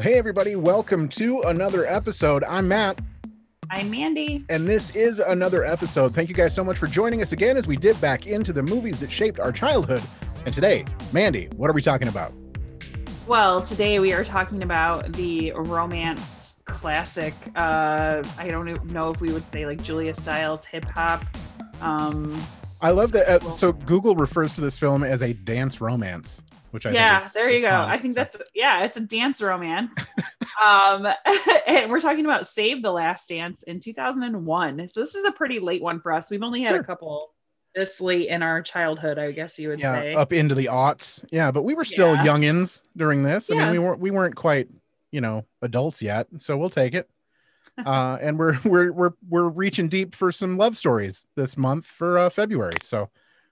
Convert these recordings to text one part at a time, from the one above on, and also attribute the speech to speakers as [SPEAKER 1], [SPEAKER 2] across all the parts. [SPEAKER 1] Hey, everybody, welcome to another episode. I'm Matt,
[SPEAKER 2] I'm Mandy.
[SPEAKER 1] and this is another episode. Thank you guys so much for joining us again as we dip back into the movies that shaped our childhood. And today, Mandy, what are we talking about?
[SPEAKER 2] Well, today we are talking about the romance classic. Uh, I don't know if we would say like Julia Stiles hip hop. Um,
[SPEAKER 1] I love that. Uh, so, Google refers to this film as a dance romance, which I think
[SPEAKER 2] yeah,
[SPEAKER 1] is-
[SPEAKER 2] there you
[SPEAKER 1] is
[SPEAKER 2] go.
[SPEAKER 1] fun.
[SPEAKER 2] I think that's yeah, it's a dance romance. um, and we're talking about Save the Last Dance in 2001. So this is a pretty late one for us. We've only had
[SPEAKER 1] Sure.
[SPEAKER 2] a couple this late in our childhood, I guess you would
[SPEAKER 1] yeah,
[SPEAKER 2] say.
[SPEAKER 1] up into the aughts. Yeah, but we were still
[SPEAKER 2] Yeah.
[SPEAKER 1] youngins during this. I mean,
[SPEAKER 2] Yeah.
[SPEAKER 1] we weren't we weren't quite you know adults yet, so we'll take it. Uh, and we're we're we're we're reaching deep for some love stories this month for uh, February. So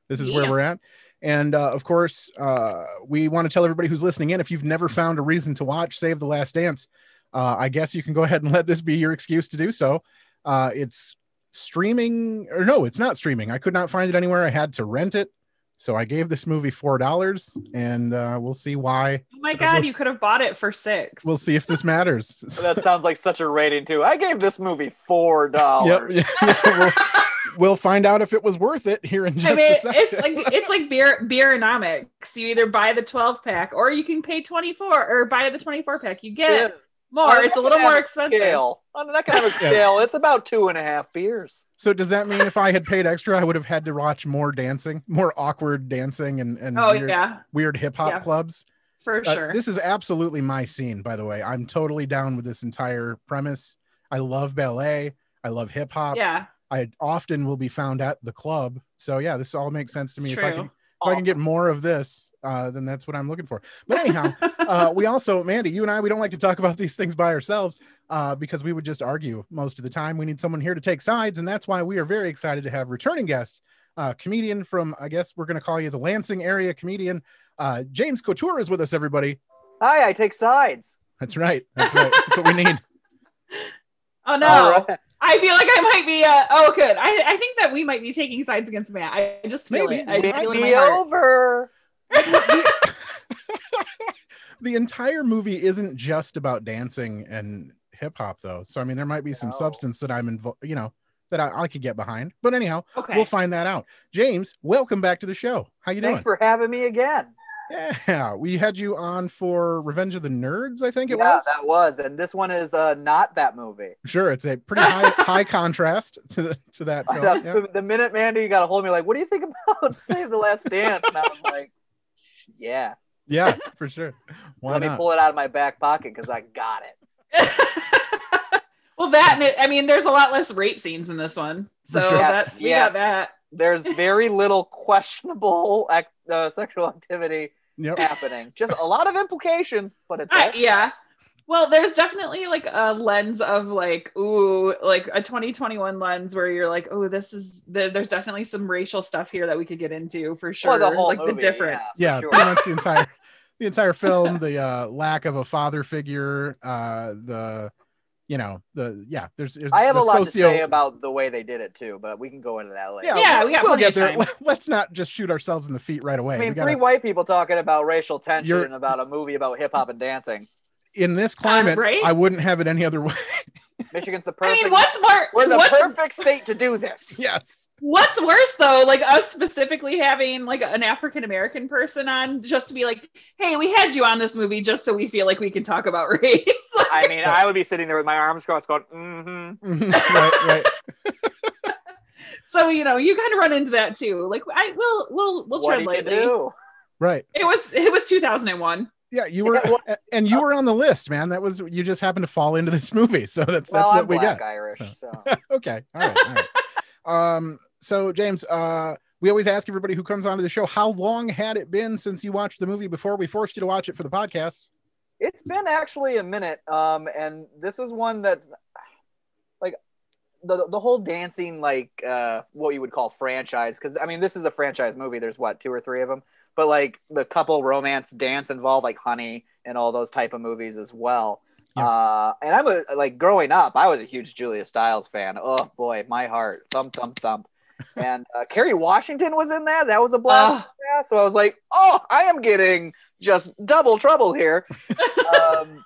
[SPEAKER 1] this is where
[SPEAKER 2] Yeah.
[SPEAKER 1] we're at. And uh, of course, uh, we want to tell everybody who's listening in if you've never found a reason to watch Save the Last Dance, uh, I guess you can go ahead and let this be your excuse to do so. Uh, it's streaming, or no, it's not streaming. I could not find it anywhere. I had to rent it. So I gave this movie four dollars, and uh, we'll see why.
[SPEAKER 2] oh my god, you could have bought it for six.
[SPEAKER 1] We'll see if this matters.
[SPEAKER 3] So that sounds like such a rating too. I gave this movie four
[SPEAKER 1] yep.
[SPEAKER 3] dollars.
[SPEAKER 1] we'll, we'll find out if it was worth it here in just
[SPEAKER 2] I mean,
[SPEAKER 1] a second.
[SPEAKER 2] it's like it's like beer beeronomics. You either buy the 12 pack or you can pay 24 or buy the 24 pack. You get more.
[SPEAKER 3] On an
[SPEAKER 2] it's a little more
[SPEAKER 3] economic
[SPEAKER 2] expensive.
[SPEAKER 3] Scale on an economic
[SPEAKER 1] Yeah.
[SPEAKER 3] scale, it's about two and a half beers.
[SPEAKER 1] so does that mean if I had paid extra, I would have had to watch more dancing, more awkward dancing, and and
[SPEAKER 2] Oh
[SPEAKER 1] weird,
[SPEAKER 2] yeah,
[SPEAKER 1] weird hip hop
[SPEAKER 2] Yeah.
[SPEAKER 1] clubs?
[SPEAKER 2] for
[SPEAKER 1] Uh,
[SPEAKER 2] sure.
[SPEAKER 1] This is absolutely my scene, by the way. I'm totally down with this entire premise. I love ballet. I love hip hop.
[SPEAKER 2] yeah,
[SPEAKER 1] I often will be found at the club. So yeah, this all makes sense to
[SPEAKER 2] it's
[SPEAKER 1] me.
[SPEAKER 2] true.
[SPEAKER 1] If I can if I can get more of this, uh, then that's what I'm looking for. But anyhow, uh, we also, Mandy, you and I, we don't like to talk about these things by ourselves uh, because we would just argue most of the time. We need someone here to take sides, and that's why we are very excited to have returning guest, uh, comedian from, I guess we're going to call you the Lansing area comedian, uh, James Couture is with us. Everybody,
[SPEAKER 3] Hi, I take sides.
[SPEAKER 1] that's right. That's right. that's what we need.
[SPEAKER 2] oh no,
[SPEAKER 3] All right.
[SPEAKER 2] I feel like I might be. Uh, oh, good. I, I think that we might be taking sides against Matt. I I just feel
[SPEAKER 1] Maybe.
[SPEAKER 2] it. I just
[SPEAKER 3] Get
[SPEAKER 2] feel it in my
[SPEAKER 3] me
[SPEAKER 2] heart.
[SPEAKER 3] over.
[SPEAKER 1] the entire movie isn't just about dancing and hip hop though. So I mean there might be some
[SPEAKER 3] No.
[SPEAKER 1] substance that I'm involved, you know, that I, I could get behind. But anyhow,
[SPEAKER 2] Okay.
[SPEAKER 1] we'll find that out. James, welcome back to the show. How you
[SPEAKER 3] Thanks
[SPEAKER 1] doing?
[SPEAKER 3] for having me again.
[SPEAKER 1] yeah, we had you on for Revenge of the Nerds, I think
[SPEAKER 3] Yeah,
[SPEAKER 1] it was.
[SPEAKER 3] that was, and this one is uh, not that movie.
[SPEAKER 1] Sure, it's a pretty high high contrast to the, to that film. yeah.
[SPEAKER 3] the, the minute Mandy got a hold of me, like, what do you think about Save the Last Dance? And I was like, yeah,
[SPEAKER 1] Yeah, for sure. Why
[SPEAKER 3] let me
[SPEAKER 1] not?
[SPEAKER 3] pull it out of my back pocket because I got it.
[SPEAKER 2] well, that and it, I mean, there's a lot less rape scenes in this one, so
[SPEAKER 1] For sure.
[SPEAKER 2] that's
[SPEAKER 3] Yes,
[SPEAKER 2] we
[SPEAKER 3] yes.
[SPEAKER 2] got that.
[SPEAKER 3] There's very little questionable ac- uh, sexual activity
[SPEAKER 1] Yep.
[SPEAKER 3] happening. Just a lot of implications, but it's
[SPEAKER 2] I,
[SPEAKER 3] all-
[SPEAKER 2] yeah. Well, there's definitely like a lens of like, ooh, like a 2021 lens where you're like, oh, this is there, there's definitely some racial stuff here that we could get into for sure.
[SPEAKER 3] well, the whole
[SPEAKER 2] like the
[SPEAKER 3] movie,
[SPEAKER 2] difference.
[SPEAKER 1] yeah,
[SPEAKER 3] for
[SPEAKER 1] pretty
[SPEAKER 3] sure.
[SPEAKER 1] much the entire the entire film, the uh, lack of a father figure, uh, the you know the yeah. There's, there's
[SPEAKER 3] I have
[SPEAKER 1] the
[SPEAKER 3] a lot to
[SPEAKER 1] socio-
[SPEAKER 3] say about the way they did it too, but we can go into that later.
[SPEAKER 1] Yeah,
[SPEAKER 2] Yeah, we got
[SPEAKER 1] we'll
[SPEAKER 2] plenty
[SPEAKER 1] get
[SPEAKER 2] of
[SPEAKER 1] there.
[SPEAKER 2] time.
[SPEAKER 1] Let's not just shoot ourselves in the feet right away.
[SPEAKER 3] I
[SPEAKER 1] we
[SPEAKER 3] mean,
[SPEAKER 1] gotta,
[SPEAKER 3] three white people talking about racial tension
[SPEAKER 1] You're-
[SPEAKER 3] about a movie about hip hop and dancing.
[SPEAKER 1] in this climate,
[SPEAKER 2] right?
[SPEAKER 1] I wouldn't have it any other way.
[SPEAKER 3] Michigan's the
[SPEAKER 2] I
[SPEAKER 3] perfect.
[SPEAKER 2] mean, what's more,
[SPEAKER 3] We're the
[SPEAKER 2] what's,
[SPEAKER 3] perfect state to do this.
[SPEAKER 1] yes.
[SPEAKER 2] what's worse though, like us specifically having like an African American person on just to be like, hey, we had you on this movie just so we feel like we can talk about race.
[SPEAKER 3] I mean, I would be sitting there with my arms crossed, going, "Mm-hmm."
[SPEAKER 1] Mhm, right, right.
[SPEAKER 2] so you know, you kind of run into that too. Like, I will, we'll, we'll
[SPEAKER 3] What
[SPEAKER 2] tread
[SPEAKER 3] do you
[SPEAKER 2] lightly.
[SPEAKER 3] do?
[SPEAKER 1] Right.
[SPEAKER 2] It was, it was 2001.
[SPEAKER 1] Yeah, you were
[SPEAKER 3] Yeah,
[SPEAKER 1] and
[SPEAKER 2] uh,
[SPEAKER 1] you were on the list, man. That was you just happened to fall into this movie. So that's
[SPEAKER 3] Well,
[SPEAKER 1] that's
[SPEAKER 3] I'm
[SPEAKER 1] what we got.
[SPEAKER 3] black Irish,
[SPEAKER 1] so.
[SPEAKER 3] so,
[SPEAKER 1] okay. All right. All right. um, so James, uh, we always ask everybody who comes onto the show, how long had it been since you watched the movie before we forced you to watch it for the podcast?
[SPEAKER 3] it's been actually a minute. Um, and this is one that's like the the whole dancing like uh what you would call franchise because I mean this is a franchise movie. There's what two or three of them, but like the couple romance dance involved like Honey and all those type of movies as well.
[SPEAKER 1] Yeah.
[SPEAKER 3] Uh, and I'm a like growing up, I was a huge Julia Stiles fan. Oh boy, my heart thump thump thump. And uh, Kerry Washington was in that. That was a blast.
[SPEAKER 2] Ugh.
[SPEAKER 3] Yeah, Ah, so I was like, oh, I am getting just double trouble here. um,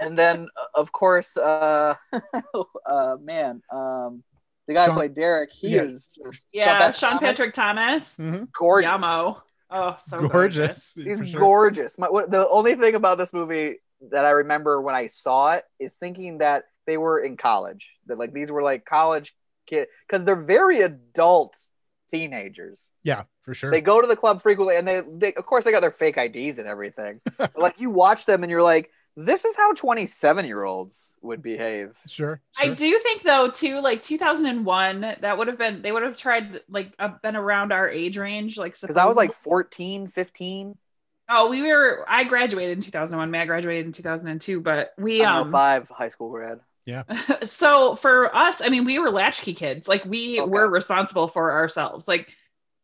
[SPEAKER 3] and then uh, of course, uh, uh man, um, the guy who
[SPEAKER 1] Sean-
[SPEAKER 3] played Derek, he
[SPEAKER 1] Yeah.
[SPEAKER 3] is just
[SPEAKER 2] Yeah,
[SPEAKER 3] Pat
[SPEAKER 2] Sean
[SPEAKER 3] Thomas,
[SPEAKER 2] Patrick Thomas.
[SPEAKER 1] Mhm.
[SPEAKER 3] gorgeous.
[SPEAKER 2] Yamo. Oh, so gorgeous.
[SPEAKER 1] gorgeous.
[SPEAKER 3] He's
[SPEAKER 1] for sure.
[SPEAKER 3] gorgeous. My, what, the only thing about this movie that I remember when I saw it is thinking that they were in college. That like these were like college kid because they're very adult teenagers.
[SPEAKER 1] Yeah, for sure.
[SPEAKER 3] They go to the club frequently, and they, they of course they got their fake IDs and everything. but, like you watch them, and you're like, this is how 27 year olds would behave.
[SPEAKER 1] sure.
[SPEAKER 2] I
[SPEAKER 1] sure.
[SPEAKER 2] do think though too, like 2001, that would have been they would have tried like uh, been around our age range, like
[SPEAKER 3] Because I was like
[SPEAKER 2] supposedly.
[SPEAKER 3] 14, 15,
[SPEAKER 2] oh, we were. I graduated in 2001. Matt graduated in 2002, but we
[SPEAKER 3] yeah.
[SPEAKER 2] um.
[SPEAKER 3] five high school grad.
[SPEAKER 2] so for us, I mean, we were latchkey kids. Like we
[SPEAKER 3] Okay.
[SPEAKER 2] were responsible for ourselves. Like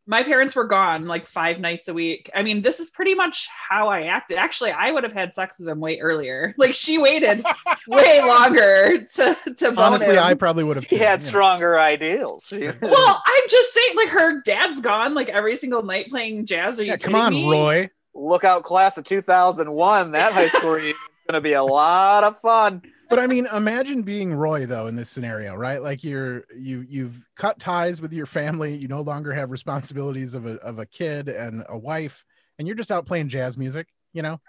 [SPEAKER 2] my parents were gone like five nights a week. I mean, this is pretty much how I acted. Actually, I would have had sex with him way earlier. Like she waited way longer to to bone
[SPEAKER 1] Honestly,
[SPEAKER 2] him.
[SPEAKER 1] I probably would have.
[SPEAKER 3] He
[SPEAKER 1] too,
[SPEAKER 3] had
[SPEAKER 1] yeah.
[SPEAKER 3] stronger ideals.
[SPEAKER 2] well, I'm just saying, like her dad's gone like every single night playing jazz. Are you
[SPEAKER 1] Yeah, come
[SPEAKER 2] kidding
[SPEAKER 1] on,
[SPEAKER 2] me?
[SPEAKER 1] Roy.
[SPEAKER 3] lookout class of 2001 that high school reunion is going to be a lot of fun
[SPEAKER 1] But I mean, imagine being Roy though in this scenario, right? Like you're you you've cut ties with your family. You no longer have responsibilities of a of a kid and a wife, and you're just out playing jazz music. You know,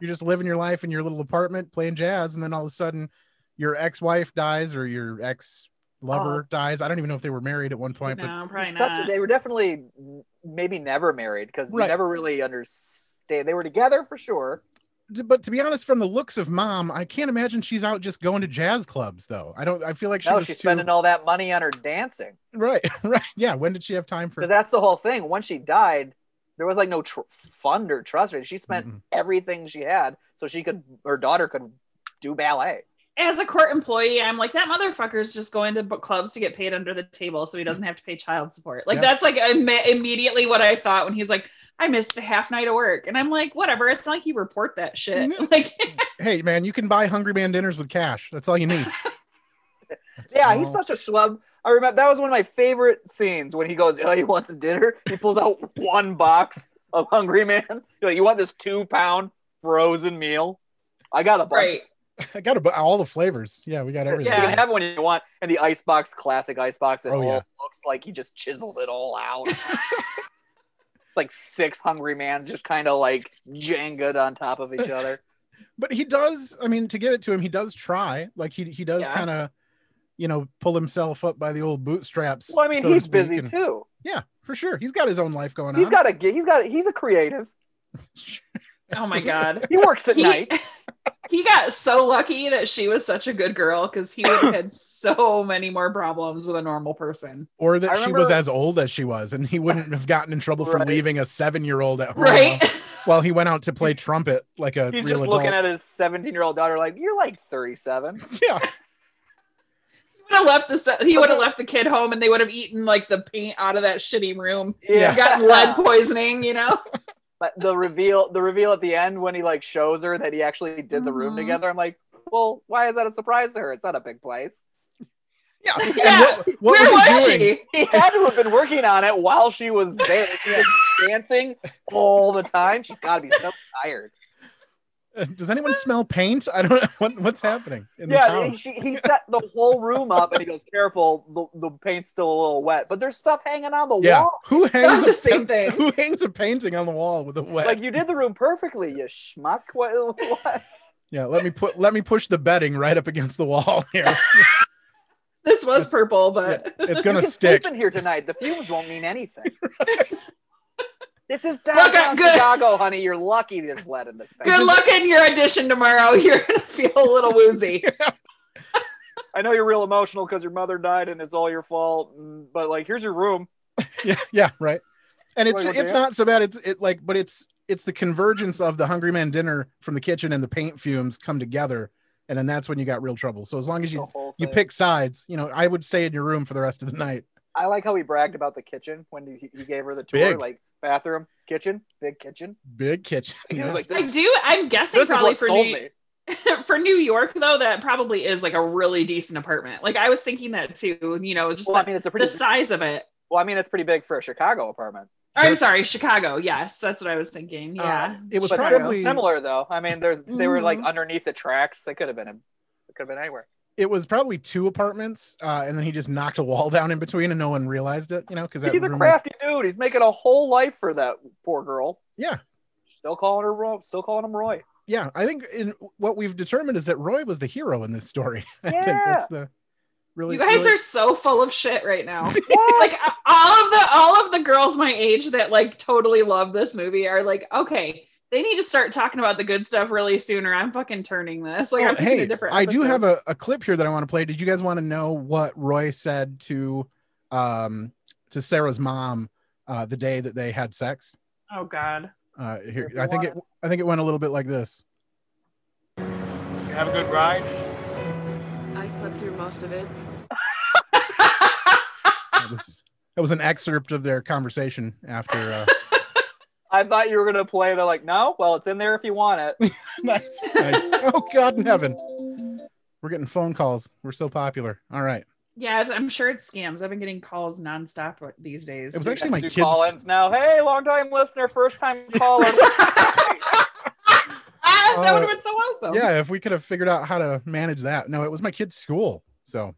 [SPEAKER 1] you're just living your life in your little apartment playing jazz, and then all of a sudden, your ex wife dies or your ex lover
[SPEAKER 3] Oh.
[SPEAKER 1] dies. I don't even know if they were married at one point, but
[SPEAKER 2] No, probably
[SPEAKER 3] Except
[SPEAKER 2] not.
[SPEAKER 3] they were definitely maybe never married because
[SPEAKER 1] Right.
[SPEAKER 3] they never really understand they were together for sure
[SPEAKER 1] t- but to be honest, from the looks of mom, I can't imagine she's out just going to jazz clubs though. I don't. I feel like she
[SPEAKER 3] no
[SPEAKER 1] was
[SPEAKER 3] she's
[SPEAKER 1] too-
[SPEAKER 3] spending all that money on her dancing
[SPEAKER 1] right, right. Yeah. When did she have time for?
[SPEAKER 3] because that's the whole thing once she died there was like no tr- fund or trust she spent
[SPEAKER 1] Mm-mm.
[SPEAKER 3] everything she had so she could her daughter could do ballet
[SPEAKER 2] As a court employee, I'm like that motherfucker's just going to book clubs to get paid under the table, so he doesn't have to pay child support. Like
[SPEAKER 1] Yeah.
[SPEAKER 2] that's like imme- immediately what I thought when he's like, I missed a half night of work, and I'm like, whatever. It's not like you report that shit.
[SPEAKER 1] No.
[SPEAKER 2] Like
[SPEAKER 1] hey man you can buy hungry man dinners with cash that's all you need That's
[SPEAKER 3] Yeah, he's
[SPEAKER 1] all.
[SPEAKER 3] such a schlub. I remember that was one of my favorite scenes when he goes, "Oh, he wants a dinner." He pulls out one box of Hungry Man. You're like, "You want this two pound frozen meal?" I got a bunch.
[SPEAKER 2] right.
[SPEAKER 1] i got about all the flavors yeah we got everything
[SPEAKER 3] You
[SPEAKER 2] Yeah.
[SPEAKER 3] can have one you want, and the icebox, classic icebox. It
[SPEAKER 1] Oh,
[SPEAKER 3] all
[SPEAKER 1] yeah.
[SPEAKER 3] looks like he just chiseled it all out. like six Hungry Mans just kind of like jengaed on top of each other.
[SPEAKER 1] but he does i mean to give it to him he does try like he he does
[SPEAKER 2] Yeah.
[SPEAKER 1] kind of you know pull himself up by the old bootstraps
[SPEAKER 3] Well, I mean,
[SPEAKER 1] so to
[SPEAKER 3] he's
[SPEAKER 1] speak,
[SPEAKER 3] busy
[SPEAKER 1] and-
[SPEAKER 3] too.
[SPEAKER 1] yeah for sure he's got his own life going
[SPEAKER 3] He's
[SPEAKER 1] on
[SPEAKER 3] got a g- he's got a, he's a creative.
[SPEAKER 2] Oh my god.
[SPEAKER 3] He works at
[SPEAKER 2] He-
[SPEAKER 3] night.
[SPEAKER 2] He got so lucky that she was such a good girl because he would have had so many more problems with a normal person.
[SPEAKER 1] or that
[SPEAKER 3] I
[SPEAKER 1] she was
[SPEAKER 3] remember-
[SPEAKER 1] as old as she was and he wouldn't have gotten in trouble for
[SPEAKER 3] Right.
[SPEAKER 1] leaving a seven-year-old at home
[SPEAKER 2] Right?
[SPEAKER 1] while he went out to play trumpet like a
[SPEAKER 3] He's
[SPEAKER 1] real
[SPEAKER 3] just
[SPEAKER 1] adult
[SPEAKER 3] looking at his 17 year old daughter, like, you're like 37.
[SPEAKER 1] yeah
[SPEAKER 2] would have left the se- he would have left the kid home and they would have eaten like the paint out of that shitty room
[SPEAKER 1] Yeah.
[SPEAKER 2] gotten lead poisoning you know
[SPEAKER 3] But the reveal, the reveal at the end when he like shows her that he actually did the room
[SPEAKER 1] Mm-hmm.
[SPEAKER 2] Mhm.
[SPEAKER 3] together, I'm like, well, why is that a surprise to her? It's not a big place.
[SPEAKER 1] yeah, And
[SPEAKER 2] Yeah.
[SPEAKER 1] what, what
[SPEAKER 2] where
[SPEAKER 1] was
[SPEAKER 2] was,
[SPEAKER 1] he doing
[SPEAKER 2] she
[SPEAKER 3] He had to have been working on it while she was there. She was dancing all the time. She's got to be so tired.
[SPEAKER 1] Uh, Does anyone smell paint? I don't know what, what's happening in this
[SPEAKER 3] Yeah, he,
[SPEAKER 1] house.
[SPEAKER 3] she, he set the whole room up and he goes, careful, the, the paint's still a little wet, but there's stuff hanging on the
[SPEAKER 1] Yeah,
[SPEAKER 3] wall.
[SPEAKER 1] who hangs
[SPEAKER 2] Not the
[SPEAKER 1] a
[SPEAKER 2] same thing.
[SPEAKER 1] Who hangs a painting on the wall with a wet?
[SPEAKER 3] Like, you did the room perfectly, you schmuck. What? what?
[SPEAKER 1] yeah, let me put let me push the bedding right up against the wall here.
[SPEAKER 2] this was purple but
[SPEAKER 1] It's
[SPEAKER 3] You
[SPEAKER 1] gonna
[SPEAKER 3] can
[SPEAKER 1] stick.
[SPEAKER 3] sleep in here tonight. The fumes won't mean anything. this is
[SPEAKER 2] I'm
[SPEAKER 3] downtown
[SPEAKER 2] good.
[SPEAKER 3] Chicago, honey. You're lucky there's lead in the thing.
[SPEAKER 2] good luck in your audition tomorrow you're gonna feel a little woozy
[SPEAKER 3] I know you're real emotional because your mother died and it's all your fault. mm, But like, here's your room.
[SPEAKER 1] Yeah, yeah, right. And it's
[SPEAKER 3] Wanna go
[SPEAKER 1] it's
[SPEAKER 3] dance?
[SPEAKER 1] not so bad. It's it like, but it's it's the convergence of the Hungry Man dinner from the kitchen and the paint fumes come together, and then that's when you got real trouble. So as long as
[SPEAKER 3] The
[SPEAKER 1] you
[SPEAKER 3] whole
[SPEAKER 1] you
[SPEAKER 3] thing.
[SPEAKER 1] pick sides, you know, I would stay in your room for the rest of the night.
[SPEAKER 3] I like how he bragged about the kitchen when he, he gave her the tour,
[SPEAKER 1] Big.
[SPEAKER 3] like bathroom, kitchen, big kitchen.
[SPEAKER 1] Big kitchen.
[SPEAKER 3] And he was like,
[SPEAKER 2] i
[SPEAKER 3] this,
[SPEAKER 2] do i'm guessing
[SPEAKER 3] this is
[SPEAKER 2] probably
[SPEAKER 3] what
[SPEAKER 2] for
[SPEAKER 3] sold
[SPEAKER 2] new,
[SPEAKER 3] me.
[SPEAKER 2] for new york though that probably is like a really decent apartment like i was thinking that too you know just
[SPEAKER 3] Well, I
[SPEAKER 2] like
[SPEAKER 3] mean, it's a
[SPEAKER 2] the
[SPEAKER 3] pretty.
[SPEAKER 2] size of it
[SPEAKER 3] Well, I mean, it's pretty big for a Chicago apartment.
[SPEAKER 2] I'm sorry, Chicago. Yes, that's what I was thinking.
[SPEAKER 1] Uh,
[SPEAKER 2] Yeah.
[SPEAKER 1] it was
[SPEAKER 3] but they're
[SPEAKER 1] probably
[SPEAKER 3] similar though. I mean, they're they were like
[SPEAKER 2] Mhm.
[SPEAKER 3] underneath the tracks. They could have been a, it could have been anywhere.
[SPEAKER 1] it was probably two apartments, uh, and then he just knocked a wall down in between, and no one realized it. You know, because that
[SPEAKER 3] He's a
[SPEAKER 1] room was-
[SPEAKER 3] crafty dude. He's making a whole life for that poor girl.
[SPEAKER 1] Yeah.
[SPEAKER 3] Still calling her Ro- still calling him Roy.
[SPEAKER 1] yeah, I think in what we've determined is that Roy was the hero in this story. I think
[SPEAKER 3] Yeah.
[SPEAKER 1] that's the really.
[SPEAKER 2] you guys
[SPEAKER 1] really-
[SPEAKER 2] are so full of shit right now.
[SPEAKER 3] What?
[SPEAKER 2] like all of the all of the girls my age that like totally love this movie are like, okay, they need to start talking about the good stuff really soon, or I'm fucking turning this. Like,
[SPEAKER 1] Oh,
[SPEAKER 2] I'm picking
[SPEAKER 1] hey,
[SPEAKER 2] a different.
[SPEAKER 1] I do
[SPEAKER 2] episode.
[SPEAKER 1] have a, a clip here that I want to play. Did you guys want to know what Roy said to um to Sarah's mom uh the day that they had sex?
[SPEAKER 2] Oh God.
[SPEAKER 1] Uh here
[SPEAKER 3] If you
[SPEAKER 1] I think it I think it went a little bit like this.
[SPEAKER 4] You have a good ride?
[SPEAKER 5] I slept through most of it.
[SPEAKER 1] That was that was an excerpt of their conversation after uh
[SPEAKER 3] I thought you were gonna play. They're like, no. Well, it's in there if you want it.
[SPEAKER 1] nice, nice. Oh god in heaven. We're getting phone calls. We're so popular. All right.
[SPEAKER 2] yeah, it's- I'm sure it's scams. I've been getting calls nonstop these days.
[SPEAKER 1] It was actually my
[SPEAKER 3] Do
[SPEAKER 1] kids.
[SPEAKER 3] call-ins now. Hey, long time listener, first time caller.
[SPEAKER 2] Ah, that
[SPEAKER 1] Uh,
[SPEAKER 2] would have been so awesome.
[SPEAKER 1] Yeah, if we could have figured out how to manage that. No, it was my kid's school. So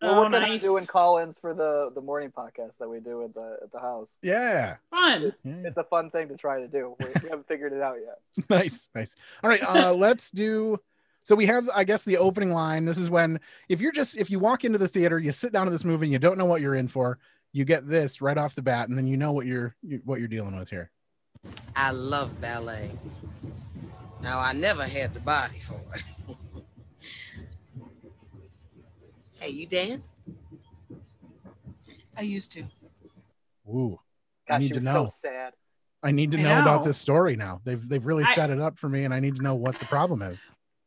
[SPEAKER 3] We're
[SPEAKER 2] Oh,
[SPEAKER 3] working on
[SPEAKER 2] nice.
[SPEAKER 3] doing call-ins for the the morning podcast that we do at the at the house.
[SPEAKER 1] yeah.
[SPEAKER 2] Fun.
[SPEAKER 1] yeah.
[SPEAKER 3] It's a fun thing to try to do. We, we haven't figured it out yet.
[SPEAKER 1] nice nice all right uh let's do so we have i guess the opening line this is when if you're just if you walk into the theater you sit down to this movie and you don't know what you're in for you get this right off the bat and then you know what you're you, what you're dealing with here
[SPEAKER 6] I love ballet. Now, I never had the body for it. hey, you dance?
[SPEAKER 5] I used to.
[SPEAKER 1] Ooh, I
[SPEAKER 3] God,
[SPEAKER 1] need
[SPEAKER 3] she
[SPEAKER 1] to
[SPEAKER 3] was
[SPEAKER 1] know.
[SPEAKER 3] so sad.
[SPEAKER 1] i need to
[SPEAKER 2] I
[SPEAKER 1] know, about
[SPEAKER 2] know.
[SPEAKER 1] this story now they've they've really
[SPEAKER 2] I-
[SPEAKER 1] set it up for me and i need to know what the problem is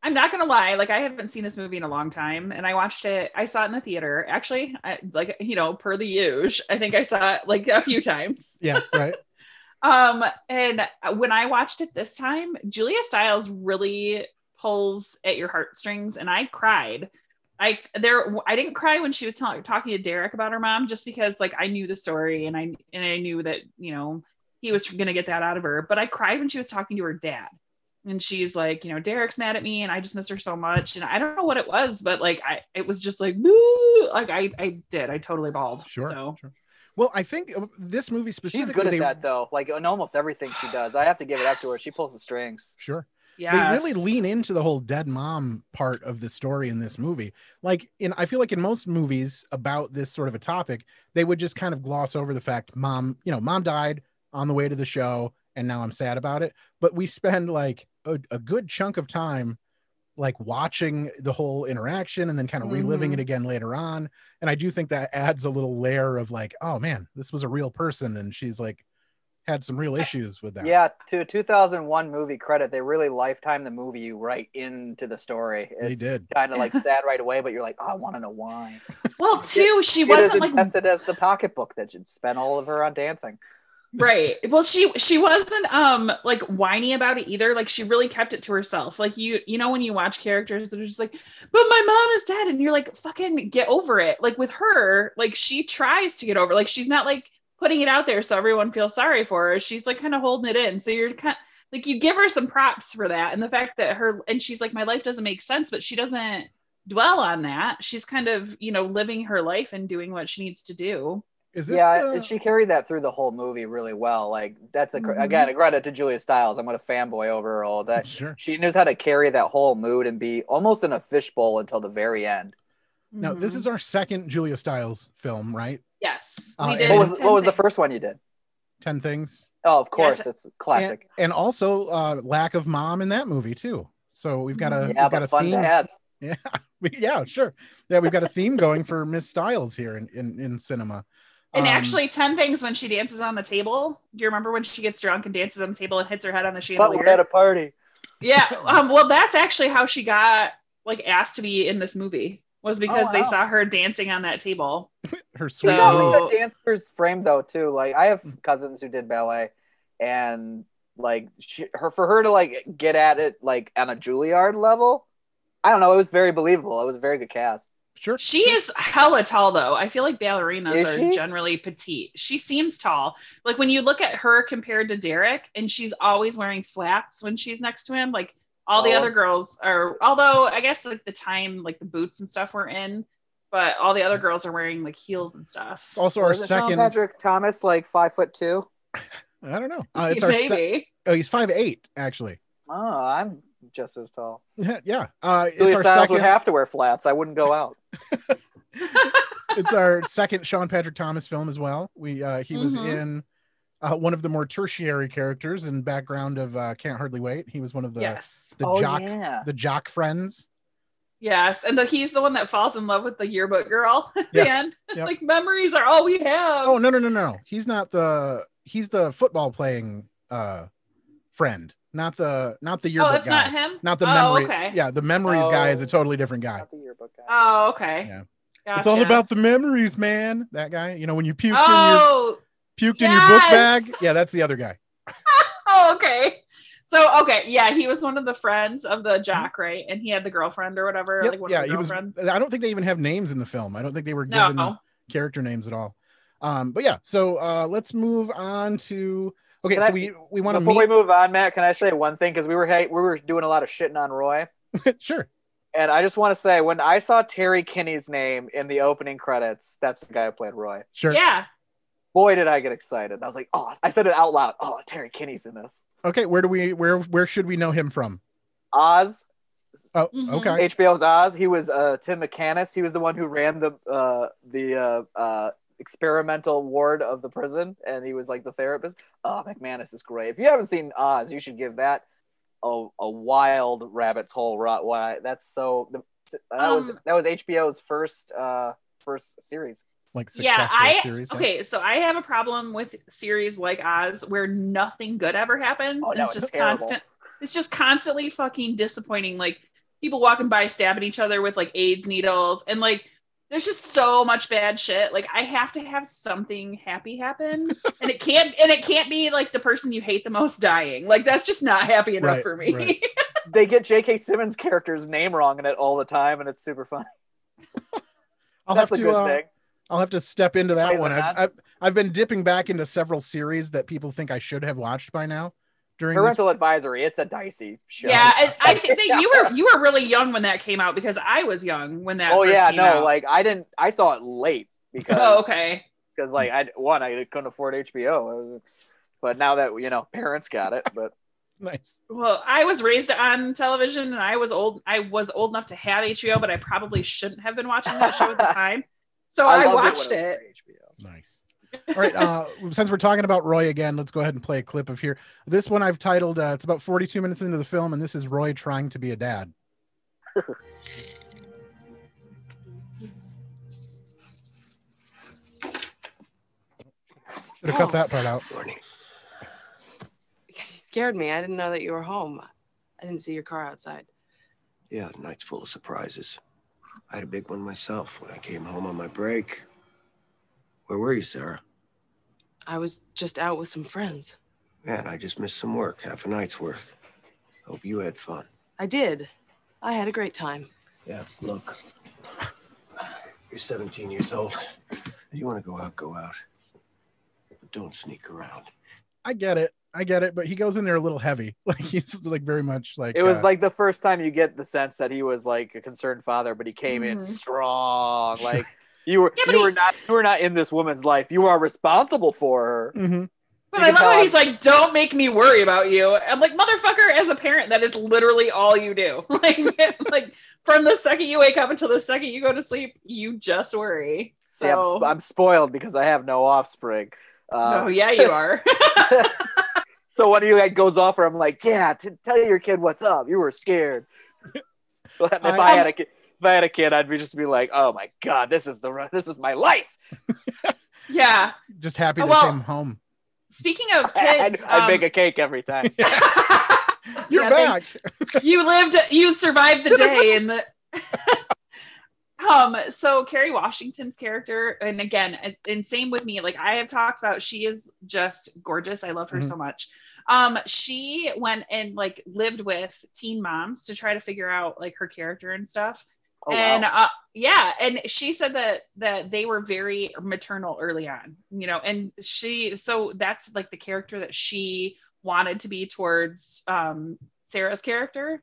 [SPEAKER 2] I'm not gonna lie, like I haven't seen this movie in a long time, and I watched it. I saw it in the theater, actually. I, like you know, per the usual, I think I saw it like a few times.
[SPEAKER 1] yeah right
[SPEAKER 2] Um, and when I watched it this time, Julia Stiles really pulls at your heartstrings, and I cried. I there I didn't cry when she was telling talking to Derek about her mom, just because like I knew the story and I and I knew that you know he was gonna get that out of her. But I cried when she was talking to her dad, and she's like, you know, Derek's mad at me, and I just miss her so much, and I don't know what it was, but like I it was just like "Boo!" like I I did I totally bawled.
[SPEAKER 1] sure,
[SPEAKER 2] So
[SPEAKER 1] sure. well i think uh, this movie
[SPEAKER 3] She's
[SPEAKER 1] specifically
[SPEAKER 3] good at
[SPEAKER 1] they-
[SPEAKER 3] that though. Like in almost everything she does, I have to give it up to her. She pulls the strings.
[SPEAKER 1] sure
[SPEAKER 2] yeah,
[SPEAKER 1] they really lean into the whole dead mom part of the story in this movie. Like in I feel like in most movies about this sort of a topic, they would just kind of gloss over the fact mom, you know, mom died on the way to the show and now I'm sad about it. But we spend like a, a good chunk of time like watching the whole interaction and then kind of reliving
[SPEAKER 2] Mhm.
[SPEAKER 3] Mm-hmm.
[SPEAKER 1] it again later on. And I do think that adds a little layer of like, oh man, this was a real person and she's like had some real issues with that.
[SPEAKER 3] Yeah, to a 2001 movie credit, they really lifetime the movie you right into the story.
[SPEAKER 1] They
[SPEAKER 3] It's
[SPEAKER 1] did.
[SPEAKER 3] kind of like sad right away, but you're like, "Oh, I want to know why.
[SPEAKER 2] Well, too, she
[SPEAKER 3] It is
[SPEAKER 2] wasn't like
[SPEAKER 3] invested as the pocketbook that she spent all of her on dancing.
[SPEAKER 2] right well she she wasn't um like whiny about it either like she really kept it to herself like you you know when you watch characters that are just like but my mom is dead and you're like fucking get over it like with her like she tries to get over it. like she's not like putting it out there so everyone feels sorry for her she's like kind of holding it in so you're kind like you give her some props for that and the fact that her and she's like my life doesn't make sense but she doesn't dwell on that she's kind of you know living her life and doing what she needs to do
[SPEAKER 1] Is this
[SPEAKER 3] Yeah,
[SPEAKER 1] the-
[SPEAKER 3] and she carried that through the whole movie really well. Like that's a cre-
[SPEAKER 1] Mm-hmm.
[SPEAKER 2] Mhm.
[SPEAKER 3] again a credit to Julia Stiles. I'm gonna fanboy over her all day.
[SPEAKER 1] sure.
[SPEAKER 3] She knows how to carry that whole mood and be almost in a fishbowl until the very end.
[SPEAKER 1] Now, this
[SPEAKER 2] Mhm.
[SPEAKER 3] Mm-hmm.
[SPEAKER 1] is our second Julia Stiles film, right?
[SPEAKER 2] yes
[SPEAKER 1] Uh,
[SPEAKER 2] we
[SPEAKER 1] and-
[SPEAKER 2] did
[SPEAKER 3] What was
[SPEAKER 2] ten
[SPEAKER 3] what was the
[SPEAKER 2] things.
[SPEAKER 3] first one you did?
[SPEAKER 1] 10 Things.
[SPEAKER 3] Oh, of course,
[SPEAKER 2] it's-
[SPEAKER 3] it's a classic.
[SPEAKER 1] And, and also uh, lack of mom in that movie, too. So we've got a,
[SPEAKER 2] and
[SPEAKER 3] Mm-hmm. yeah,
[SPEAKER 1] we've got a
[SPEAKER 3] but fun
[SPEAKER 1] theme.
[SPEAKER 3] to add.
[SPEAKER 1] We- yeah, sure. Yeah, we've got a theme going for Miss Stiles here in, in, in cinema.
[SPEAKER 2] And
[SPEAKER 1] Um,
[SPEAKER 2] actually, 10 things when she dances on the table. Do you remember when she gets drunk and dances on the table and hits her head on the
[SPEAKER 3] But
[SPEAKER 2] chandelier?
[SPEAKER 3] we're at a party.
[SPEAKER 2] yeah. Um, well, that's actually how she got like asked to be in this movie was because they
[SPEAKER 3] wow.
[SPEAKER 2] saw her dancing on that table.
[SPEAKER 1] her sweet
[SPEAKER 2] So-
[SPEAKER 1] moves.
[SPEAKER 3] the dancer's frame though too. Like I have cousins who did ballet, and like she, her for her to like get at it like on a Juilliard level, I don't know. It was very believable. It was a very good cast.
[SPEAKER 1] Sure.
[SPEAKER 2] She is hella tall though. I feel like ballerinas
[SPEAKER 3] Is
[SPEAKER 2] are
[SPEAKER 3] she?
[SPEAKER 2] generally petite. She seems tall. Like when you look at her compared to Derek, and she's always wearing flats when she's next to him. Like all the
[SPEAKER 3] Oh.
[SPEAKER 2] other girls are, although I guess like the time, like the boots and stuff were in, but all the other girls are wearing like heels and stuff.
[SPEAKER 1] Mm-hmm. Also, our
[SPEAKER 3] Isn't Sean
[SPEAKER 1] second.
[SPEAKER 3] Patrick Thomas like five foot two.
[SPEAKER 1] I don't know. Uh, it's our.
[SPEAKER 2] Maybe.
[SPEAKER 1] Se- oh, he's five eight actually.
[SPEAKER 3] Oh, I'm just as tall.
[SPEAKER 1] Yeah, yeah. Uh, it's
[SPEAKER 3] Julia
[SPEAKER 1] our
[SPEAKER 3] Styles
[SPEAKER 1] second.
[SPEAKER 3] would have to wear flats. I wouldn't go out.
[SPEAKER 1] it's our second Sean Patrick Thomas film as well. We uh, he was
[SPEAKER 2] Mhm.
[SPEAKER 1] in uh, one of the more tertiary characters in background of uh, Can't Hardly Wait. He was one of the
[SPEAKER 2] yes.
[SPEAKER 1] the
[SPEAKER 3] oh
[SPEAKER 1] jock
[SPEAKER 3] yeah.
[SPEAKER 1] the jock friends.
[SPEAKER 2] Yes. And the, he's the one that falls in love with the yearbook girl at the
[SPEAKER 1] Yeah.
[SPEAKER 2] end.
[SPEAKER 1] Yep.
[SPEAKER 2] like memories are all we have.
[SPEAKER 1] Oh no no no no. He's not the he's the football playing uh, friend, not the not the yearbook
[SPEAKER 2] oh that's
[SPEAKER 1] guy.
[SPEAKER 2] not him?
[SPEAKER 1] Not the
[SPEAKER 2] oh,
[SPEAKER 1] memory.
[SPEAKER 2] okay.
[SPEAKER 1] Yeah, the memories guy is a
[SPEAKER 3] Oh.
[SPEAKER 1] totally different guy.
[SPEAKER 3] Not the yearbook guy.
[SPEAKER 2] Oh, okay.
[SPEAKER 1] Yeah.
[SPEAKER 2] Gotcha.
[SPEAKER 1] It's all about the memories, man. That guy, you know, when you puked
[SPEAKER 2] Oh,
[SPEAKER 1] in your puked in your book bag.
[SPEAKER 2] yes!
[SPEAKER 1] Yeah, that's the other guy.
[SPEAKER 2] oh, okay. So okay, yeah, he was one of the friends of the jock, right? And he had the girlfriend or whatever,
[SPEAKER 1] Yep,
[SPEAKER 2] like one
[SPEAKER 1] yeah,
[SPEAKER 2] of the
[SPEAKER 1] he was.
[SPEAKER 2] girlfriends.
[SPEAKER 1] I don't think they even have names in the film. I don't think they were
[SPEAKER 2] no,
[SPEAKER 1] given character names at all. Um, but yeah, so uh, let's move on to. Okay,
[SPEAKER 3] Can
[SPEAKER 1] so
[SPEAKER 3] I-
[SPEAKER 1] we we want to
[SPEAKER 3] Before
[SPEAKER 1] meet.
[SPEAKER 3] we move on, Matt, can I say one thing? Because we were hey, we were doing a lot of shitting on Roy,
[SPEAKER 1] sure.
[SPEAKER 3] and I just want to say when I saw Terry Kinney's name in the opening credits, that's the guy who played Roy.
[SPEAKER 1] Sure.
[SPEAKER 2] yeah.
[SPEAKER 3] Boy, did I get excited! I was like, oh, I said it out loud. Oh, Terry Kinney's in this.
[SPEAKER 1] Okay, where do we where where should we know him from?
[SPEAKER 3] Oz,
[SPEAKER 1] Oh,
[SPEAKER 2] Mhm.
[SPEAKER 1] okay.
[SPEAKER 3] HBO's Oz. He was uh, Tim McCannis. He was the one who ran the uh, the uh, uh, experimental ward of the prison, and he was like the therapist. Oh, McManus is great. If you haven't seen Oz, you should give that a, a wild rabbit's hole. Rot. Why? That's so. The, that was
[SPEAKER 2] Um,
[SPEAKER 3] that was HBO's first uh, first series.
[SPEAKER 1] Like successful
[SPEAKER 2] Yeah, I
[SPEAKER 1] series. yeah.
[SPEAKER 2] okay, so I have a problem with series like Oz where nothing good ever happens.
[SPEAKER 3] Oh,
[SPEAKER 2] and
[SPEAKER 3] no,
[SPEAKER 2] it's
[SPEAKER 3] it's
[SPEAKER 2] just
[SPEAKER 3] terrible.
[SPEAKER 2] constant it's just constantly fucking disappointing. Like people walking by stabbing each other with like AIDS needles and like there's just so much bad shit. Like I have to have something happy happen. and it can't and it can't be like the person you hate the most dying. Like that's just not happy enough
[SPEAKER 1] Right,
[SPEAKER 2] for me.
[SPEAKER 1] right.
[SPEAKER 3] They get J.K. Simmons' character's name wrong in it all the time, and it's super fun.
[SPEAKER 1] I'll
[SPEAKER 3] That's
[SPEAKER 1] have
[SPEAKER 3] a
[SPEAKER 1] to.
[SPEAKER 3] good
[SPEAKER 1] uh,
[SPEAKER 3] thing.
[SPEAKER 1] I'll have to step into that
[SPEAKER 3] Plays
[SPEAKER 1] one.
[SPEAKER 3] on
[SPEAKER 1] I've,
[SPEAKER 3] that.
[SPEAKER 1] I've I've been dipping back into several series that people think I should have watched by now. During this,
[SPEAKER 3] Parental advisory. It's a dicey show.
[SPEAKER 2] yeah, I, I think that you were you were really young when that came out because I was young when that.
[SPEAKER 3] oh
[SPEAKER 2] first
[SPEAKER 3] yeah
[SPEAKER 2] came
[SPEAKER 3] no
[SPEAKER 2] out.
[SPEAKER 3] like i didn't i saw it late because
[SPEAKER 2] oh okay.
[SPEAKER 3] because like i one i couldn't afford hbo but now that you know parents got it but
[SPEAKER 1] nice.
[SPEAKER 2] Well, I was raised on television and I was old I was old enough to have HBO, but I probably shouldn't have been watching that show at the time. So Oh, I,
[SPEAKER 3] loved when
[SPEAKER 2] watched
[SPEAKER 3] was
[SPEAKER 2] it.
[SPEAKER 3] for
[SPEAKER 1] Nice. All right. Uh, since we're talking about Roy again, let's go ahead and play a clip of here. This one I've titled, uh, it's about 42 minutes into the film, and this is Roy trying to be a dad. Should have cut that part out.
[SPEAKER 5] You scared me. I didn't know that you were home. I didn't see your car outside.
[SPEAKER 7] Yeah, the night's full of surprises. I had a big one myself when I came home on my break. Where were you, Sarah?
[SPEAKER 5] I was just out with some friends.
[SPEAKER 7] Man, I just missed some work, half a night's worth. Hope you had fun.
[SPEAKER 5] I did. I had a great time.
[SPEAKER 7] Yeah, look. You're 17 years old. If you want to go out, go out. But don't sneak around.
[SPEAKER 1] I get it. I get it. But he goes in there a little heavy. Like he's like very much like
[SPEAKER 3] it was
[SPEAKER 1] uh,
[SPEAKER 3] like the first time you get the sense that he was like a concerned father but he came in
[SPEAKER 2] Mhm.
[SPEAKER 3] strong
[SPEAKER 1] Sure.
[SPEAKER 3] like you were
[SPEAKER 2] Yeah, but
[SPEAKER 3] you
[SPEAKER 2] he-
[SPEAKER 3] were not you were not in this woman's life you are responsible for her
[SPEAKER 1] Mhm.
[SPEAKER 2] But I
[SPEAKER 3] You can
[SPEAKER 2] love
[SPEAKER 3] tell
[SPEAKER 2] how
[SPEAKER 3] I'm-
[SPEAKER 2] he's like, don't make me worry about you. I'm like, motherfucker, as a parent, that is literally all you do. Like, like from the second you wake up until the second you go to sleep, you just worry.
[SPEAKER 3] See, I'm,
[SPEAKER 2] So
[SPEAKER 3] sp- I'm spoiled because i have no offspring uh,
[SPEAKER 2] oh yeah, you are.
[SPEAKER 3] So when he like goes off, her, I'm like, yeah, t- tell your kid what's up. You were scared. But if I,
[SPEAKER 1] I-
[SPEAKER 3] had a kid, if I had a kid, I'd be just be like, oh my god, this is the ru- this is my life.
[SPEAKER 2] yeah.
[SPEAKER 1] just happy
[SPEAKER 2] Oh,
[SPEAKER 1] to
[SPEAKER 2] well,
[SPEAKER 1] come home.
[SPEAKER 2] Speaking of
[SPEAKER 3] I'd,
[SPEAKER 2] kids,
[SPEAKER 3] I'd
[SPEAKER 2] um,
[SPEAKER 3] make a cake every time. Oh,
[SPEAKER 1] You're
[SPEAKER 2] yeah, thanks.
[SPEAKER 1] back.
[SPEAKER 2] you lived you survived the day and the um so carrie washington's character and again and same with me like i have talked about she is just gorgeous i love her
[SPEAKER 1] Mhm.
[SPEAKER 2] so much um she went and like lived with teen moms to try to figure out like her character and stuff
[SPEAKER 3] Oh, wow.
[SPEAKER 2] and uh, yeah and she said that that they were very maternal early on you know and she so that's like the character that she wanted to be towards um sarah's character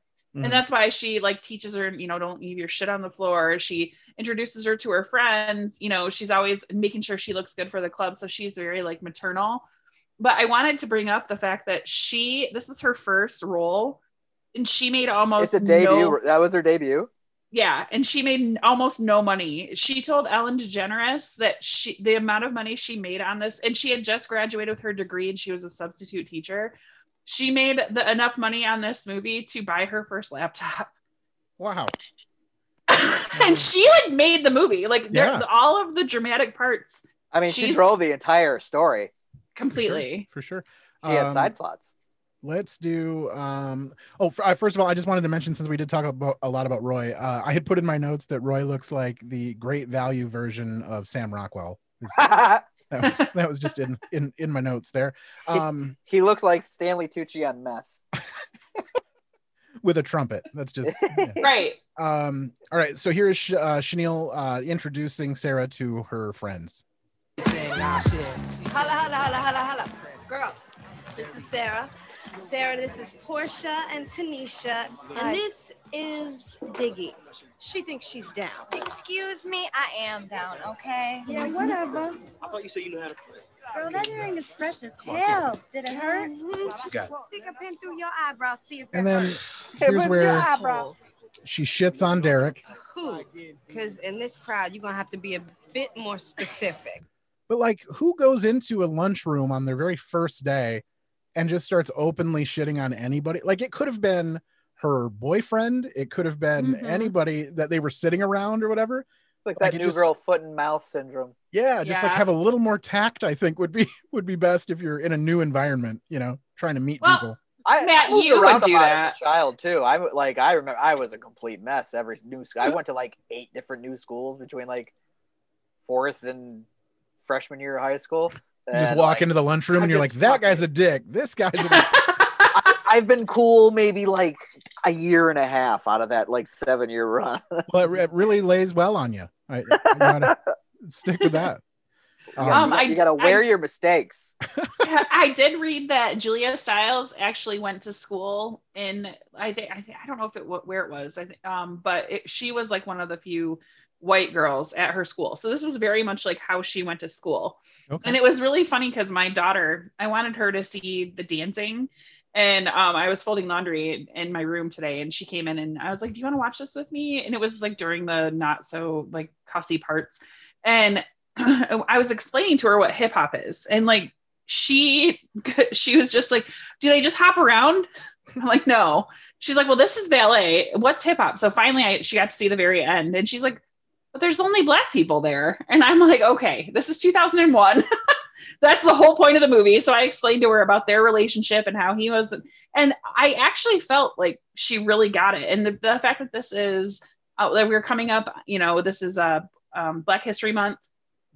[SPEAKER 1] Mhm.
[SPEAKER 3] Mm-hmm.
[SPEAKER 2] and that's why she like teaches her you know don't leave your shit on the floor she introduces her to her friends you know she's always making sure she looks good for the club so she's very like maternal but i wanted to bring up the fact that she this was her first role and she made almost
[SPEAKER 3] it's a debut.
[SPEAKER 2] no-
[SPEAKER 3] That was her debut.
[SPEAKER 2] yeah, and she made n- almost no money. She told Ellen DeGeneres that she the amount of money she made on this, and she had just graduated with her degree and she was a substitute teacher. She made the enough money on this movie to buy her first laptop.
[SPEAKER 1] Wow.
[SPEAKER 2] and she like made the movie. Like there-
[SPEAKER 1] Mm. Yeah.
[SPEAKER 2] all of the dramatic parts
[SPEAKER 3] I mean, she
[SPEAKER 2] She's-
[SPEAKER 3] drove the entire story.
[SPEAKER 2] completely.
[SPEAKER 1] For sure.
[SPEAKER 3] She had
[SPEAKER 1] Um,
[SPEAKER 3] side plots.
[SPEAKER 1] let's do um oh f- uh, first of all i just wanted to mention since we did talk about a lot about roy uh, i had put in my notes that roy looks like the great value version of sam rockwell that was, that was just in, in in my notes there um
[SPEAKER 3] he looked like Stanley Tucci on meth.
[SPEAKER 1] with a trumpet that's just yeah.
[SPEAKER 2] Right.
[SPEAKER 1] um all right so here's Sh- uh chenille uh introducing sarah to her friends
[SPEAKER 8] Holla, holla, holla, holla, holla. Girl, this is Sarah. Sarah, this is Portia and Tanisha. And this is Diggy. She thinks she's down.
[SPEAKER 9] Excuse me, I am down, okay?
[SPEAKER 10] Yeah, whatever.
[SPEAKER 7] I thought you said you knew how to play.
[SPEAKER 10] Girl, that earring is fresh as hell. Did it hurt?
[SPEAKER 7] What you got?
[SPEAKER 10] Stick a pin through your eyebrow, see if
[SPEAKER 1] and
[SPEAKER 10] that
[SPEAKER 1] then
[SPEAKER 10] hurts.
[SPEAKER 1] here's where
[SPEAKER 8] eyebrow.
[SPEAKER 1] she shits on derek
[SPEAKER 8] Who? Because in this crowd, you're going to have to be a bit more specific.
[SPEAKER 1] But like, who goes into a lunchroom on their very first day and just starts openly shitting on anybody? Like, it could have been her boyfriend. It could have been
[SPEAKER 2] Mhm.
[SPEAKER 1] anybody that they were sitting around or whatever.
[SPEAKER 3] It's like
[SPEAKER 1] Like,
[SPEAKER 3] that
[SPEAKER 1] it
[SPEAKER 3] new
[SPEAKER 1] just-
[SPEAKER 3] girl foot and mouth syndrome.
[SPEAKER 1] Yeah, just like
[SPEAKER 2] Yeah.
[SPEAKER 1] have a little more tact. I think would be would be best if you're in a new environment. You know, trying to meet
[SPEAKER 2] Well,
[SPEAKER 1] people.
[SPEAKER 3] I,
[SPEAKER 2] Matt,
[SPEAKER 3] I moved
[SPEAKER 2] you would
[SPEAKER 3] around a
[SPEAKER 2] do
[SPEAKER 3] lot
[SPEAKER 2] that.
[SPEAKER 3] as a child too. I w- like I remember I was a complete mess. Every new school, I went to like eight different new schools between like fourth and freshman year of high school.
[SPEAKER 1] You just
[SPEAKER 3] And,
[SPEAKER 1] walk
[SPEAKER 3] like,
[SPEAKER 1] into the lunchroom
[SPEAKER 3] I'm
[SPEAKER 1] and you're like,
[SPEAKER 3] just
[SPEAKER 1] that guy's
[SPEAKER 3] fucking-
[SPEAKER 1] a dick. This guy's a dick.
[SPEAKER 3] I've been cool maybe like a year and a half out of that like seven year run.
[SPEAKER 1] well, it, re- it really lays well on you. I, I gotta stick with that.
[SPEAKER 2] Um,
[SPEAKER 3] you,
[SPEAKER 2] I-
[SPEAKER 3] you gotta wear
[SPEAKER 2] I-
[SPEAKER 3] your mistakes.
[SPEAKER 2] I did read that Julia Stiles actually went to school in I think I, think, I don't know if it wa- where it was I think um but it, she was like one of the few white girls at her school so this was very much like how she went to school
[SPEAKER 1] okay.
[SPEAKER 2] and it was really funny because my daughter I wanted her to see the dancing and um, I was folding laundry in, in my room today and she came in and I was like do you want to watch this with me and it was like during the not so like cussy parts and I was explaining to her what hip hop is and like she she was just like do they just hop around i'm like no she's like well this is ballet what's hip hop so finally I, she got to see the very end and she's like but there's only black people there and i'm like okay this is 2001 that's the whole point of the movie so i explained to her about their relationship and how he was and i actually felt like she really got it and the, the fact that this is uh, that we're coming up you know this is uh, um, black history month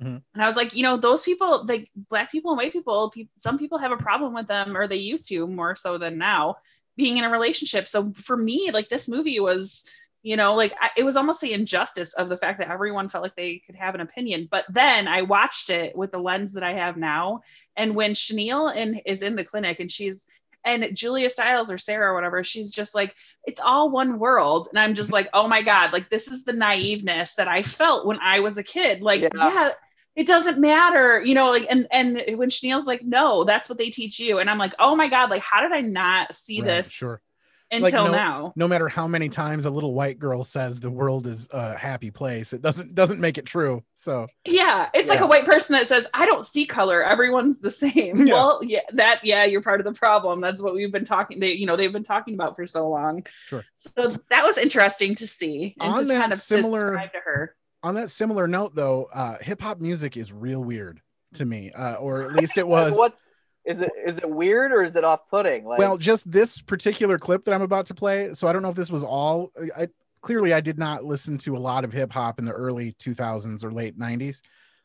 [SPEAKER 2] and I was like, you know, those people, like black people and white people, pe- some people have a problem with them, or they used to more so than now, being in a relationship. So for me, like this movie was, you know, like I, it was almost the injustice of the fact that everyone felt like they could have an opinion. But then I watched it with the lens that I have now, and when Chenille and is in the clinic and she's and Julia Stiles or Sarah or whatever, she's just like, it's all one world. And I'm just like, oh my God, like this is the naiveness that I felt when I was a kid. Like,
[SPEAKER 3] Yeah.
[SPEAKER 2] yeah it doesn't matter you know like and and when Chenille's like no that's what they teach you and i'm like oh my god like how did i not see
[SPEAKER 1] Right,
[SPEAKER 2] this
[SPEAKER 1] Sure.
[SPEAKER 2] until
[SPEAKER 1] no-
[SPEAKER 2] now
[SPEAKER 1] no matter how many times a little white girl says the world is a happy place it doesn't doesn't make it true so
[SPEAKER 2] yeah it's like
[SPEAKER 1] Yeah.
[SPEAKER 2] a white person that says i don't see color everyone's the same
[SPEAKER 1] Yeah.
[SPEAKER 2] well yeah that yeah you're part of the problem that's what we've been talking they you know they've been talking about for so long
[SPEAKER 1] Sure.
[SPEAKER 2] so that was interesting to see and
[SPEAKER 1] On
[SPEAKER 2] just
[SPEAKER 1] that
[SPEAKER 2] kind of
[SPEAKER 1] similar-
[SPEAKER 2] describe to her
[SPEAKER 1] on that similar note though uh hip-hop music is real weird to me uh, or at least it was
[SPEAKER 3] What's is it is it weird or is it off putting? Like
[SPEAKER 1] well just this particular clip that i'm about to play so i don't know if this was all i clearly i did not listen to a lot of hip-hop in the early 2000s or late 90s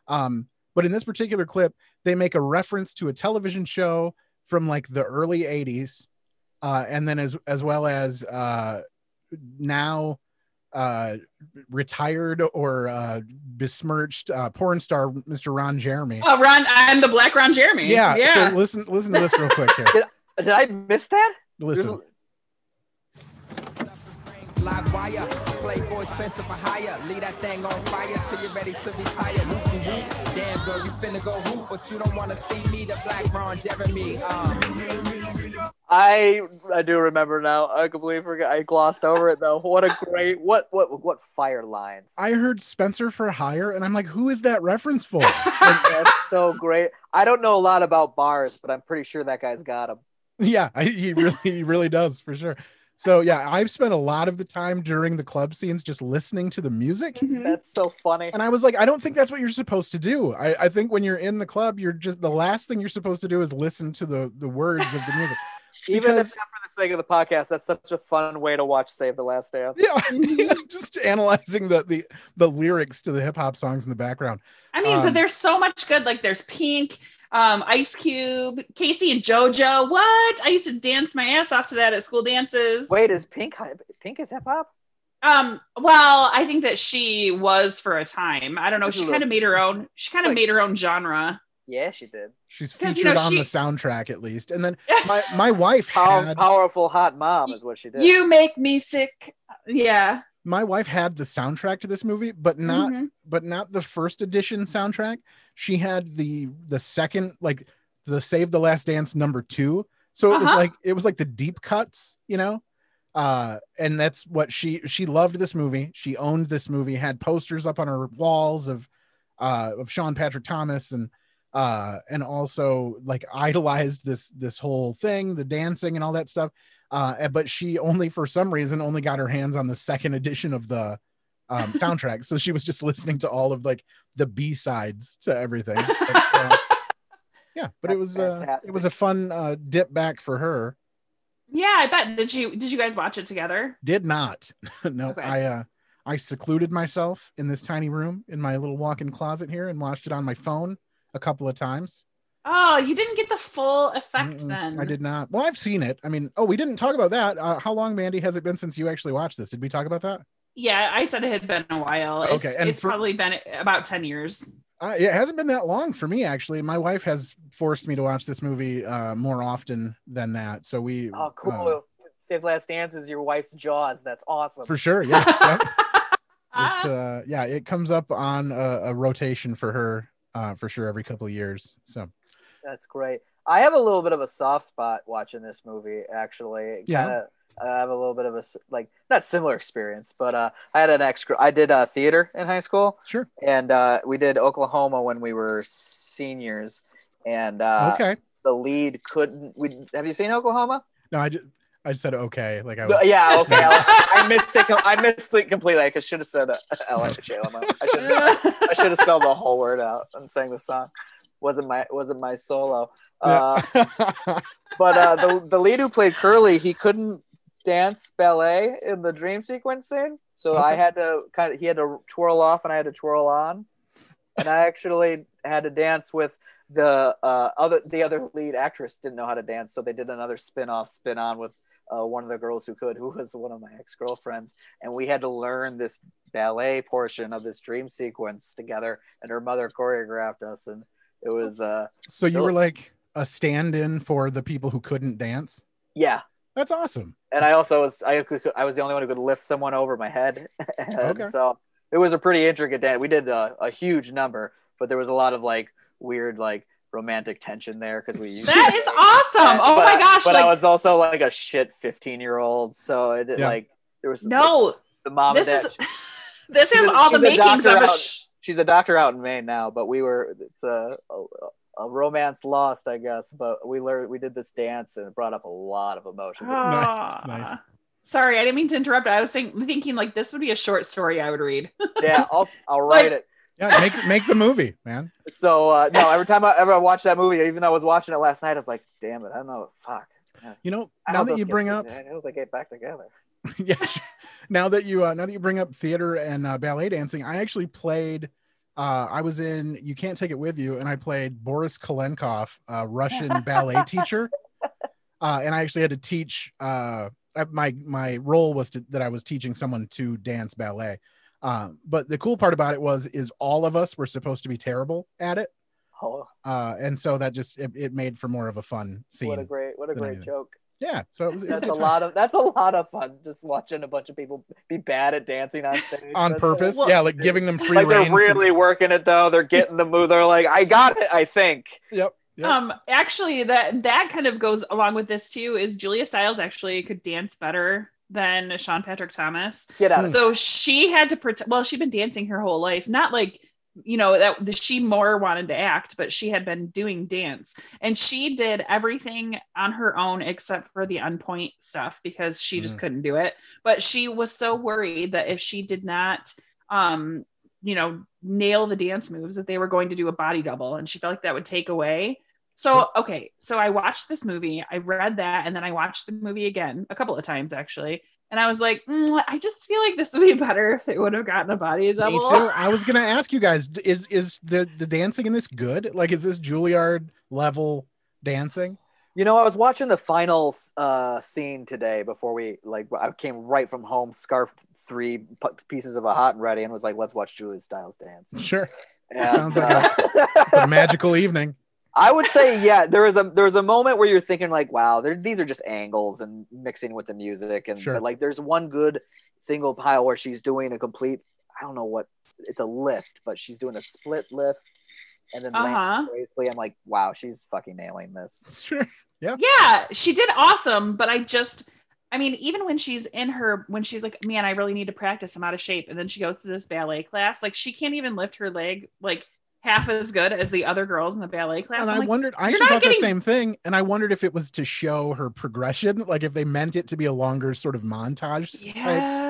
[SPEAKER 1] um but in this particular clip they make a reference to a television show from like the early 80s uh and then as as well as uh now uh, retired or uh, besmirched uh, porn star, Mr. Ron Jeremy.
[SPEAKER 2] Oh, Ron, I'm the Black Ron Jeremy.
[SPEAKER 1] yeah.
[SPEAKER 2] yeah.
[SPEAKER 1] So listen, listen to this real quick here.
[SPEAKER 3] Did I miss that?
[SPEAKER 1] Listen.
[SPEAKER 11] Live wire, playboy expensive for hire. Leave that thing on fire till you're ready to retire. Whoop de whoop, damn girl, you finna go hoop, but you don't wanna see me, the black Ron Jeremy. Um.
[SPEAKER 3] I I do remember now. I completely forgot. I glossed over it though. What a great what what what fire lines.
[SPEAKER 1] I heard Spencer for hire, and I'm like, who is that reference for?
[SPEAKER 3] And that's so great. I don't know a lot about bars, but I'm pretty sure that guy's got them.
[SPEAKER 1] yeah, I, he really he really does for sure. So yeah, I've spent a lot of the time during the club scenes just listening to the music.
[SPEAKER 2] Mm-hmm.
[SPEAKER 10] Mm-hmm.
[SPEAKER 3] That's so funny.
[SPEAKER 1] And I was like, I don't think that's what you're supposed to do. I, I think when you're in the club, you're just the last thing you're supposed to do is listen to the the words of the music.
[SPEAKER 3] Even if not
[SPEAKER 1] Because-
[SPEAKER 3] for the sake of the podcast, that's such a fun way to watch Save the Last Dance.
[SPEAKER 1] yeah, yeah,
[SPEAKER 2] Mm-hmm.
[SPEAKER 1] just analyzing the the the lyrics to the hip hop songs in the background.
[SPEAKER 2] I mean,
[SPEAKER 1] Um,
[SPEAKER 2] but there's so much good. Like there's Pink, um, Ice Cube, Casey and JoJo. What? I used to dance my ass off to that at school dances.
[SPEAKER 3] Wait, is Pink hi- Pink is hip hop?
[SPEAKER 2] Um, well, I think that she was for a time. I don't know.
[SPEAKER 3] She's a
[SPEAKER 2] She
[SPEAKER 3] little-
[SPEAKER 2] kind of made her own. She kind of
[SPEAKER 3] Like-
[SPEAKER 2] made her own genre.
[SPEAKER 3] Yeah, she did.
[SPEAKER 1] She's featured
[SPEAKER 2] 'Cause, you know,
[SPEAKER 1] on
[SPEAKER 2] she-
[SPEAKER 1] the soundtrack at least. And then my my wife
[SPEAKER 3] Pow-
[SPEAKER 1] had
[SPEAKER 3] powerful hot mom is what she did.
[SPEAKER 2] You make me sick. Yeah.
[SPEAKER 1] my wife had the soundtrack to this movie, but not
[SPEAKER 2] Mhm.
[SPEAKER 1] but not the first edition soundtrack. She had the the second like the Save the Last Dance number 2. So it was
[SPEAKER 2] Uh-huh.
[SPEAKER 1] like it was like the deep cuts, you know? Uh and that's what she she loved this movie. She owned this movie, had posters up on her walls of uh of Sean Patrick Thomas and uh and also like idolized this this whole thing, the dancing and all that stuff. Uh and- but she only for some reason only got her hands on the second edition of the um, soundtrack. So she was just listening to all of like the B sides to everything. But, uh, yeah, but it
[SPEAKER 3] That's
[SPEAKER 1] was uh, it
[SPEAKER 3] fantastic.
[SPEAKER 1] was a fun uh, dip back for her.
[SPEAKER 2] Yeah, I bet. Did you did you guys watch it together?
[SPEAKER 1] Did not. no,
[SPEAKER 2] Okay.
[SPEAKER 1] I uh, I secluded myself in this tiny room in my little walk-in closet here and watched it on my phone a couple of times.
[SPEAKER 2] Oh, you didn't get the full effect
[SPEAKER 1] Mm-mm,
[SPEAKER 2] then.
[SPEAKER 1] I did not. Well, I've seen it. I mean, oh, we didn't talk about that. Uh, how long, Mandy, has it been since you actually watched this? Did we talk about that?
[SPEAKER 2] Yeah, I said it had been a while.
[SPEAKER 1] Okay,
[SPEAKER 2] it's,
[SPEAKER 1] and
[SPEAKER 2] it's
[SPEAKER 1] for-
[SPEAKER 2] probably been about ten years.
[SPEAKER 1] Uh, it hasn't been that long for me actually. My wife has forced me to watch this movie uh, more often than that. So we
[SPEAKER 3] Oh,
[SPEAKER 1] uh,
[SPEAKER 3] cool. Save the Last Dance is your wife's Jaws. That's awesome.
[SPEAKER 1] for sure. Yeah, yeah. It, uh, yeah, it comes up on a, a rotation for her uh, for sure every couple of years. So
[SPEAKER 3] That's great. I have a little bit of a soft spot watching this movie, actually.
[SPEAKER 1] Yeah.
[SPEAKER 3] Kinda, uh, I have a little bit of a s- like not similar experience, but uh, I had an ex. I did uh, theater in high school,
[SPEAKER 1] sure,
[SPEAKER 3] and uh, we did Oklahoma when we were seniors. And uh,
[SPEAKER 1] okay.
[SPEAKER 3] the lead couldn't. We have you seen Oklahoma?
[SPEAKER 1] No, I just I said okay. Like I
[SPEAKER 3] No,
[SPEAKER 1] was,
[SPEAKER 3] yeah, okay. I, I missed it. com- I missed it completely. I should have said uh, Oklahoma. I should. I should have spelled the whole word out and sang the song. Wasn't my wasn't my solo. Uh,
[SPEAKER 1] Yeah.
[SPEAKER 3] but uh, the the lead who played Curly, he couldn't dance ballet in the dream sequence scene, so I
[SPEAKER 1] Okay.
[SPEAKER 3] had to kind of he had to twirl off and I had to twirl on, and I actually had to dance with the uh, other the other lead actress didn't know how to dance, so they did another spin off spin on with. Uh, one of the girls who could, who was one of my ex girlfriends, and we had to learn this ballet portion of this dream sequence together. And her mother choreographed us, and it was, uh,
[SPEAKER 1] so you
[SPEAKER 3] no.
[SPEAKER 1] were like a stand-in for the people who couldn't dance.
[SPEAKER 3] yeah,
[SPEAKER 1] That's awesome.
[SPEAKER 3] and I also was I could, I was the only one who could lift someone over my head. And
[SPEAKER 1] Okay.
[SPEAKER 3] So it was a pretty intricate dance. We did a, a huge number, but there was a lot of like weird like romantic tension there because we used
[SPEAKER 2] That is awesome. Oh
[SPEAKER 3] But
[SPEAKER 2] my
[SPEAKER 3] I-
[SPEAKER 2] gosh!
[SPEAKER 3] But
[SPEAKER 2] like,
[SPEAKER 3] I was also like a shit fifteen year old, so it
[SPEAKER 1] Yeah.
[SPEAKER 3] like there was
[SPEAKER 2] no,
[SPEAKER 3] the mom
[SPEAKER 2] this
[SPEAKER 3] and dad.
[SPEAKER 2] is this
[SPEAKER 3] She's
[SPEAKER 2] has
[SPEAKER 3] a-
[SPEAKER 2] all the
[SPEAKER 3] she's a
[SPEAKER 2] makings of
[SPEAKER 3] doctor
[SPEAKER 2] a.
[SPEAKER 3] out-
[SPEAKER 2] Sh-
[SPEAKER 3] She's a doctor out in Maine now, but we were it's a, a, a romance lost, I guess. But we learned we did this dance and it brought up a lot of emotions.
[SPEAKER 1] Nice,
[SPEAKER 2] Ah.
[SPEAKER 1] nice.
[SPEAKER 2] Sorry, I didn't mean to interrupt. I was think- thinking like this would be a short story I would read.
[SPEAKER 3] yeah, I'll I'll write
[SPEAKER 2] Like-
[SPEAKER 3] it.
[SPEAKER 1] Yeah, make make the movie, man.
[SPEAKER 3] So uh, no, every time I ever watch that movie, even though I was watching it last night, I was like, "Damn it, I don't know, fuck."
[SPEAKER 1] You know,
[SPEAKER 3] I
[SPEAKER 1] now
[SPEAKER 3] hope
[SPEAKER 1] that
[SPEAKER 3] those
[SPEAKER 1] you
[SPEAKER 3] kids
[SPEAKER 1] bring
[SPEAKER 3] get-
[SPEAKER 1] up
[SPEAKER 3] I hope they get back together.
[SPEAKER 1] yeah. Now that you uh, now that you bring up theater and uh, ballet dancing, I actually played. Uh, I was in You Can't Take It With You, and I played Boris Kolenkov, a Russian ballet teacher. Uh, and I actually had to teach uh, I- my my role was to, that I was teaching someone to dance ballet. Um, but the cool part about it was is all of us were supposed to be terrible at it,
[SPEAKER 3] Oh,
[SPEAKER 1] uh, and so that just it, it made for more of a fun scene.
[SPEAKER 3] what a great what a
[SPEAKER 1] than
[SPEAKER 3] great
[SPEAKER 1] anything.
[SPEAKER 3] joke.
[SPEAKER 1] Yeah, so it was, it was
[SPEAKER 3] That's a
[SPEAKER 1] good
[SPEAKER 3] lot
[SPEAKER 1] times.
[SPEAKER 3] of that's a lot of fun. Just watching a bunch of people be bad at dancing on stage
[SPEAKER 1] on
[SPEAKER 3] That's-
[SPEAKER 1] purpose.
[SPEAKER 3] uh, Look,
[SPEAKER 1] Yeah, like giving them free
[SPEAKER 3] like
[SPEAKER 1] reign.
[SPEAKER 3] they're
[SPEAKER 1] to-
[SPEAKER 3] really working it though. They're getting the move. They're like, I got it. I think.
[SPEAKER 1] Yep. yep.
[SPEAKER 2] Um, actually, that that kind of goes along with this too. Is Julia Stiles actually could dance better than Sean Patrick Thomas?
[SPEAKER 3] Get
[SPEAKER 1] Hmm.
[SPEAKER 3] out.
[SPEAKER 2] So she had to pretend. Well, she'd been dancing her whole life. Not like you know that that she more wanted to act, but she had been doing dance, and she did everything on her own except for the unpoint stuff because she just
[SPEAKER 1] Mhm.
[SPEAKER 2] couldn't do it. But she was so worried that if she did not, um, you know, nail the dance moves, that they were going to do a body double, and she felt like that would take away. So okay, so I watched this movie, I read that, and then I watched the movie again a couple of times actually, and I was like, "Mm, I just feel like this would be better if they would have gotten a body
[SPEAKER 1] Me
[SPEAKER 2] double.
[SPEAKER 1] too. I was gonna ask you guys: d- is is the the dancing in this good? Like, is this Juilliard level dancing?
[SPEAKER 3] You know, I was watching the final uh, scene today before we like. I came right from home, scarfed three p- pieces of a hot and ready, and was like, "Let's watch Julia Stiles dance."
[SPEAKER 1] Sure,
[SPEAKER 3] And,
[SPEAKER 1] Sounds like
[SPEAKER 3] uh,
[SPEAKER 1] a magical evening.
[SPEAKER 3] I would say, yeah, there was a there was a moment where you're thinking like, wow, there, these are just angles and mixing with the music, and
[SPEAKER 1] Sure.
[SPEAKER 3] but, like there's one good single pile where she's doing a complete, I don't know what, it's a lift, but she's doing a split lift, and then
[SPEAKER 2] Uh-huh.
[SPEAKER 3] landing gracefully. I'm like, wow, she's fucking nailing this.
[SPEAKER 1] Sure.
[SPEAKER 2] yeah, she did awesome, but I just, I mean, even when she's in her, when she's like, man, I really need to practice, I'm out of shape, and then she goes to this ballet class, like she can't even lift her leg like half as good as the other girls in the ballet class.
[SPEAKER 1] And
[SPEAKER 2] I'm
[SPEAKER 1] I
[SPEAKER 2] like,
[SPEAKER 1] wondered. I
[SPEAKER 2] "You're
[SPEAKER 1] actually
[SPEAKER 2] not
[SPEAKER 1] thought
[SPEAKER 2] getting-
[SPEAKER 1] the same thing, and I wondered if it was to show her progression, like if they meant it to be a longer sort of montage s-
[SPEAKER 2] Yeah.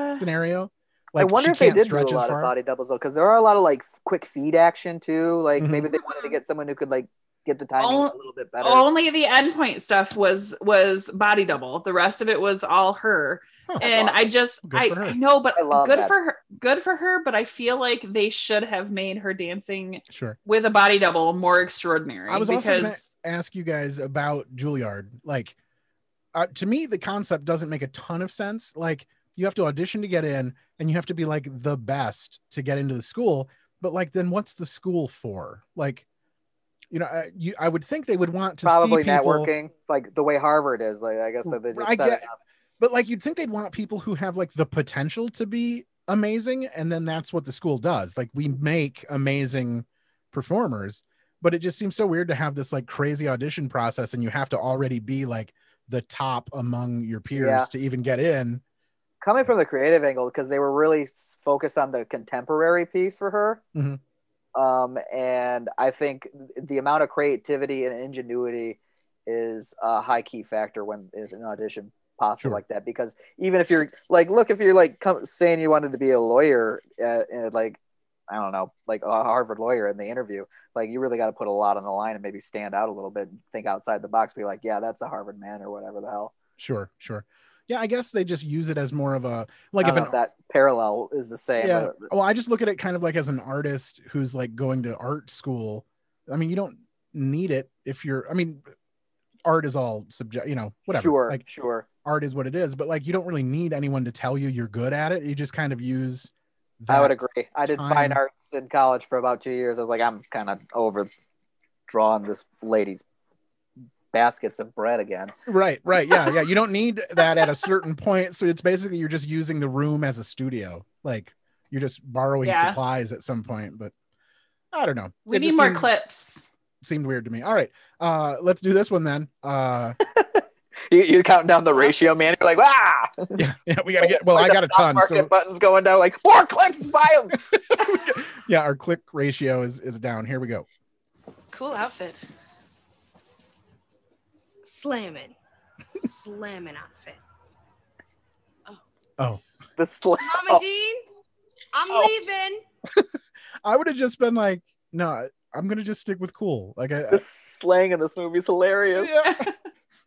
[SPEAKER 1] type scenario.
[SPEAKER 3] I
[SPEAKER 1] Like
[SPEAKER 3] wonder
[SPEAKER 1] she
[SPEAKER 3] if they
[SPEAKER 1] can't
[SPEAKER 3] did do a
[SPEAKER 1] stretch as
[SPEAKER 3] lot of
[SPEAKER 1] far.
[SPEAKER 3] body doubles though, because there are a lot of like quick feed action too. Like
[SPEAKER 1] Mhm.
[SPEAKER 3] maybe they wanted to get someone who could like get the timing
[SPEAKER 2] Ol-
[SPEAKER 3] a little bit better.
[SPEAKER 2] only the endpoint stuff was was body double the rest of it was all her
[SPEAKER 1] Huh.
[SPEAKER 3] That's
[SPEAKER 2] and i
[SPEAKER 3] awesome.
[SPEAKER 2] just
[SPEAKER 1] Good
[SPEAKER 2] I,
[SPEAKER 1] for her.
[SPEAKER 2] I know but
[SPEAKER 3] I love
[SPEAKER 2] good
[SPEAKER 3] that.
[SPEAKER 2] for her good for her but i feel like they should have made her dancing
[SPEAKER 1] Sure.
[SPEAKER 2] with a body double more extraordinary
[SPEAKER 1] I was
[SPEAKER 2] because
[SPEAKER 1] also gonna ask you guys about Juilliard. Like, uh, to me, the concept doesn't make a ton of sense. Like, you have to audition to get in, and you have to be like the best to get into the school. But like, then what's the school for? Like, you know, I, you, I would think they would want to
[SPEAKER 3] Probably
[SPEAKER 1] see people,
[SPEAKER 3] networking, like the way Harvard is. Like I guess that they just
[SPEAKER 1] I
[SPEAKER 3] set it
[SPEAKER 1] get-
[SPEAKER 3] up.
[SPEAKER 1] but like, you'd think they'd want people who have like the potential to be amazing, and then that's what the school does. Like, we make amazing performers but it just seems so weird to have this like crazy audition process and you have to already be like the top among your peers
[SPEAKER 3] Yeah.
[SPEAKER 1] to even get in.
[SPEAKER 3] coming from the creative angle because they were really s- focused on the contemporary piece for her.
[SPEAKER 1] Mhm.
[SPEAKER 3] Um, and I think th- the amount of creativity and ingenuity is a high key factor when is an audition posture
[SPEAKER 1] Sure.
[SPEAKER 3] like that because even if you're like look if you're like come, saying you wanted to be a lawyer uh, uh, like i don't know like a harvard lawyer in the interview like you really got to put a lot on the line and maybe stand out a little bit and think outside the box be like yeah that's a harvard man or whatever the hell
[SPEAKER 1] Sure, sure. Yeah, I guess they just use it as more of a
[SPEAKER 3] like
[SPEAKER 1] like if an
[SPEAKER 3] if that parallel is the same
[SPEAKER 1] yeah.
[SPEAKER 3] but-
[SPEAKER 1] Well, I just look at it kind of like as an artist who's like going to art school. I mean, you don't need it if you're. I mean, art is all subject. You know, whatever.
[SPEAKER 3] Sure,
[SPEAKER 1] Like
[SPEAKER 3] sure.
[SPEAKER 1] art is what it is, but like you don't really need anyone to tell you you're good at it. You just kind of use.
[SPEAKER 3] I would
[SPEAKER 1] that.
[SPEAKER 3] agree. I did
[SPEAKER 1] time.
[SPEAKER 3] fine arts in college for about two years. I was like, I'm kind of over drawing this lady's baskets of bread again.
[SPEAKER 1] Right, right. Yeah, yeah. You don't need that at a certain point. So it's basically you're just using the room as a studio. Like you're just borrowing
[SPEAKER 2] Yeah.
[SPEAKER 1] supplies at some point, but I don't know.
[SPEAKER 2] we
[SPEAKER 1] It
[SPEAKER 2] need
[SPEAKER 1] just
[SPEAKER 2] more
[SPEAKER 1] seemed,
[SPEAKER 2] clips
[SPEAKER 1] Seemed weird to me. All right. Uh let's do this one then. Uh
[SPEAKER 3] You, you're counting down the ratio, man. You're like, "Ah!" wow.
[SPEAKER 1] yeah, yeah, we gotta get well, I got a ton. So
[SPEAKER 3] buttons going down like four clips by him.
[SPEAKER 1] yeah, our click ratio is is down. Here we go.
[SPEAKER 5] Cool outfit.
[SPEAKER 8] Slamming. Slamming outfit.
[SPEAKER 1] Oh.
[SPEAKER 3] The slam.
[SPEAKER 8] Mama Dean, I'm leaving.
[SPEAKER 1] I would have just been like, no, I'm gonna just stick with cool. Like I,
[SPEAKER 3] The slang in this movie is hilarious.
[SPEAKER 1] Yeah.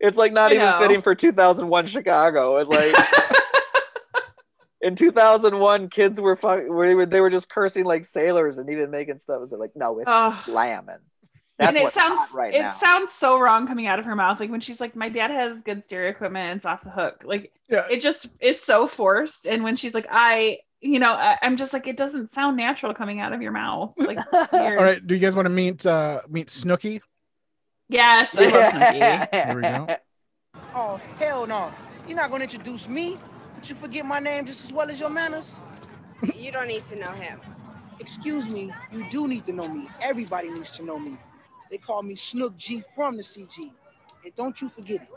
[SPEAKER 3] It's like not
[SPEAKER 2] I
[SPEAKER 3] even
[SPEAKER 2] know.
[SPEAKER 3] fitting for 2001 Chicago. It's like in 2001, kids were, fuck, were they were just cursing like sailors and even making stuff. They're like, no, it's
[SPEAKER 2] Ugh.
[SPEAKER 3] slamming.
[SPEAKER 2] and it sounds it sounds so wrong coming out of her mouth. Like when she's like, "My dad has good stereo equipment. It's off the hook." Like
[SPEAKER 1] Yeah.
[SPEAKER 2] it just is so forced. And when she's like, "I," you know, I, I'm just like, it doesn't sound natural coming out of your mouth. Like, weird.
[SPEAKER 1] All right. Do you guys want to meet uh meet Snooky?
[SPEAKER 2] yes, I love Snooki.
[SPEAKER 1] Here we go.
[SPEAKER 12] Oh, hell no. You're not going to introduce me, but you forget my name just as well as your manners.
[SPEAKER 8] You don't need to know him.
[SPEAKER 12] Excuse me, you do need to know me. Everybody needs to know me. They call me Snook G from the CG. And don't you forget it.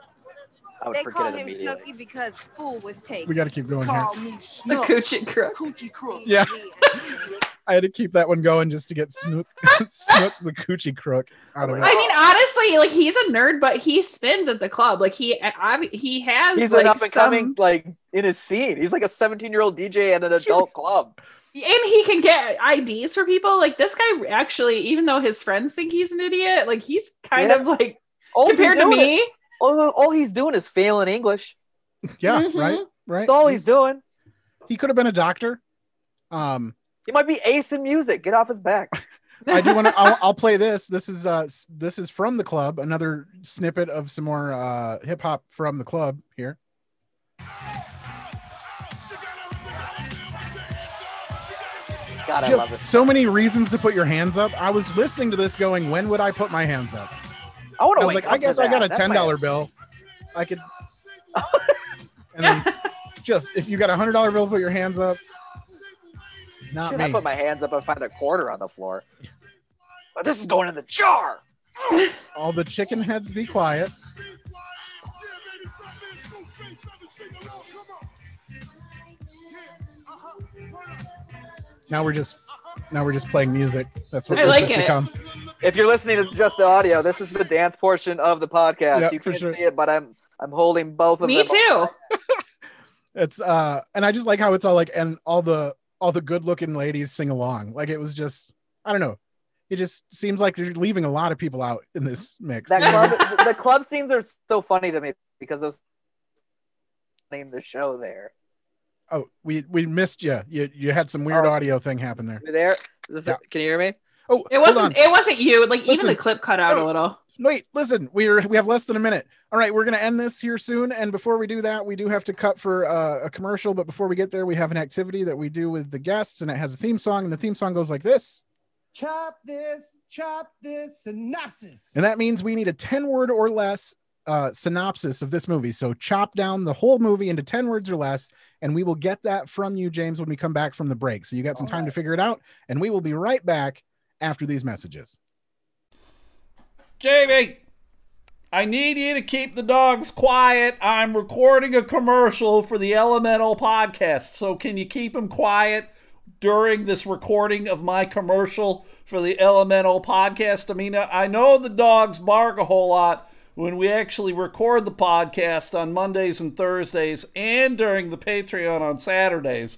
[SPEAKER 12] I would
[SPEAKER 8] They
[SPEAKER 12] forget
[SPEAKER 8] call
[SPEAKER 12] it
[SPEAKER 8] him
[SPEAKER 12] immediately.
[SPEAKER 8] Snooky because fool was taken.
[SPEAKER 1] We got to keep going here.
[SPEAKER 8] Call
[SPEAKER 12] me
[SPEAKER 8] Snook.
[SPEAKER 2] Coochie crook.
[SPEAKER 12] Coochie crook.
[SPEAKER 1] Yeah. I had to keep that one going just to get Snook Snook the coochie crook out of it.
[SPEAKER 2] I mean, honestly, like he's a nerd, but he spins at the club. Like he, I, he has
[SPEAKER 3] He's
[SPEAKER 2] like
[SPEAKER 3] an up and
[SPEAKER 2] some-
[SPEAKER 3] coming, like in his scene. He's like a 17 year old DJ at an adult club.
[SPEAKER 2] and he can get IDs for people. Like this guy actually, even though his friends think he's an idiot, like he's kind
[SPEAKER 3] Yeah.
[SPEAKER 2] of like
[SPEAKER 3] All's he
[SPEAKER 2] compared to
[SPEAKER 3] doing
[SPEAKER 2] me.
[SPEAKER 3] is- all, all he's doing is failing English.
[SPEAKER 1] yeah,
[SPEAKER 2] Mm-hmm.
[SPEAKER 3] Mhm.
[SPEAKER 1] right, right.
[SPEAKER 3] That's all he's doing.
[SPEAKER 1] He could have been a doctor. Um,
[SPEAKER 3] He might be ace in music. Get off his back.
[SPEAKER 1] I do want to. I'll, I'll play this. This is uh s- this is from the club. Another snippet of some more uh hip hop from the club here.
[SPEAKER 3] God, I love
[SPEAKER 1] Just
[SPEAKER 3] it.
[SPEAKER 1] so many reasons to put your hands up. I was listening to this going, when would I put my hands up?
[SPEAKER 3] I want
[SPEAKER 1] I
[SPEAKER 3] to
[SPEAKER 1] was like, I guess I got a ten dollar bill. I could. and then s- just if you got a hundred dollar bill, put your hands up. Not
[SPEAKER 3] Should
[SPEAKER 1] me.
[SPEAKER 3] I put my hands up and find a quarter on the floor? But this is going in the jar.
[SPEAKER 1] All the chicken heads be quiet. Now we're just now we're just playing music. That's what
[SPEAKER 3] I
[SPEAKER 1] this
[SPEAKER 3] like
[SPEAKER 1] has
[SPEAKER 3] it.
[SPEAKER 1] become.
[SPEAKER 3] If you're listening to just the audio, this is the dance portion of the podcast.
[SPEAKER 1] Yeah,
[SPEAKER 3] you
[SPEAKER 1] for
[SPEAKER 3] can't
[SPEAKER 1] sure.
[SPEAKER 3] see it, but I'm I'm holding both of
[SPEAKER 2] Me
[SPEAKER 3] them.
[SPEAKER 2] too.
[SPEAKER 1] It's uh and I just like how it's all like and all the all the good looking ladies sing along. Like it was just I don't know. It just seems like they're leaving a lot of people out in this mix.
[SPEAKER 3] That club, the club scenes are so funny to me because those name the show there.
[SPEAKER 1] oh, we we missed you. You you had some
[SPEAKER 2] Oh.
[SPEAKER 1] weird audio thing happen there.
[SPEAKER 3] You there? This-
[SPEAKER 1] Yeah.
[SPEAKER 3] Can you hear me?
[SPEAKER 1] Oh,
[SPEAKER 2] It
[SPEAKER 1] hold
[SPEAKER 2] wasn't.
[SPEAKER 1] on.
[SPEAKER 2] It wasn't you. Like even
[SPEAKER 1] Listen.
[SPEAKER 2] the clip cut out a little.
[SPEAKER 1] Wait, listen, we're we have less than a minute. All right, we're gonna end this here soon. And before we do that, we do have to cut for uh, a commercial. But before we get there, we have an activity that we do with the guests, and it has a theme song. And the theme song goes like this.
[SPEAKER 13] Chop this, chop this synopsis.
[SPEAKER 1] And that means we need a 10 word or less uh, synopsis of this movie. So chop down the whole movie into 10 words or less. And we will get that from you, James, when we come back from the break. So you got some time to figure it out. And we will be right back after these messages.
[SPEAKER 14] Jamie, I need you to keep the dogs quiet. I'm recording a commercial for the Elemental podcast, so can you keep them quiet during this recording of my commercial for the Elemental podcast? Amina, I know the dogs bark a whole lot when we actually record the podcast on Mondays and Thursdays and during the Patreon on Saturdays.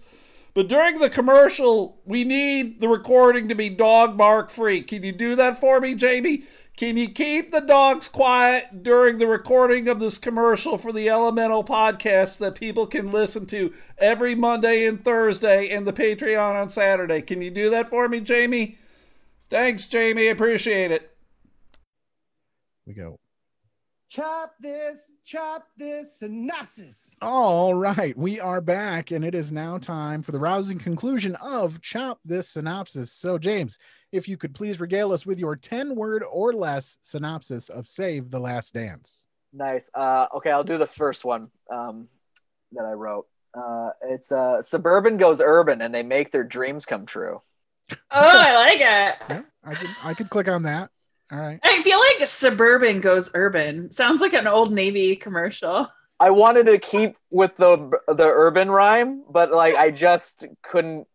[SPEAKER 14] But during the commercial, we need the recording to be dog bark free. Can you do that for me, Jamie? Can you keep the dogs quiet during the recording of this commercial for the Elemental podcast that people can listen to every Monday and Thursday and the Patreon on Saturday? Can you do that for me, Jamie? Thanks, Jamie. Appreciate it.
[SPEAKER 1] We go.
[SPEAKER 13] Chop this, chop this synopsis.
[SPEAKER 1] All right, we are back, and it is now time for the rousing conclusion of Chop This Synopsis. So, James, if you could please regale us with your 10 word or less synopsis of Save the Last Dance.
[SPEAKER 3] Nice. Uh, okay, I'll do the first one um, that I wrote. Uh, it's uh, suburban goes urban, and they make their dreams come true.
[SPEAKER 2] Oh, I like it.
[SPEAKER 1] I could, I could click on that. All right.
[SPEAKER 2] I feel like suburban goes urban. Sounds like an old Navy commercial.
[SPEAKER 3] I wanted to keep with the the urban rhyme, but like I just couldn't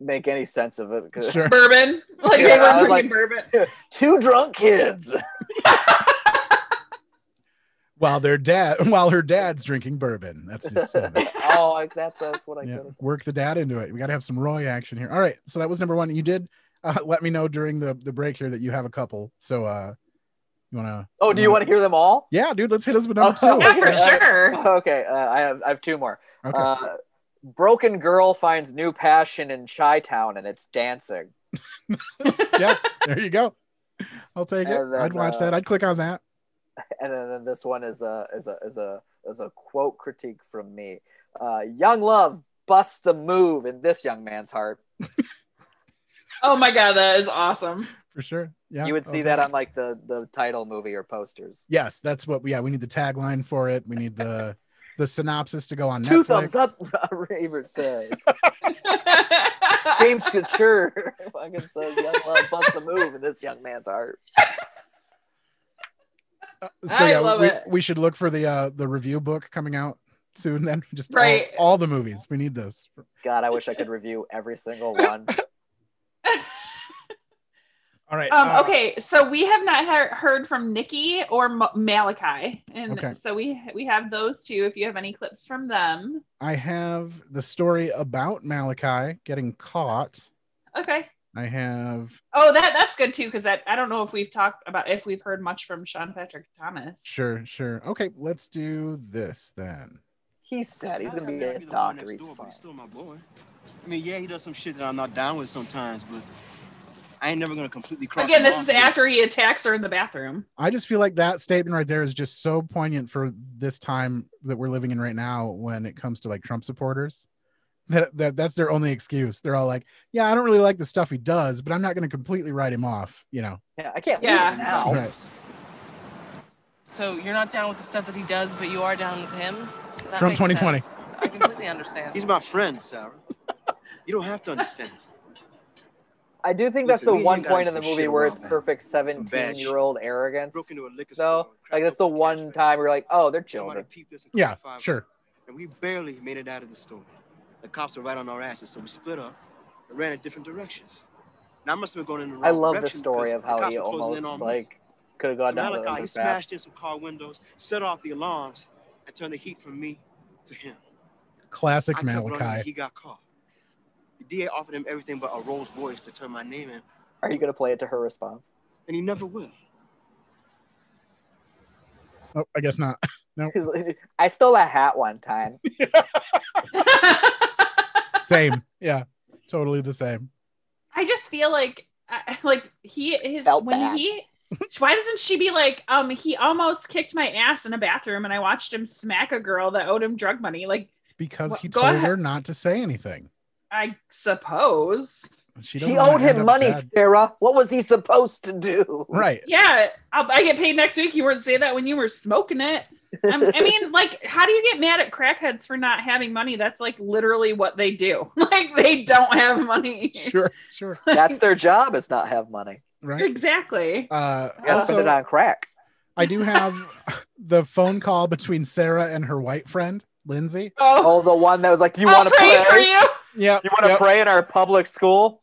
[SPEAKER 3] make any sense of it. 'cause-
[SPEAKER 1] Sure.
[SPEAKER 2] Bourbon, like
[SPEAKER 3] Yeah,
[SPEAKER 2] they
[SPEAKER 3] I
[SPEAKER 2] were drinking
[SPEAKER 3] was like,
[SPEAKER 2] bourbon.
[SPEAKER 3] Two drunk kids.
[SPEAKER 1] While their dad, while her dad's drinking bourbon. That's just so nice.
[SPEAKER 3] oh, like, that's, that's what I
[SPEAKER 1] yeah.
[SPEAKER 3] could have.
[SPEAKER 1] Work the dad into it. We got to have some Roy action here. All right. So that was number one. You did uh, let me know during the, the break here that you have a couple. So, uh, you want to?
[SPEAKER 3] Oh, do you want to hear them all?
[SPEAKER 1] Yeah, dude. Let's hit us with number two.
[SPEAKER 3] Oh,
[SPEAKER 1] Yeah.
[SPEAKER 3] okay. Okay, uh, I have I have two more.
[SPEAKER 1] Okay.
[SPEAKER 3] Uh, broken girl finds new passion in Chi Town, and it's dancing.
[SPEAKER 1] yeah, there you go. I'll take it.
[SPEAKER 3] And then,
[SPEAKER 1] I'd watch
[SPEAKER 3] uh,
[SPEAKER 1] that. I'd click on that.
[SPEAKER 3] and then then this one is a is a is a is a quote critique from me. Uh, young love busts a move in this young man's heart.
[SPEAKER 2] Oh my god, that is awesome.
[SPEAKER 1] For sure. Yeah.
[SPEAKER 3] you would
[SPEAKER 1] I'll
[SPEAKER 3] see
[SPEAKER 1] take
[SPEAKER 3] that
[SPEAKER 1] it.
[SPEAKER 3] on like the the title movie or posters.
[SPEAKER 1] Yes, that's what. Yeah, we need the tagline for it. We need the the synopsis to go on
[SPEAKER 3] Two
[SPEAKER 1] Netflix.
[SPEAKER 3] thumbs up, Raver says. James Couture fucking says young love busts a move in this young man's heart.
[SPEAKER 1] So
[SPEAKER 3] I
[SPEAKER 1] yeah,
[SPEAKER 3] love
[SPEAKER 1] we,
[SPEAKER 3] it.
[SPEAKER 1] we should look for the uh the review book coming out soon. Then just all-
[SPEAKER 3] Right.
[SPEAKER 1] all, the movies. We need this.
[SPEAKER 3] God, I wish I could review every single one.
[SPEAKER 1] All right.
[SPEAKER 2] Um,
[SPEAKER 1] uh,
[SPEAKER 2] okay, so we have not he- heard from Nikki or M- Malachi, and
[SPEAKER 1] Okay.
[SPEAKER 2] so we we have those two. If you have any clips from them,
[SPEAKER 1] I have the story about Malachi getting caught.
[SPEAKER 2] okay.
[SPEAKER 1] I have
[SPEAKER 2] Oh, that that's good too, because I don't know if we've talked about if we've heard much from Sean Patrick Thomas.
[SPEAKER 1] sure, sure. Okay, let's do this then.
[SPEAKER 3] He's sad. He's gonna be
[SPEAKER 15] Might
[SPEAKER 3] a
[SPEAKER 15] be the
[SPEAKER 3] doctor.
[SPEAKER 15] one next
[SPEAKER 3] He's
[SPEAKER 15] door, but
[SPEAKER 3] fine.
[SPEAKER 15] he's still my boy. I mean, yeah, he does some shit that I'm not down with sometimes, but I ain't never gonna completely cross.
[SPEAKER 2] Again,
[SPEAKER 15] him
[SPEAKER 2] this
[SPEAKER 15] off.
[SPEAKER 2] is after he attacks her in the bathroom.
[SPEAKER 1] I just feel like that statement right there is just so poignant for this time that we're living in right now when it comes to like Trump supporters. That, that that's their only excuse. They're all like, "Yeah, I don't really like the stuff he does, but I'm not going to completely write him off." You know.
[SPEAKER 3] Yeah, I can't.
[SPEAKER 5] Yeah.
[SPEAKER 3] now.
[SPEAKER 1] Right.
[SPEAKER 5] So you're not down with the stuff that he does, but you are down with him. That
[SPEAKER 1] Trump
[SPEAKER 5] makes
[SPEAKER 1] 2020.
[SPEAKER 5] sense. I completely understand.
[SPEAKER 15] He's my friend, Sarah. You don't have to understand.
[SPEAKER 3] I do think
[SPEAKER 15] Listen,
[SPEAKER 3] that's
[SPEAKER 15] we
[SPEAKER 3] the
[SPEAKER 15] ain't
[SPEAKER 3] one
[SPEAKER 15] gotta
[SPEAKER 3] point
[SPEAKER 15] do
[SPEAKER 3] in the
[SPEAKER 15] some
[SPEAKER 3] movie
[SPEAKER 15] shit
[SPEAKER 3] where
[SPEAKER 15] around,
[SPEAKER 3] it's
[SPEAKER 15] man.
[SPEAKER 3] perfect
[SPEAKER 15] bad shit.
[SPEAKER 3] seventeen-year-old arrogance.
[SPEAKER 15] Broke into a liquor store.
[SPEAKER 3] Though, like that's the one time where you're like, oh, they're
[SPEAKER 15] Somebody
[SPEAKER 3] children.
[SPEAKER 15] peeped us and
[SPEAKER 1] Yeah,
[SPEAKER 2] Um,
[SPEAKER 15] caught five
[SPEAKER 1] sure.
[SPEAKER 15] And we barely made it out of the store. The cops were right on our asses, so we split up and ran in different directions. Now I must have been going in the wrong
[SPEAKER 3] I love the
[SPEAKER 15] direction
[SPEAKER 3] story
[SPEAKER 15] because
[SPEAKER 3] of
[SPEAKER 15] the
[SPEAKER 3] how
[SPEAKER 15] cops
[SPEAKER 3] he
[SPEAKER 15] were closing in
[SPEAKER 3] almost
[SPEAKER 15] on me.
[SPEAKER 3] like could have
[SPEAKER 15] So
[SPEAKER 3] gone down the
[SPEAKER 15] Malachi,
[SPEAKER 3] other
[SPEAKER 15] he
[SPEAKER 3] path.
[SPEAKER 15] smashed in some car windows, set off the alarms, and turned the heat from me to him.
[SPEAKER 1] Classic
[SPEAKER 15] I kept running, and
[SPEAKER 1] Malachi.
[SPEAKER 15] He got caught. The DA offered him everything but a Rolls Royce to turn my name in,
[SPEAKER 3] Are you gonna play it to her response?
[SPEAKER 15] and he never will.
[SPEAKER 1] Oh, I guess not. no,
[SPEAKER 3] He's like, I stole a hat one time.
[SPEAKER 1] same. Yeah, totally the same.
[SPEAKER 2] I just feel like I- like he his
[SPEAKER 3] Felt
[SPEAKER 2] when
[SPEAKER 3] bad.
[SPEAKER 2] he why doesn't she be like um he almost kicked my ass in a bathroom and I watched him smack a girl that owed him drug money like
[SPEAKER 1] Because he
[SPEAKER 2] Wha- go
[SPEAKER 1] told
[SPEAKER 2] ahead.
[SPEAKER 1] her not to say anything.
[SPEAKER 2] I suppose
[SPEAKER 1] She,
[SPEAKER 3] She
[SPEAKER 1] doesn't wanna
[SPEAKER 3] owed
[SPEAKER 1] end
[SPEAKER 3] him
[SPEAKER 1] up
[SPEAKER 3] money,
[SPEAKER 1] dead.
[SPEAKER 3] Sarah. What was he supposed to do?
[SPEAKER 1] Right.
[SPEAKER 2] yeah I'll, I get paid next week you weren't saying that when you were smoking it I'm, I mean like how do you get mad at crackheads for not having money that's like literally what they do like they don't have money
[SPEAKER 1] Sure. Sure.
[SPEAKER 3] That's their job is not have money.
[SPEAKER 1] Right.
[SPEAKER 2] exactly
[SPEAKER 1] Uh,
[SPEAKER 3] You gotta spend
[SPEAKER 1] also-
[SPEAKER 3] it on crack.
[SPEAKER 1] I do have the phone call between Sarah and her white friend, Lindsay.
[SPEAKER 2] oh
[SPEAKER 3] Oh, the one that was like, Do you
[SPEAKER 2] I'll
[SPEAKER 3] want to
[SPEAKER 2] pray
[SPEAKER 3] pray?
[SPEAKER 2] for you
[SPEAKER 1] Yeah.
[SPEAKER 3] You want to pray in our public school?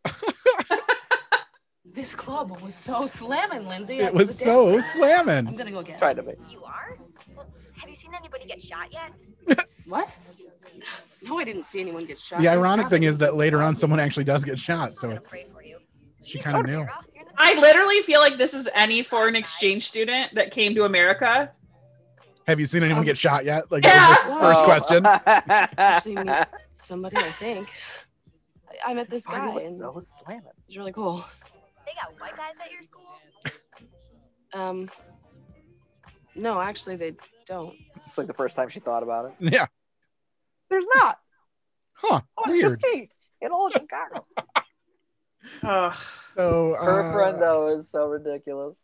[SPEAKER 5] This club was so slamming, Lindsay. I
[SPEAKER 1] It was
[SPEAKER 5] the
[SPEAKER 1] so
[SPEAKER 5] dancing. I'm
[SPEAKER 1] slamming.
[SPEAKER 5] gonna go again.
[SPEAKER 3] Try to be.
[SPEAKER 9] You are? Well, have you seen anybody get shot yet?
[SPEAKER 5] What? No, I didn't see anyone get shot.
[SPEAKER 1] The ironic thing is that later on, someone actually does get shot. So it's she kind of knew.
[SPEAKER 2] I literally feel like this is any foreign exchange student that came to America.
[SPEAKER 1] Have you seen anyone get shot yet? Like that was the first
[SPEAKER 3] Oh.
[SPEAKER 1] question.
[SPEAKER 5] Actually, meet somebody, I think. I, I met this
[SPEAKER 3] Party
[SPEAKER 5] guy.
[SPEAKER 3] was
[SPEAKER 5] and
[SPEAKER 3] so slamming.
[SPEAKER 5] It's really cool.
[SPEAKER 9] They got white guys at your school?
[SPEAKER 5] Um, no, actually, they don't.
[SPEAKER 3] It's like the first time she thought about it.
[SPEAKER 1] Yeah.
[SPEAKER 3] There's not.
[SPEAKER 1] Huh.
[SPEAKER 3] Oh, it's
[SPEAKER 1] Weird.
[SPEAKER 3] just me in old Chicago.
[SPEAKER 2] Ugh.
[SPEAKER 1] So
[SPEAKER 3] Her
[SPEAKER 1] uh,
[SPEAKER 3] friend though is so ridiculous.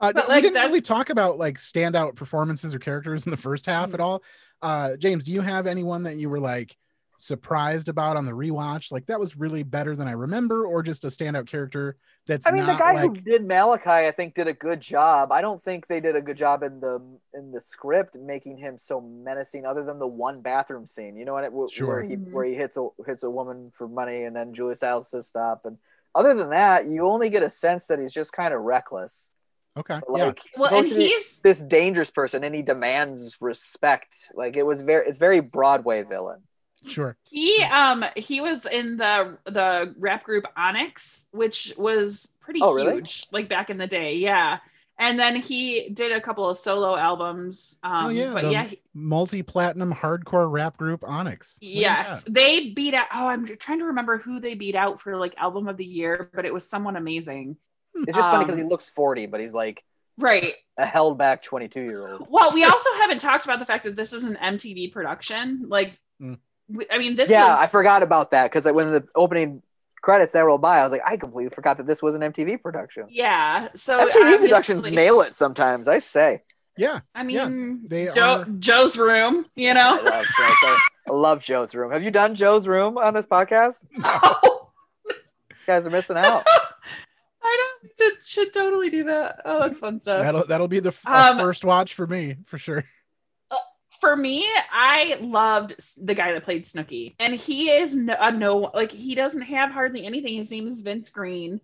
[SPEAKER 1] Uh,
[SPEAKER 2] But,
[SPEAKER 1] we
[SPEAKER 2] like,
[SPEAKER 1] didn't
[SPEAKER 2] that's-
[SPEAKER 1] really talk about like standout performances or characters in the first half at
[SPEAKER 2] Mm.
[SPEAKER 1] all. Uh, James, do you have anyone that you were like surprised about on the rewatch? Like that was really better than I remember, or just a standout character that's
[SPEAKER 3] I mean, the
[SPEAKER 1] not
[SPEAKER 3] guy who
[SPEAKER 1] like
[SPEAKER 3] did Malachi, I think, did a good job. I don't think they did a good job in the in the script making him so menacing, other than the one bathroom scene. You know what? It, wh-
[SPEAKER 1] Sure.
[SPEAKER 3] Where he
[SPEAKER 2] Mhm.
[SPEAKER 3] where he hits a hits a woman for money, and then Julie Stiles sits up, and other than that, you only get a sense that he's just kind of reckless.
[SPEAKER 1] okay, yeah,
[SPEAKER 3] Like
[SPEAKER 2] Well,
[SPEAKER 3] supposed
[SPEAKER 2] and
[SPEAKER 3] to be
[SPEAKER 2] he's
[SPEAKER 3] this dangerous person, and he demands respect. Like it was very it's very Broadway villain.
[SPEAKER 1] sure,
[SPEAKER 2] he um he was in the the rap group Onyx, which was pretty
[SPEAKER 3] Oh,
[SPEAKER 2] huge,
[SPEAKER 3] really?
[SPEAKER 2] like back in the day. Yeah. And then he did a couple of solo albums. Um,
[SPEAKER 1] Oh, yeah,
[SPEAKER 2] but
[SPEAKER 1] the-
[SPEAKER 2] yeah, he-
[SPEAKER 1] multi-platinum hardcore rap group Onyx. Look at
[SPEAKER 2] yes,
[SPEAKER 1] that.
[SPEAKER 2] they beat out. Oh, I'm trying to remember who they beat out for like album of the year, but it was someone amazing.
[SPEAKER 3] It's just funny
[SPEAKER 2] Um,
[SPEAKER 3] because he looks 40, but he's like
[SPEAKER 2] Right.
[SPEAKER 3] a held back 22 year old.
[SPEAKER 2] Well, we also haven't talked about the fact that this is an MTV production. Like,
[SPEAKER 1] Mm.
[SPEAKER 2] we- I mean, this
[SPEAKER 3] yeah,
[SPEAKER 2] was
[SPEAKER 3] I forgot about that because when the opening credits that rolled by, I was like, I completely forgot that this was an MTV production.
[SPEAKER 2] yeah. So
[SPEAKER 3] MTV
[SPEAKER 2] obviously-
[SPEAKER 3] productions nail it sometimes. I say.
[SPEAKER 1] Yeah.
[SPEAKER 2] I mean,
[SPEAKER 1] They
[SPEAKER 2] Joe, Joe's room. You know,
[SPEAKER 3] I love, Joe's, I- I love Joe's room. Have you done Joe's room on this podcast? No. You guys are missing out.
[SPEAKER 2] I know. Should, should totally do that. Oh, that's fun stuff.
[SPEAKER 1] That'll that'll be the f- a
[SPEAKER 2] Um,
[SPEAKER 1] first watch for me for sure.
[SPEAKER 2] for me, I loved s- the guy that played Snooky, and he is no, a no like he doesn't have hardly anything. His name is Vince Green,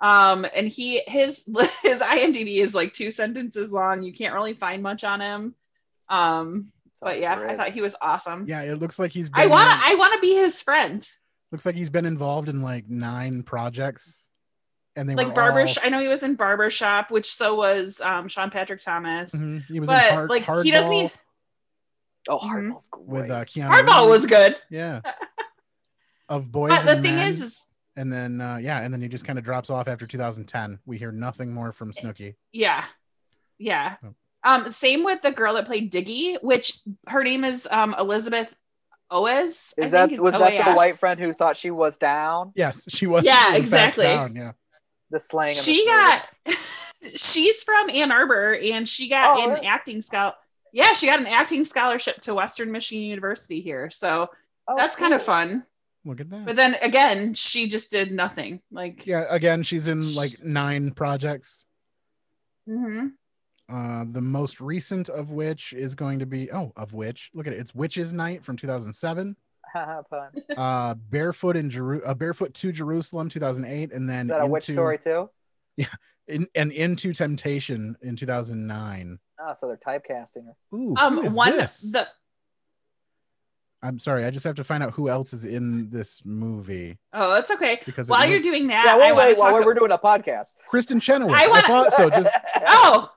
[SPEAKER 2] um, and he his his IMDb is like two sentences long. You can't really find much on him, um, but yeah, I
[SPEAKER 1] great.
[SPEAKER 2] thought he was awesome.
[SPEAKER 1] Yeah, it looks like he's been
[SPEAKER 2] I want I want to be his friend,
[SPEAKER 1] looks like he's been involved in like nine projects. And they
[SPEAKER 2] like
[SPEAKER 1] were
[SPEAKER 2] barber.
[SPEAKER 1] all-
[SPEAKER 2] I know he was in Barbershop, which so was um, Sean Patrick Thomas.
[SPEAKER 1] Mhm, He was
[SPEAKER 2] but
[SPEAKER 1] in hard,
[SPEAKER 2] like
[SPEAKER 1] hardball
[SPEAKER 2] he doesn't. Need,
[SPEAKER 3] oh,
[SPEAKER 2] Hardball's
[SPEAKER 1] with uh, Keanu.
[SPEAKER 2] Hardball
[SPEAKER 1] Reeves.
[SPEAKER 2] was good.
[SPEAKER 1] Yeah. of boys.
[SPEAKER 2] But the
[SPEAKER 1] and
[SPEAKER 2] thing
[SPEAKER 1] Men.
[SPEAKER 2] is, is
[SPEAKER 1] and then uh, yeah, and then he just kind of drops off after 2010. We hear nothing more from Snooki.
[SPEAKER 2] Yeah. Yeah.
[SPEAKER 1] Oh.
[SPEAKER 2] Um, same with the girl that played Diggy, which her name is um Elizabeth Oes.
[SPEAKER 3] Is that
[SPEAKER 2] Oh,
[SPEAKER 3] was that the white
[SPEAKER 2] white
[SPEAKER 3] friend who thought she was down?
[SPEAKER 1] Yes, she was.
[SPEAKER 2] Yeah,
[SPEAKER 1] in fact
[SPEAKER 2] exactly.
[SPEAKER 1] down, yeah.
[SPEAKER 3] The slang. Of
[SPEAKER 2] She got she's from Ann Arbor and she
[SPEAKER 3] Oh,
[SPEAKER 2] got an acting scholar. Yeah, she got an acting scholarship to Western Michigan University here. So
[SPEAKER 3] Oh,
[SPEAKER 2] that's kind of fun.
[SPEAKER 1] Look at that.
[SPEAKER 2] But then again, she just did nothing. Like
[SPEAKER 1] Yeah, again, she's in like nine projects.
[SPEAKER 2] mhm.
[SPEAKER 1] Uh, the most recent of which is going to be oh, of which look at it, it's Witches Night from 2007.
[SPEAKER 3] of fun. Is
[SPEAKER 1] Uh, Barefoot in Jeru- uh, Barefoot to Jerusalem 2008, and then
[SPEAKER 3] that a witch
[SPEAKER 1] into-
[SPEAKER 3] story too?
[SPEAKER 1] in, and into Temptation in 2009.
[SPEAKER 3] Oh, so they're typecasting her.
[SPEAKER 1] Ooh, who
[SPEAKER 2] um
[SPEAKER 1] is
[SPEAKER 2] one
[SPEAKER 1] this?
[SPEAKER 2] the
[SPEAKER 1] I'm sorry, I just have to find out who else is in this movie.
[SPEAKER 2] oh that's okay.
[SPEAKER 1] Because it
[SPEAKER 2] while you're
[SPEAKER 1] looks-
[SPEAKER 2] doing that,
[SPEAKER 3] yeah,
[SPEAKER 2] I
[SPEAKER 3] wait,
[SPEAKER 2] wanna
[SPEAKER 3] wait, while
[SPEAKER 2] talk-
[SPEAKER 3] we're doing a podcast.
[SPEAKER 1] Kristen Chenoweth.
[SPEAKER 2] I
[SPEAKER 1] I,
[SPEAKER 2] want-
[SPEAKER 1] thought so. Just
[SPEAKER 2] oh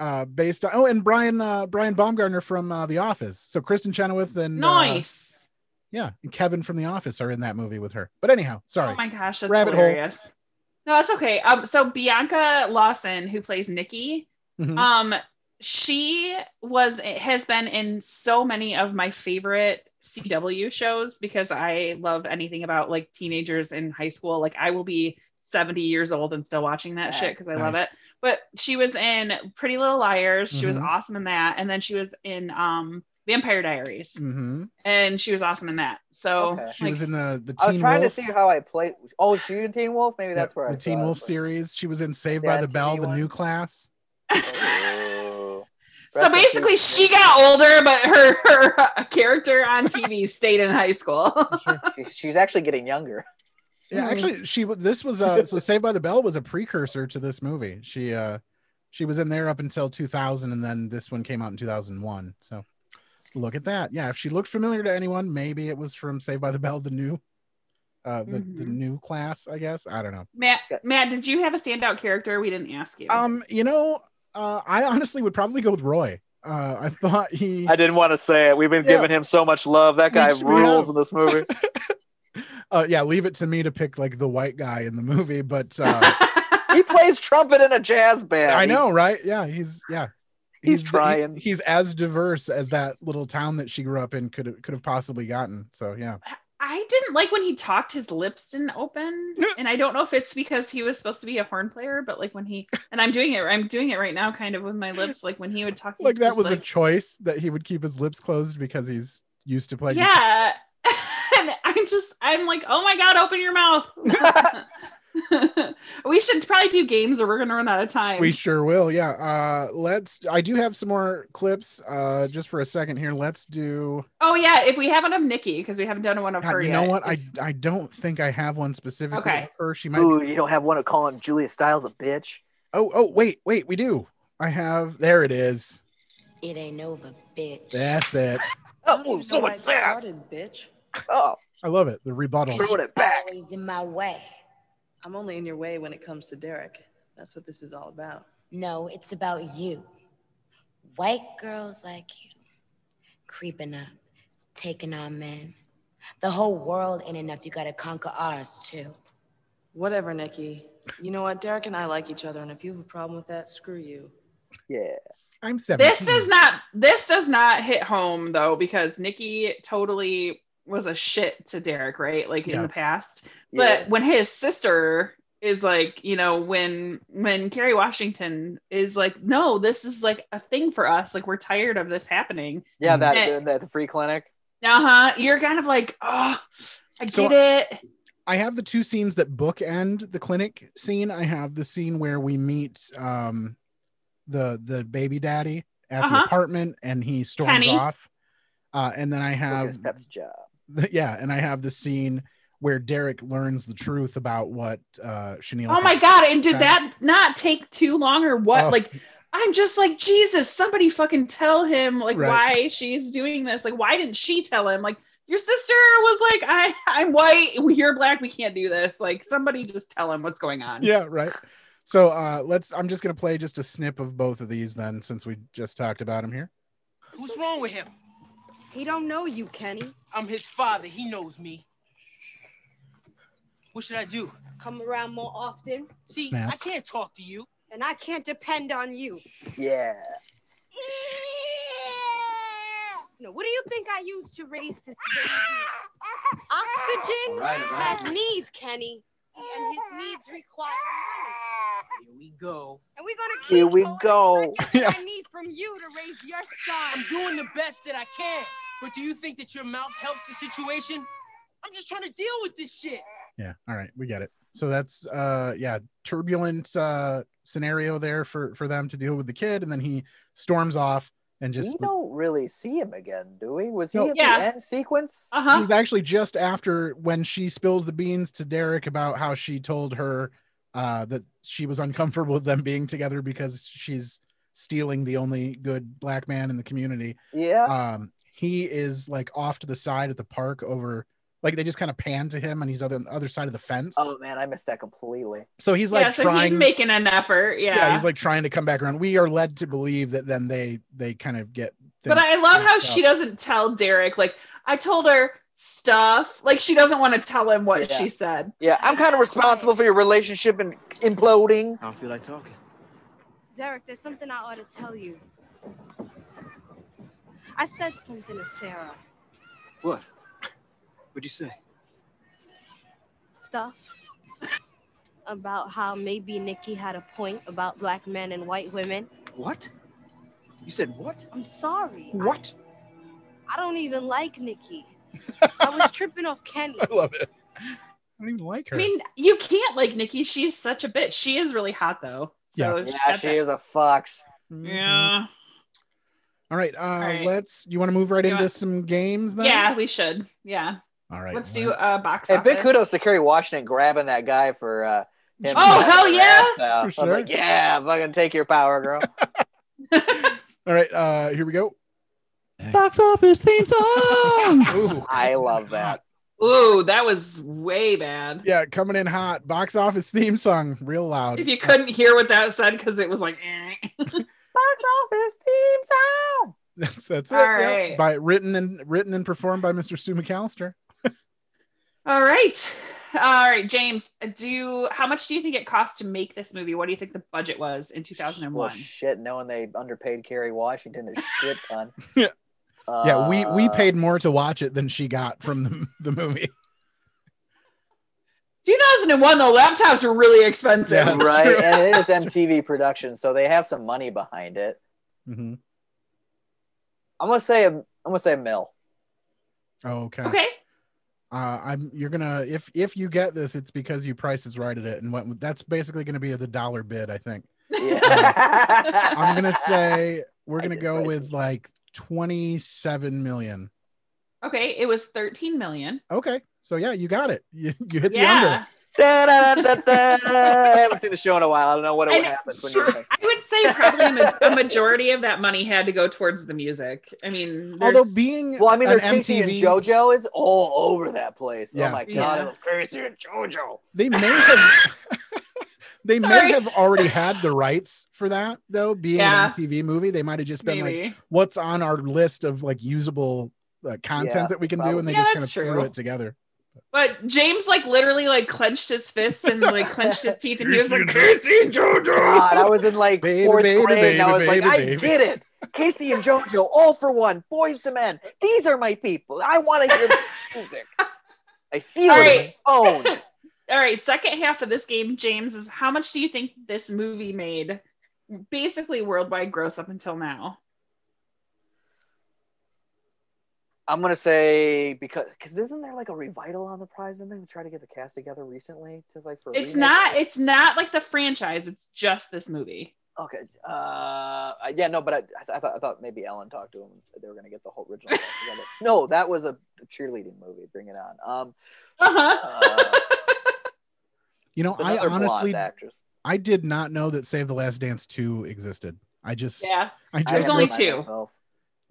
[SPEAKER 1] uh, based on oh, and Brian uh, Brian Baumgartner from uh, The Office. So Kristen Chenoweth and uh,
[SPEAKER 2] nice.
[SPEAKER 1] yeah, and Kevin from The Office are in that movie with her. But anyhow, sorry.
[SPEAKER 2] Oh my gosh, that's
[SPEAKER 1] Rabbit hole.
[SPEAKER 2] hilarious. No, that's okay. Um, so Bianca Lawson, who plays Nikki,
[SPEAKER 1] Mhm.
[SPEAKER 2] um, she was has been in so many of my favorite CW shows because I love anything about like teenagers in high school. Like I will be 70 years old and still watching that shit because I love
[SPEAKER 1] Nice.
[SPEAKER 2] it. But she was in Pretty Little Liars. She was
[SPEAKER 1] Mhm.
[SPEAKER 2] awesome in that. And then she was in um Vampire Diaries.
[SPEAKER 1] Mhm.
[SPEAKER 2] And she was awesome in that. So
[SPEAKER 3] Okay.
[SPEAKER 1] She
[SPEAKER 2] like,
[SPEAKER 1] was in the the Teen
[SPEAKER 3] I was trying
[SPEAKER 1] Wolf,
[SPEAKER 3] to see how I play. Oh, she in Teen Wolf? Maybe that's where
[SPEAKER 1] the
[SPEAKER 3] I saw
[SPEAKER 1] Teen
[SPEAKER 3] it.
[SPEAKER 1] Wolf series. She was in Saved
[SPEAKER 3] The
[SPEAKER 1] by the Bell,
[SPEAKER 3] MTV
[SPEAKER 1] The
[SPEAKER 3] one?
[SPEAKER 1] New Class.
[SPEAKER 3] Oh.
[SPEAKER 2] So basically, she got older, but her her character on TV stayed in high school.
[SPEAKER 3] She- she's actually getting younger.
[SPEAKER 1] Yeah, actually, she wa- this was uh so Saved by the Bell was a precursor to this movie. She uh she was in there up until 2000, and then this one came out in 2001. So look at that. Yeah, if she looked familiar to anyone, maybe it was from Saved by the Bell, the new uh the, the new class, I guess. I don't know.
[SPEAKER 2] Matt, Matt, did you have a standout character? We didn't ask you.
[SPEAKER 1] Um, you know, uh, I honestly would probably go with Roy. Uh, I thought he
[SPEAKER 3] I didn't want to say it. We've been
[SPEAKER 1] Yeah.
[SPEAKER 3] giving him so much love. That
[SPEAKER 1] We
[SPEAKER 3] guy
[SPEAKER 1] should- we
[SPEAKER 3] rules
[SPEAKER 1] have.
[SPEAKER 3] in this movie.
[SPEAKER 1] uh yeah, leave it to me to pick like the white guy in the movie, but uh
[SPEAKER 3] he plays trumpet in a jazz band.
[SPEAKER 1] I
[SPEAKER 3] He-
[SPEAKER 1] know, right? Yeah, he's yeah.
[SPEAKER 3] He's
[SPEAKER 1] he-
[SPEAKER 3] trying.
[SPEAKER 1] he's as diverse as that little town that she grew up in could have could have possibly gotten. So yeah.
[SPEAKER 2] I didn't like when he talked; his lips didn't open, and I don't know if it's because he was supposed to be a horn player, but like when he and I'm doing it, I'm doing it right now, kind of with my lips. Like when he would talk, he's
[SPEAKER 1] Like that
[SPEAKER 2] just
[SPEAKER 1] was a
[SPEAKER 2] like,
[SPEAKER 1] choice that he would keep his lips closed because he's used to playing. guitar.
[SPEAKER 2] yeah. and I'm just, I'm like, oh my god, open your mouth. we should probably do games, or we're gonna run out of time.
[SPEAKER 1] We sure will. Yeah. Uh let's I do have some more clips uh just for a second here. Let's do
[SPEAKER 2] Oh yeah, if we haven't of Nikki because we haven't done one of
[SPEAKER 1] God,
[SPEAKER 2] her
[SPEAKER 1] you
[SPEAKER 2] yet.
[SPEAKER 1] know what? I I don't think I have one specifically
[SPEAKER 2] Okay.
[SPEAKER 1] of her. She might
[SPEAKER 3] Ooh, you don't have one to call him Julia Stiles a bitch.
[SPEAKER 1] Oh, oh, wait, wait, we do. I have there it is.
[SPEAKER 16] It ain't over, bitch.
[SPEAKER 1] That's it.
[SPEAKER 16] Oh,
[SPEAKER 3] so much sass.
[SPEAKER 5] bitch.
[SPEAKER 3] Oh,
[SPEAKER 1] I love it. The rebuttal.
[SPEAKER 5] Always in my way. I'm only in your way when it comes to Derek. That's what this is all about.
[SPEAKER 16] No, it's about you. White girls like you, creeping up, taking our men. The whole world ain't enough. You gotta conquer ours too.
[SPEAKER 5] Whatever, Nikki. You know what? Derek and I like each other, and if you have a problem with that, screw you.
[SPEAKER 3] Yeah.
[SPEAKER 1] I'm seven.
[SPEAKER 2] This does not this does not hit home though because Nikki totally was a shit to Derek, right? Like in
[SPEAKER 5] Yeah.
[SPEAKER 2] the past. But
[SPEAKER 5] Yeah.
[SPEAKER 2] when his sister is like, you know, when when Carrie Washington is like, no, this is like a thing for us. Like we're tired of this happening.
[SPEAKER 3] Yeah, that the, the free clinic.
[SPEAKER 2] Uh huh. You're kind of like, oh, I
[SPEAKER 1] So-
[SPEAKER 2] get it.
[SPEAKER 1] I have the two scenes that bookend the clinic scene. I have the scene where we meet um the the baby daddy at
[SPEAKER 3] Uh-huh.
[SPEAKER 1] the apartment and he storms
[SPEAKER 3] Penny.
[SPEAKER 1] off. Uh, and then I have
[SPEAKER 3] Lucas Pep's job.
[SPEAKER 1] yeah, and I have the scene where Derek learns the truth about what uh Chanel
[SPEAKER 2] Oh my god! And did that not take too long or what?
[SPEAKER 1] Oh.
[SPEAKER 2] Like, I'm just like Jesus. Somebody fucking tell him like
[SPEAKER 1] Right.
[SPEAKER 2] why she's doing this. Like, why didn't she tell him? Like, your sister was like, I I'm white. You're black. We can't do this. Like, somebody just tell him what's going on.
[SPEAKER 1] Yeah, right. So uh let's I'm just gonna play just a snip of both of these then since we just talked about him here.
[SPEAKER 17] What's wrong with him? He don't know you, Kenny. I'm his father. He knows me. What should I do?
[SPEAKER 8] Come around more often.
[SPEAKER 17] See, I can't talk to you.
[SPEAKER 8] And I can't depend on you.
[SPEAKER 3] Yeah.
[SPEAKER 8] No, what do you think I use to raise this baby? Oxygen
[SPEAKER 17] right, all right.
[SPEAKER 8] has needs, Kenny. And his needs require.
[SPEAKER 17] Here we go.
[SPEAKER 8] And we're gonna keep
[SPEAKER 3] Here we go.
[SPEAKER 8] what I need from you to raise your son.
[SPEAKER 17] I'm doing the best that I can. But do you think that your mouth helps the situation? I'm just trying to deal with this shit.
[SPEAKER 1] Yeah. All right, we get it. So that's uh yeah, turbulent uh scenario there for for them to deal with the kid and then he storms off and just
[SPEAKER 3] we don't really see him again, do we? Was he
[SPEAKER 1] No.
[SPEAKER 3] in
[SPEAKER 1] Yeah.
[SPEAKER 3] the end sequence?
[SPEAKER 2] Uh-huh.
[SPEAKER 1] It was actually just after when she spills the beans to Derek about how she told her uh, that she was uncomfortable with them being together because she's stealing the only good black man in the community.
[SPEAKER 3] Yeah.
[SPEAKER 2] Uh,
[SPEAKER 1] Um, he is like off to the side at the park over, like they just kind of pan to him and he's other on the other side of the fence.
[SPEAKER 3] Oh man, I missed that completely.
[SPEAKER 1] So he's
[SPEAKER 2] yeah,
[SPEAKER 1] like
[SPEAKER 2] so
[SPEAKER 1] trying.
[SPEAKER 2] he's making an effort. Yeah.
[SPEAKER 1] he's like trying to come back around. We are led to believe that then they they kind of get.
[SPEAKER 2] But I love how she
[SPEAKER 1] does.
[SPEAKER 2] doesn't tell Derek. Like, I told her stuff. Like, she doesn't want to tell him what
[SPEAKER 3] Yeah.
[SPEAKER 2] she said.
[SPEAKER 3] Yeah, I'm kind of responsible for your relationship and imploding.
[SPEAKER 15] I don't feel like talking.
[SPEAKER 8] Derek, there's something I ought to tell you. I said something to Sarah.
[SPEAKER 15] What? What'd you say?
[SPEAKER 8] Stuff about how maybe Nikki had a point about black men and white women.
[SPEAKER 15] What? You said what?
[SPEAKER 8] I'm sorry.
[SPEAKER 1] What?
[SPEAKER 8] I don't even like Nikki. I was tripping off Kenny.
[SPEAKER 1] I love it. I don't even like
[SPEAKER 2] I mean, you can't like Nikki. She is such a bitch. She is really hot though. So
[SPEAKER 1] Yeah. Mm-hmm.
[SPEAKER 2] she's
[SPEAKER 1] Yeah,
[SPEAKER 2] got
[SPEAKER 1] she
[SPEAKER 2] that-
[SPEAKER 1] is
[SPEAKER 3] a fox.
[SPEAKER 2] Yeah.
[SPEAKER 1] All right. Uh,
[SPEAKER 2] right.
[SPEAKER 1] Let's. You want to move right
[SPEAKER 2] You
[SPEAKER 1] into
[SPEAKER 2] want-
[SPEAKER 1] some games then?
[SPEAKER 2] Yeah, we should. Yeah.
[SPEAKER 1] All right.
[SPEAKER 2] Let's do a uh, box
[SPEAKER 3] Hey,
[SPEAKER 2] office.
[SPEAKER 3] big kudos to Kerry Washington grabbing that guy for. uh him
[SPEAKER 2] Oh, hell
[SPEAKER 3] grabbing her
[SPEAKER 2] yeah.
[SPEAKER 3] ass out.
[SPEAKER 1] For
[SPEAKER 3] I was like,
[SPEAKER 1] sure.
[SPEAKER 3] yeah, fucking take your power, girl.
[SPEAKER 1] All right. Uh, here we go.
[SPEAKER 13] Box office theme song.
[SPEAKER 3] I love that.
[SPEAKER 2] Ooh, that was way bad.
[SPEAKER 1] Yeah, coming in hot. Box office theme song, real loud.
[SPEAKER 2] If you couldn't hear what that said because it was like, eh.
[SPEAKER 3] Box office theme song.
[SPEAKER 1] That's that's
[SPEAKER 2] All
[SPEAKER 1] it. yeah.
[SPEAKER 2] right.
[SPEAKER 1] By written and written and performed by Mr. Sue McAllister.
[SPEAKER 2] all right. All right, James, do how much do you think it cost to make this movie? What do you think the budget was in 2001?
[SPEAKER 3] Well, shit, knowing they underpaid Kerry Washington a shit ton.
[SPEAKER 1] yeah. yeah, we we
[SPEAKER 3] Uh,
[SPEAKER 1] paid more to watch it than she got from the, the movie.
[SPEAKER 2] 2001 though, laptops were really expensive.
[SPEAKER 3] right, and it is MTV production, so they have some money behind it.
[SPEAKER 1] Mm-hmm.
[SPEAKER 3] I'm gonna say a, I'm gonna say a mill.
[SPEAKER 1] Okay.
[SPEAKER 2] Okay.
[SPEAKER 1] Uh, I'm you're gonna if if you get this, it's because you price is right at it, and what that's basically gonna be the dollar bid, I think. I'm gonna say we're gonna go with like 27 million.
[SPEAKER 2] Okay, it was 13 million.
[SPEAKER 1] Okay, so yeah, you got it. You, you hit
[SPEAKER 2] Yeah.
[SPEAKER 1] the under.
[SPEAKER 3] I haven't seen the show in a while. I don't know what
[SPEAKER 2] And-
[SPEAKER 3] happens when you're.
[SPEAKER 2] I would say probably a ma- a majority of that money had to go towards the music. I mean, there's-
[SPEAKER 1] Although being
[SPEAKER 3] Well, I mean,
[SPEAKER 1] an
[SPEAKER 3] there's Casey and
[SPEAKER 1] MTV
[SPEAKER 3] JoJo is all over that place.
[SPEAKER 1] Yeah.
[SPEAKER 3] Oh my god,
[SPEAKER 1] Yeah.
[SPEAKER 3] I love Casey and JoJo.
[SPEAKER 1] they may have they may have already had the rights for that though. Being
[SPEAKER 3] Yeah.
[SPEAKER 1] an MTV movie, they might have just been like,
[SPEAKER 3] Maybe.
[SPEAKER 1] "What's on our list of like usable uh, content
[SPEAKER 3] Yeah,
[SPEAKER 1] that we can do?" And they
[SPEAKER 3] probably. Yeah,
[SPEAKER 1] just kind of
[SPEAKER 3] that's
[SPEAKER 1] threw
[SPEAKER 3] true.
[SPEAKER 1] it together.
[SPEAKER 2] But James like literally like clenched his fists and like clenched his teeth and he was like,
[SPEAKER 3] Casey
[SPEAKER 2] Casey and JoJo.
[SPEAKER 3] God, I was in like
[SPEAKER 2] Baby,
[SPEAKER 3] fourth
[SPEAKER 2] baby,
[SPEAKER 3] grade, and I was
[SPEAKER 2] baby,
[SPEAKER 3] like, I
[SPEAKER 2] baby,
[SPEAKER 3] get it. Casey and JoJo, all for one, boys to men. These are my people. I want to hear this music. I feel
[SPEAKER 2] All
[SPEAKER 3] it.
[SPEAKER 2] right.
[SPEAKER 3] Oh,
[SPEAKER 2] All right, second half of this game, James, is how much do you think this movie made basically worldwide gross up until now?
[SPEAKER 3] I'm gonna say because because isn't there like a revital on the prize? Didn't they try to get the cast together recently to like for a
[SPEAKER 2] It's
[SPEAKER 3] remake?
[SPEAKER 2] not it's not like the franchise, it's just this movie.
[SPEAKER 3] Okay. Uh, yeah, no, but I, I, th- I, thought, I thought maybe Ellen talked to him. They were going to get the whole original cast together. No, that was a cheerleading movie. Bring it on. Um,
[SPEAKER 2] Uh-huh.
[SPEAKER 1] You know,
[SPEAKER 3] uh,
[SPEAKER 1] I
[SPEAKER 3] another blonde
[SPEAKER 1] honestly,
[SPEAKER 3] actress.
[SPEAKER 1] I did not know that Save the Last Dance 2 existed. I just
[SPEAKER 2] Yeah.
[SPEAKER 1] I just
[SPEAKER 2] There's only
[SPEAKER 1] looked-
[SPEAKER 2] two.
[SPEAKER 3] myself.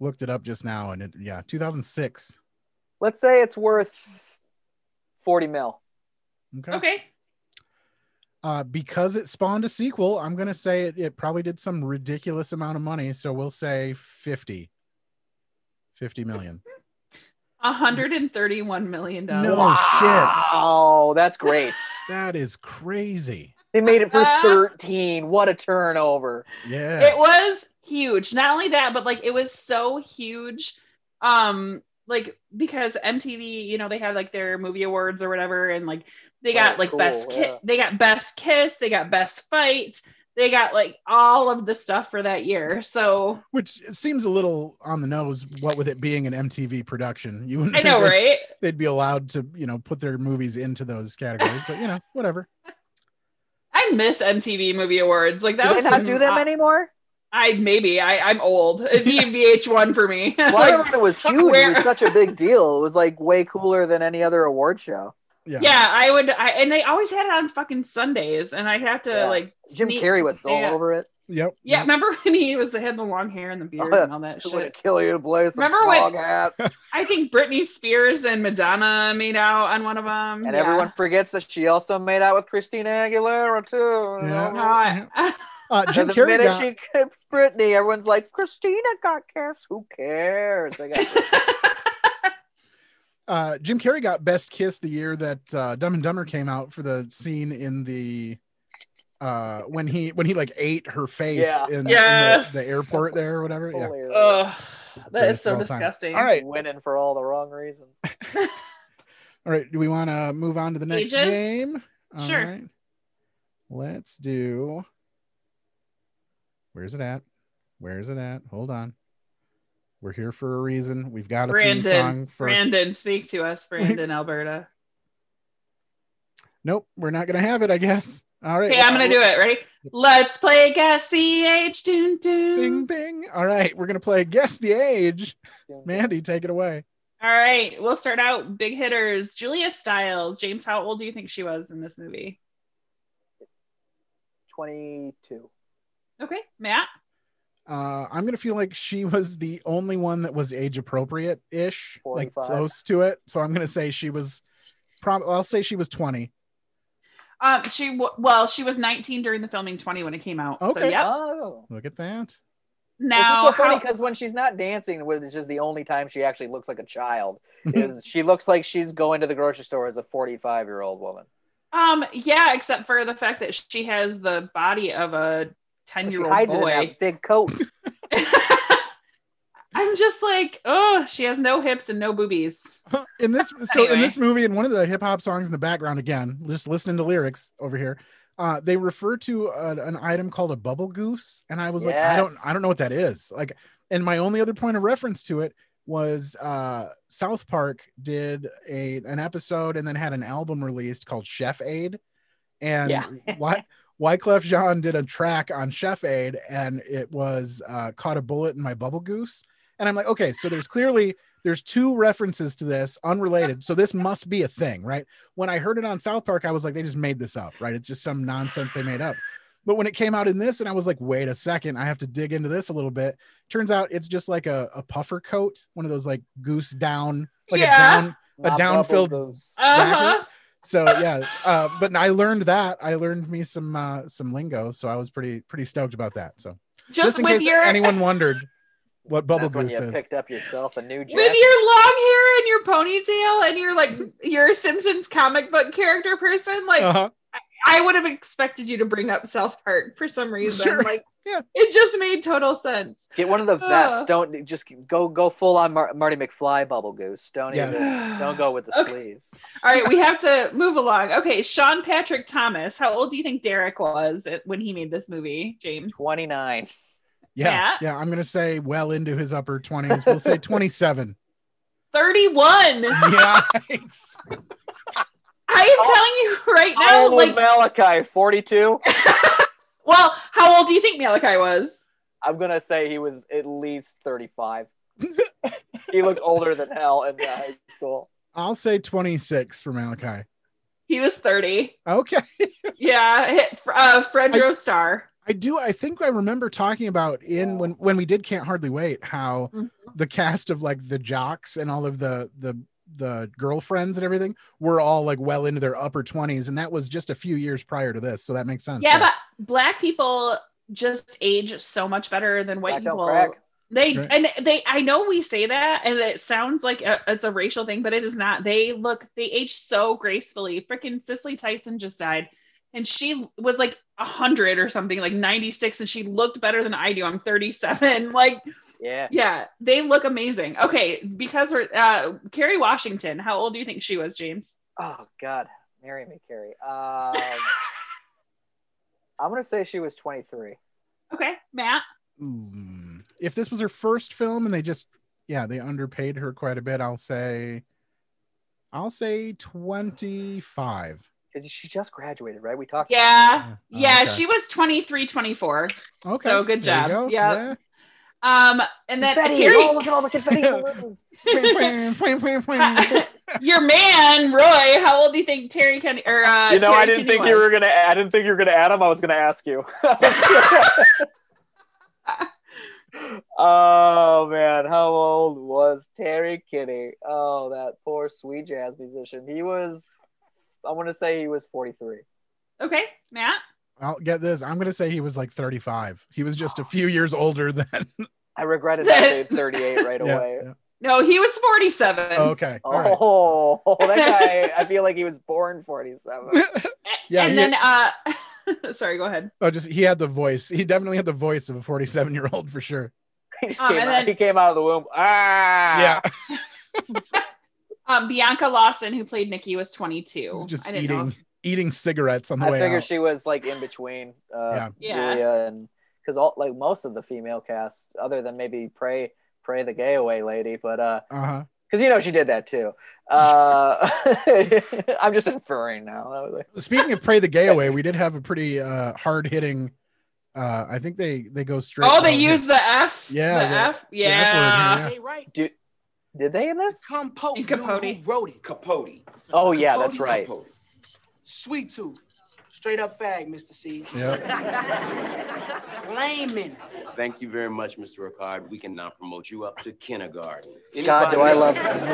[SPEAKER 1] Looked it up just now, and it, yeah, 2006.
[SPEAKER 3] Let's say it's worth forty mil.
[SPEAKER 1] Okay.
[SPEAKER 2] Okay.
[SPEAKER 1] Uh, because it spawned a sequel, I'm gonna say it, it probably did some ridiculous amount of money. So we'll say 50. 50 million.
[SPEAKER 2] 131 million
[SPEAKER 1] No
[SPEAKER 2] dollars.
[SPEAKER 1] shit.
[SPEAKER 3] Oh, that's great.
[SPEAKER 1] That is crazy.
[SPEAKER 3] They made it for thirteen. What a turnover!
[SPEAKER 1] Yeah.
[SPEAKER 2] It was huge. Not only that, but like it was so huge. Um, like because MTV, you know, they had like their movie awards or whatever, and like they got
[SPEAKER 3] Right,
[SPEAKER 2] like
[SPEAKER 3] Oh, cool,
[SPEAKER 2] best ki-
[SPEAKER 3] yeah.
[SPEAKER 2] they got best kiss, they got best fight, they got like all of the stuff for that year. So
[SPEAKER 1] Which seems a little on the nose. What with it being an MTV production, you wouldn't
[SPEAKER 2] I
[SPEAKER 1] think
[SPEAKER 2] know,
[SPEAKER 1] they'd-
[SPEAKER 2] right?
[SPEAKER 1] They'd be allowed to, you know, put their movies into those categories, but you know, whatever.
[SPEAKER 2] I miss MTV movie awards. Like that
[SPEAKER 3] Do they
[SPEAKER 2] was
[SPEAKER 3] not do them
[SPEAKER 2] anymore? I maybe I I'm old. It'd be VH1 for me.
[SPEAKER 3] Well, I
[SPEAKER 2] Like,
[SPEAKER 3] remember it was
[SPEAKER 2] fuck
[SPEAKER 3] huge. It
[SPEAKER 2] where-
[SPEAKER 3] was such a big deal. It was like way cooler than any other award show.
[SPEAKER 2] Yeah. I would. I, and they always had it on fucking Sundays, and I'd have to
[SPEAKER 3] Yeah.
[SPEAKER 2] like.
[SPEAKER 3] Jim
[SPEAKER 2] sneak
[SPEAKER 3] Carrey
[SPEAKER 2] to
[SPEAKER 3] was
[SPEAKER 2] stay
[SPEAKER 3] all
[SPEAKER 2] up.
[SPEAKER 3] over it.
[SPEAKER 1] Yep.
[SPEAKER 2] Yeah, remember when he was the head, the long hair, and the
[SPEAKER 1] Oh,
[SPEAKER 2] beard, and all that
[SPEAKER 3] I'm gonna
[SPEAKER 2] shit.
[SPEAKER 3] kill you to blow some
[SPEAKER 2] Remember
[SPEAKER 3] frog
[SPEAKER 2] when-
[SPEAKER 3] hat.
[SPEAKER 2] I think Britney Spears and Madonna made out on one of them.
[SPEAKER 3] And
[SPEAKER 2] yeah.
[SPEAKER 3] everyone forgets that she also made out with Christina Aguilera too. you
[SPEAKER 1] Yeah.
[SPEAKER 3] know?
[SPEAKER 2] God.
[SPEAKER 1] Uh, Jim
[SPEAKER 3] the
[SPEAKER 1] Carrey
[SPEAKER 3] minute
[SPEAKER 1] got-
[SPEAKER 3] she kissed Britney, everyone's like, "Christina got kissed. Who cares?" They got
[SPEAKER 1] uh, Jim Carrey got Best Kiss the year that uh, Dumb and Dumber came out for the scene in the uh, when he when he like ate her face
[SPEAKER 2] Yeah.
[SPEAKER 1] in, in
[SPEAKER 2] Yes.
[SPEAKER 1] the, the airport there or whatever. Yeah.
[SPEAKER 3] hilarious.
[SPEAKER 2] Ugh, that is
[SPEAKER 1] Greatest
[SPEAKER 2] so
[SPEAKER 1] of all time.
[SPEAKER 2] disgusting.
[SPEAKER 1] All right,
[SPEAKER 3] winning for all the wrong reasons.
[SPEAKER 1] all right. Do we want to move on to the next
[SPEAKER 2] Ages?
[SPEAKER 1] game? All
[SPEAKER 2] Sure.
[SPEAKER 1] right. Let's do. Where's it at? Where's it at? Hold on. We're here for a reason. We've got a theme song
[SPEAKER 2] Brandon,
[SPEAKER 1] for.
[SPEAKER 2] Brandon, speak to us, Brandon, Alberta.
[SPEAKER 1] Nope, we're not gonna have it. I guess. All right.
[SPEAKER 2] Okay, I'm gonna do it. Ready? Let's play guess the age. Dun, dun.
[SPEAKER 1] Bing, bing. All right, we're gonna play guess the age. Mandy, take it away.
[SPEAKER 2] All right, we'll start out big hitters. Julia Stiles, James, how old do you think she was in this movie?
[SPEAKER 3] Twenty-two.
[SPEAKER 2] Okay, Matt.
[SPEAKER 1] Uh, I'm gonna feel like she was the only one that was age appropriate ish, like
[SPEAKER 3] 45.
[SPEAKER 1] close to it. So I'm gonna say she was. Prob- I'll say she was 20.
[SPEAKER 2] Um, she w- well, she was 19 during the filming, 20 when it came out. So
[SPEAKER 1] Okay.
[SPEAKER 2] yep.
[SPEAKER 3] Oh.
[SPEAKER 1] Look at that.
[SPEAKER 3] It's just
[SPEAKER 2] now,
[SPEAKER 3] so funny
[SPEAKER 2] how-
[SPEAKER 3] because when she's not dancing, which is just the only time she actually looks like a child, is she looks like she's going to the grocery store as a forty-five-year-old woman.
[SPEAKER 2] um, yeah, except for the fact that she has the body of a 10
[SPEAKER 3] She
[SPEAKER 2] year old
[SPEAKER 3] hides it in
[SPEAKER 2] boy.
[SPEAKER 3] that big coat.
[SPEAKER 2] I'm just like, oh, she has no hips and no boobies.
[SPEAKER 1] in this so in
[SPEAKER 2] Anyway.
[SPEAKER 1] this movie in one of the hip hop songs in the background again just listening to lyrics over here uh they refer to a, an item called a bubble goose and i was like i don't
[SPEAKER 3] Yes.
[SPEAKER 1] i don't know what that is like and my only other point of reference to it was uh south park did a an episode and then had an album released called chef aid and
[SPEAKER 3] Yeah.
[SPEAKER 1] what Wyclef Jean did a track on Chef Aid and it was uh, caught a bullet in my bubble goose. And I'm like, okay, so there's clearly there's two references to this unrelated. So this must be a thing, right? When I heard it on South Park, I was like, they just made this up, right? It's just some nonsense they made up. But when it came out in this, and I was like, wait a second, I have to dig into this a little bit. Turns out it's just like a, a puffer coat, one of those like goose down, like
[SPEAKER 2] Yeah.
[SPEAKER 1] a down,
[SPEAKER 3] My
[SPEAKER 1] a down filled
[SPEAKER 3] bubble goose.
[SPEAKER 2] Uh-huh.
[SPEAKER 1] so yeah uh but i learned that i learned me some uh some lingo so i was pretty pretty stoked about that so
[SPEAKER 2] Just
[SPEAKER 1] in
[SPEAKER 2] with
[SPEAKER 1] case
[SPEAKER 2] your-
[SPEAKER 1] anyone wondered what Bubble
[SPEAKER 3] That's when
[SPEAKER 1] Goose
[SPEAKER 3] you
[SPEAKER 1] is.
[SPEAKER 3] picked up yourself a new
[SPEAKER 2] With
[SPEAKER 3] jacket.
[SPEAKER 2] your long hair and your ponytail and your like your Simpsons comic book character person, like
[SPEAKER 1] Uh-huh.
[SPEAKER 2] I would have expected you to bring up South Park for some reason.
[SPEAKER 3] Sure.
[SPEAKER 2] Like
[SPEAKER 1] yeah.
[SPEAKER 2] it just made total sense.
[SPEAKER 3] Get one of the vests.
[SPEAKER 2] Ugh.
[SPEAKER 3] Don't just go go full on Mar- Marty McFly Bubble Goose. Don't
[SPEAKER 1] Yes.
[SPEAKER 3] even don't go with the sleeves.
[SPEAKER 2] All right, we have to move along. Okay, Sean Patrick Thomas. How old do you think Derek was when he made this movie, James?
[SPEAKER 3] 29.
[SPEAKER 1] Yeah,
[SPEAKER 2] Yeah.
[SPEAKER 1] yeah. I'm gonna say well into his upper 20s. We'll say 27.
[SPEAKER 2] 31.
[SPEAKER 1] yeah.
[SPEAKER 2] I am
[SPEAKER 3] Oh.
[SPEAKER 2] telling you right
[SPEAKER 3] How
[SPEAKER 2] now,
[SPEAKER 3] old was
[SPEAKER 2] like,
[SPEAKER 3] Malachi? 42.
[SPEAKER 2] well, how old do you think Malachi was?
[SPEAKER 3] I'm gonna say he was at least 35. he looked older than hell in uh, high school.
[SPEAKER 1] I'll say 26 for Malachi.
[SPEAKER 2] He was 30.
[SPEAKER 1] Okay.
[SPEAKER 2] Yeah, hit, uh, Fredro Star.
[SPEAKER 1] I do. I think I remember talking about in when when we did Can't Hardly Wait how
[SPEAKER 2] Mm-hmm.
[SPEAKER 1] the cast of like the jocks and all of the the the girlfriends and everything were all like well into their upper 20s, and that was just a few years prior to this, so that makes sense.
[SPEAKER 2] Yeah, but black people just age so much better than white
[SPEAKER 3] Black don't
[SPEAKER 2] people.
[SPEAKER 3] crack.
[SPEAKER 2] They
[SPEAKER 1] Right.
[SPEAKER 2] and they I know we say that and it sounds like a, it's a racial thing, but it is not. They look they age so gracefully. Freaking Cicely Tyson just died and she was like 100 or something, like 96 and she looked better than I do. I'm 37. Like
[SPEAKER 3] Yeah.
[SPEAKER 2] yeah, they look amazing. Okay, because we're uh Carrie Washington, how old do you think she was, James?
[SPEAKER 3] Oh God, marry me, Carrie. Um, I'm gonna say she was 23.
[SPEAKER 2] Okay, Matt.
[SPEAKER 1] Mm. If this was her first film and they just yeah they underpaid her quite a bit, I'll say I'll say 25.
[SPEAKER 3] 'Cause She just graduated, right? We talked.
[SPEAKER 2] Yeah. Yeah,
[SPEAKER 1] Oh, okay.
[SPEAKER 2] she was 23, 24.
[SPEAKER 1] Okay,
[SPEAKER 2] So good
[SPEAKER 1] there you
[SPEAKER 2] job.
[SPEAKER 1] go,
[SPEAKER 2] Yeah. Um, and then
[SPEAKER 3] Confetti.
[SPEAKER 2] Terry,
[SPEAKER 3] Oh, look at all the confetti balloons.
[SPEAKER 1] Fwam, fwam, fwam, fwam.
[SPEAKER 2] your man Roy, how old do you think Terry Kenny or uh,
[SPEAKER 3] you know,
[SPEAKER 2] Terry
[SPEAKER 3] I didn't
[SPEAKER 2] Kenny
[SPEAKER 3] think you
[SPEAKER 2] was?
[SPEAKER 3] were gonna. I didn't think you were gonna add him. I was gonna ask you. oh man, how old was Terry Kitty? Oh, that poor sweet jazz musician. He was. I want to say he was 43.
[SPEAKER 2] Okay, Matt.
[SPEAKER 1] I'll get this. I'm gonna say he was like 35. He was just a few years older than
[SPEAKER 3] I regretted that saying 38 right
[SPEAKER 1] Yeah,
[SPEAKER 3] away.
[SPEAKER 1] yeah.
[SPEAKER 2] No, he was 47.
[SPEAKER 1] Okay. all right.
[SPEAKER 3] Oh, that guy! I feel like he was born 47.
[SPEAKER 1] Yeah.
[SPEAKER 2] and
[SPEAKER 1] he-
[SPEAKER 2] then uh sorry, go ahead.
[SPEAKER 1] oh, just he had the voice. He definitely had the voice of a 47 year old for sure.
[SPEAKER 3] He just
[SPEAKER 2] Um,
[SPEAKER 3] came out.
[SPEAKER 2] and then-
[SPEAKER 3] He came out of the womb. Ah,
[SPEAKER 1] Yeah.
[SPEAKER 2] Um Bianca Lawson, who played Nikki, was 22.
[SPEAKER 1] He's just
[SPEAKER 2] I didn't know.
[SPEAKER 1] eating
[SPEAKER 2] if-
[SPEAKER 1] eating cigarettes on the
[SPEAKER 3] I
[SPEAKER 1] way
[SPEAKER 3] figure
[SPEAKER 1] out.
[SPEAKER 3] she was like in between uh,
[SPEAKER 2] Yeah. Yeah.
[SPEAKER 3] Julia and because all like most of the female cast, other than maybe pray pray the gay away lady, but uh,
[SPEAKER 1] Uh huh.
[SPEAKER 3] because you know she did that too. Uh, I'm just inferring now. I was like,
[SPEAKER 1] Speaking of pray the gay away, we did have a pretty uh, hard hitting. Uh, I think they they go straight.
[SPEAKER 2] Oh, they
[SPEAKER 1] down
[SPEAKER 2] used the F.
[SPEAKER 1] Yeah,
[SPEAKER 2] The,
[SPEAKER 1] the-
[SPEAKER 2] F.
[SPEAKER 1] the F
[SPEAKER 2] Yeah.
[SPEAKER 1] word,
[SPEAKER 12] They right.
[SPEAKER 3] Did, did they in this?
[SPEAKER 12] Compote.
[SPEAKER 2] And
[SPEAKER 12] dude,
[SPEAKER 2] Capote.
[SPEAKER 12] Who wrote it? Capote.
[SPEAKER 3] Oh yeah, that's
[SPEAKER 12] Capote,
[SPEAKER 3] right.
[SPEAKER 12] Capote. Sweet tooth. Straight up fag, Mr. C. Flaming.
[SPEAKER 18] Thank you very much, Mr. Ricard. We can now promote you up to kindergarten.
[SPEAKER 3] God, do I love
[SPEAKER 18] Anybody-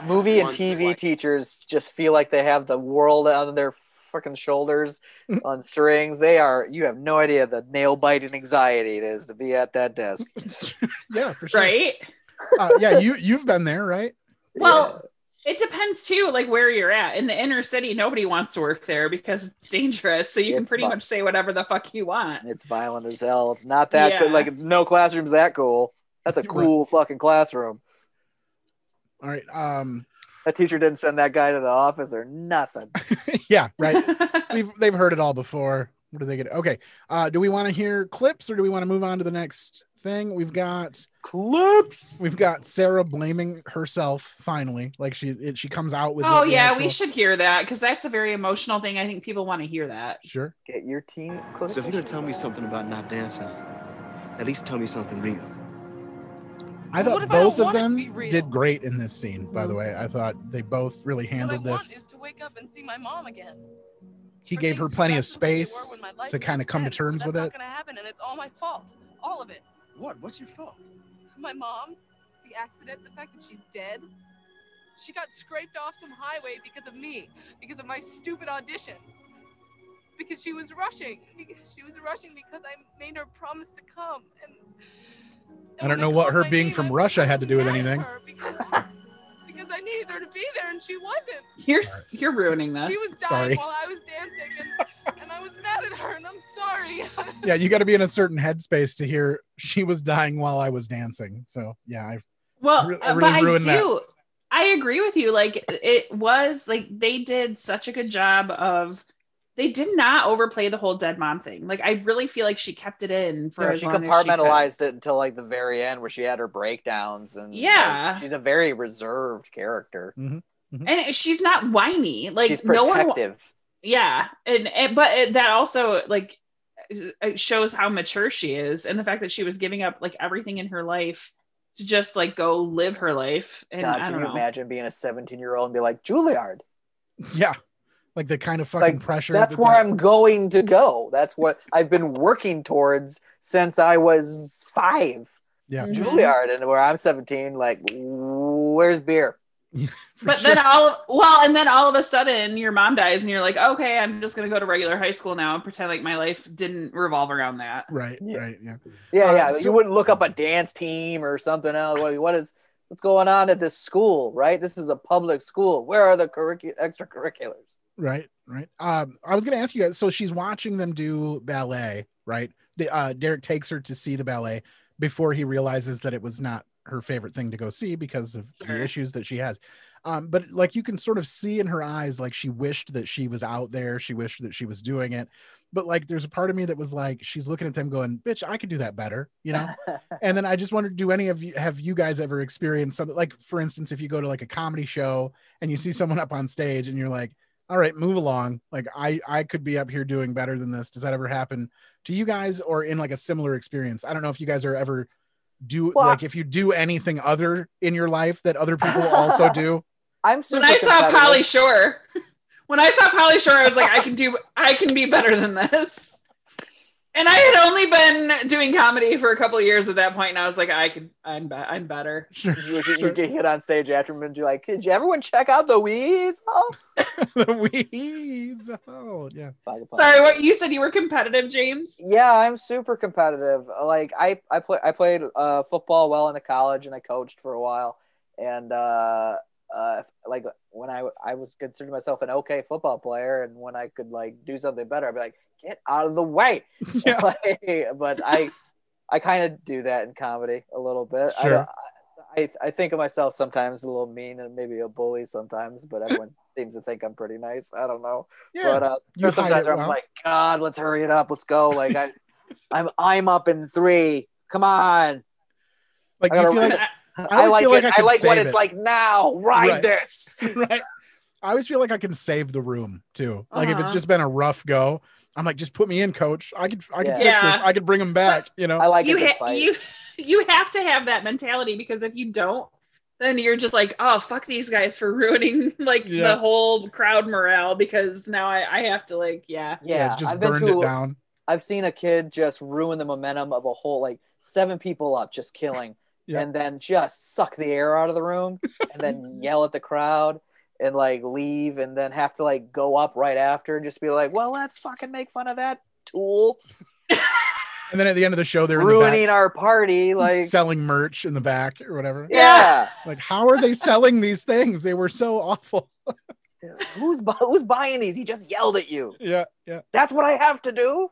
[SPEAKER 3] movie movie and
[SPEAKER 18] One,
[SPEAKER 3] TV teachers just feel like they have the world on their freaking shoulders on strings. They are you have no idea the nail biting anxiety it is to be at that desk.
[SPEAKER 1] Yeah, for sure.
[SPEAKER 2] Right?
[SPEAKER 1] Uh, yeah, you you've been there, right?
[SPEAKER 2] Well, it depends too, like where you're at. In the inner city, nobody wants to work there because it's dangerous. So you can
[SPEAKER 3] It's
[SPEAKER 2] pretty
[SPEAKER 3] fu-
[SPEAKER 2] much say whatever the fuck you want.
[SPEAKER 3] It's violent as hell. It's not that good.
[SPEAKER 2] Yeah.
[SPEAKER 3] Like no classroom's that cool. That's a cool fucking classroom.
[SPEAKER 1] All right. Um.
[SPEAKER 3] That teacher didn't send that guy to the office or nothing.
[SPEAKER 1] Yeah. Right. We've they've heard it all before. What do they get? Okay. Uh, do we want to hear clips or do we want to move on to the next thing? We've got
[SPEAKER 3] Clips.
[SPEAKER 1] We've got Sarah blaming herself finally. Like she it, she comes out with.
[SPEAKER 2] Oh
[SPEAKER 1] what the
[SPEAKER 2] yeah, we
[SPEAKER 1] actual-
[SPEAKER 2] should hear that because that's a very emotional thing. I think people want to hear that.
[SPEAKER 1] Sure.
[SPEAKER 3] Get your team close.
[SPEAKER 15] So if you're gonna tell me something about not dancing, at least tell me something real.
[SPEAKER 1] I
[SPEAKER 15] What
[SPEAKER 1] thought
[SPEAKER 15] if I don't
[SPEAKER 1] both of
[SPEAKER 15] want it to be
[SPEAKER 1] them
[SPEAKER 15] real?
[SPEAKER 1] did great in this scene. By the way, I thought they both really handled
[SPEAKER 19] what I want
[SPEAKER 1] this.
[SPEAKER 19] is to wake up and see my mom again.
[SPEAKER 1] He
[SPEAKER 19] for
[SPEAKER 1] gave her
[SPEAKER 19] things to go
[SPEAKER 1] plenty
[SPEAKER 19] back
[SPEAKER 1] of
[SPEAKER 19] to the way they were
[SPEAKER 1] space
[SPEAKER 19] when my life
[SPEAKER 1] to
[SPEAKER 19] made
[SPEAKER 1] kind of come to
[SPEAKER 19] sense, but
[SPEAKER 1] terms with
[SPEAKER 19] That's not
[SPEAKER 1] it.
[SPEAKER 19] gonna happen, and it's all my fault. All of it.
[SPEAKER 15] What? What's your fault?
[SPEAKER 19] My mom, the accident, the fact that she's dead. She got scraped off some highway because of me, because of my stupid audition. Because she was rushing. Because she was rushing because I made her promise to come. And
[SPEAKER 1] I don't know what her being from Russia had to do with anything.
[SPEAKER 19] because I needed her to be there and she wasn't.
[SPEAKER 2] You're s- you're ruining this.
[SPEAKER 19] She was dying while I was dancing and, and I was mad at her and I'm sorry.
[SPEAKER 1] Yeah, you got to be in a certain headspace to hear she was dying while I was dancing. So yeah, I
[SPEAKER 2] Well,
[SPEAKER 1] Re-
[SPEAKER 2] uh,
[SPEAKER 1] really
[SPEAKER 2] but I
[SPEAKER 1] ruined that.
[SPEAKER 2] do. I agree with you. Like it was like they did such a good job of. They did not overplay the whole dead mom thing. Like I really feel like she kept it in for
[SPEAKER 3] Yeah,
[SPEAKER 2] as
[SPEAKER 3] she
[SPEAKER 2] long as she could.
[SPEAKER 3] compartmentalized it until like the very end where she had her breakdowns and like,
[SPEAKER 2] Yeah.
[SPEAKER 3] she's a very reserved character.
[SPEAKER 2] and she's not whiny. Like
[SPEAKER 3] she's
[SPEAKER 2] no one.
[SPEAKER 3] protective.
[SPEAKER 2] Yeah, and, and but it, that also like it shows how mature she is, and the fact that she was giving up like everything in her life to just like go live her life. And
[SPEAKER 3] God,
[SPEAKER 2] I
[SPEAKER 3] can
[SPEAKER 2] don't
[SPEAKER 3] you
[SPEAKER 2] know.
[SPEAKER 3] imagine being a 17 year old and be like, Juilliard,
[SPEAKER 1] yeah, like the kind of fucking
[SPEAKER 3] Like,
[SPEAKER 1] pressure.
[SPEAKER 3] that's
[SPEAKER 1] that
[SPEAKER 3] where
[SPEAKER 1] that-
[SPEAKER 3] I'm going to go. That's what I've been working towards since I was five.
[SPEAKER 2] Mm-hmm.
[SPEAKER 1] Yeah.
[SPEAKER 3] Juilliard, and where I'm 17, like, where's beer?
[SPEAKER 2] But then all of, well, and then all of a sudden your mom dies, and you're like, okay, I'm just gonna go to regular high school now and pretend like my life didn't revolve around that.
[SPEAKER 1] Right, right, yeah.
[SPEAKER 3] Yeah,
[SPEAKER 1] Uh,
[SPEAKER 3] yeah.
[SPEAKER 1] so-
[SPEAKER 3] you wouldn't look up a dance team or something else. Like, what is what's going on at this school? Right? This is a public school. Where are the curricu- extracurriculars?
[SPEAKER 1] Right, right. Um, I was gonna ask you guys. So she's watching them do ballet, right? The, uh, Derek takes her to see the ballet before he realizes that it was not her favorite thing to go see because of the issues that she has. Um, but like you can sort of see in her eyes, like she wished that she was out there. She wished that she was doing it. But like, there's a part of me that was like, she's looking at them going, "Bitch, I could do that better," you know. and then I just wondered, do any of you have you guys ever experienced something like, for instance, if you go to like a comedy show and you see someone up on stage and you're like, all right, move along. Like I, I could be up here doing better than this. Does that ever happen to you guys or in like a similar experience? I don't know if you guys are ever do
[SPEAKER 3] Well, I-
[SPEAKER 1] like if you do anything other in your life that other people also do.
[SPEAKER 3] I'm
[SPEAKER 2] When
[SPEAKER 3] super
[SPEAKER 2] I saw
[SPEAKER 3] competitive.
[SPEAKER 2] Polly Shore, when I saw Polly Shore, I was like, I can do, I can be better than this. And I had only been doing comedy for a couple of years at that point, and I was like, I can, I'm, be- I'm better.
[SPEAKER 3] You, you- you get hit on stage after and you're like, did you everyone check out the weeds? Oh,
[SPEAKER 1] the weeds. Oh, yeah.
[SPEAKER 2] Sorry, what you said? You were competitive, James.
[SPEAKER 3] Yeah, I'm super competitive. Like I, I play, I played uh, football well into college, and I coached for a while. And uh, uh, like when I, I was considered myself an okay football player, and when I could like do something better, I'd be like, get out of the way.
[SPEAKER 1] Yeah.
[SPEAKER 3] Like, but I, I kind of do that in comedy a little bit. I
[SPEAKER 1] Sure.
[SPEAKER 3] don't- I, I think of myself sometimes a little mean and maybe a bully sometimes, but everyone seems to think I'm pretty nice. I don't know.
[SPEAKER 1] Yeah,
[SPEAKER 3] But uh,
[SPEAKER 1] you hide
[SPEAKER 3] sometimes
[SPEAKER 1] it
[SPEAKER 3] I'm
[SPEAKER 1] well.
[SPEAKER 3] like, God, let's hurry it up. Let's go. Like I, I'm I'm up in three. Come on.
[SPEAKER 1] Like you
[SPEAKER 3] I gotta-
[SPEAKER 1] feel like
[SPEAKER 3] I,
[SPEAKER 1] always
[SPEAKER 3] like
[SPEAKER 1] feel like
[SPEAKER 3] it.
[SPEAKER 1] I
[SPEAKER 3] I,
[SPEAKER 1] could
[SPEAKER 3] like what
[SPEAKER 1] save
[SPEAKER 3] it's
[SPEAKER 1] it.
[SPEAKER 3] like now. Ride
[SPEAKER 1] Right.
[SPEAKER 3] this.
[SPEAKER 1] right. I always feel like I can save the room too. Like if it's
[SPEAKER 2] Uh-huh.
[SPEAKER 1] just been a rough go, I'm like, just put me in, coach. I could, I could
[SPEAKER 3] Yeah.
[SPEAKER 1] fix this.
[SPEAKER 2] Yeah.
[SPEAKER 1] I could bring them back. You know,
[SPEAKER 3] I like
[SPEAKER 2] you,
[SPEAKER 3] it.
[SPEAKER 2] ha- you, you have to have that mentality because if you don't, then you're just like, oh fuck these guys for ruining like
[SPEAKER 1] Yeah.
[SPEAKER 2] the whole crowd morale because now I, I have to like, yeah,
[SPEAKER 3] yeah,
[SPEAKER 1] it's just
[SPEAKER 3] I've been
[SPEAKER 1] burned
[SPEAKER 3] to-
[SPEAKER 1] it down.
[SPEAKER 3] I've seen a kid just ruin the momentum of a whole like seven people up, just killing,
[SPEAKER 1] Yeah.
[SPEAKER 3] and then just suck the air out of the room, and then yell at the crowd, and like leave, and then have to like go up right after and just be like, "Well, let's fucking make fun of that tool
[SPEAKER 1] And then at the end of the show, they're
[SPEAKER 3] ruining
[SPEAKER 1] in the back,
[SPEAKER 3] our party." Like,
[SPEAKER 1] selling merch in the back or whatever.
[SPEAKER 3] yeah,
[SPEAKER 1] Like, how are they selling these things? They were so awful.
[SPEAKER 3] who's bu- who's buying these? He just yelled at you.
[SPEAKER 1] Yeah, yeah.
[SPEAKER 3] That's what I have to do.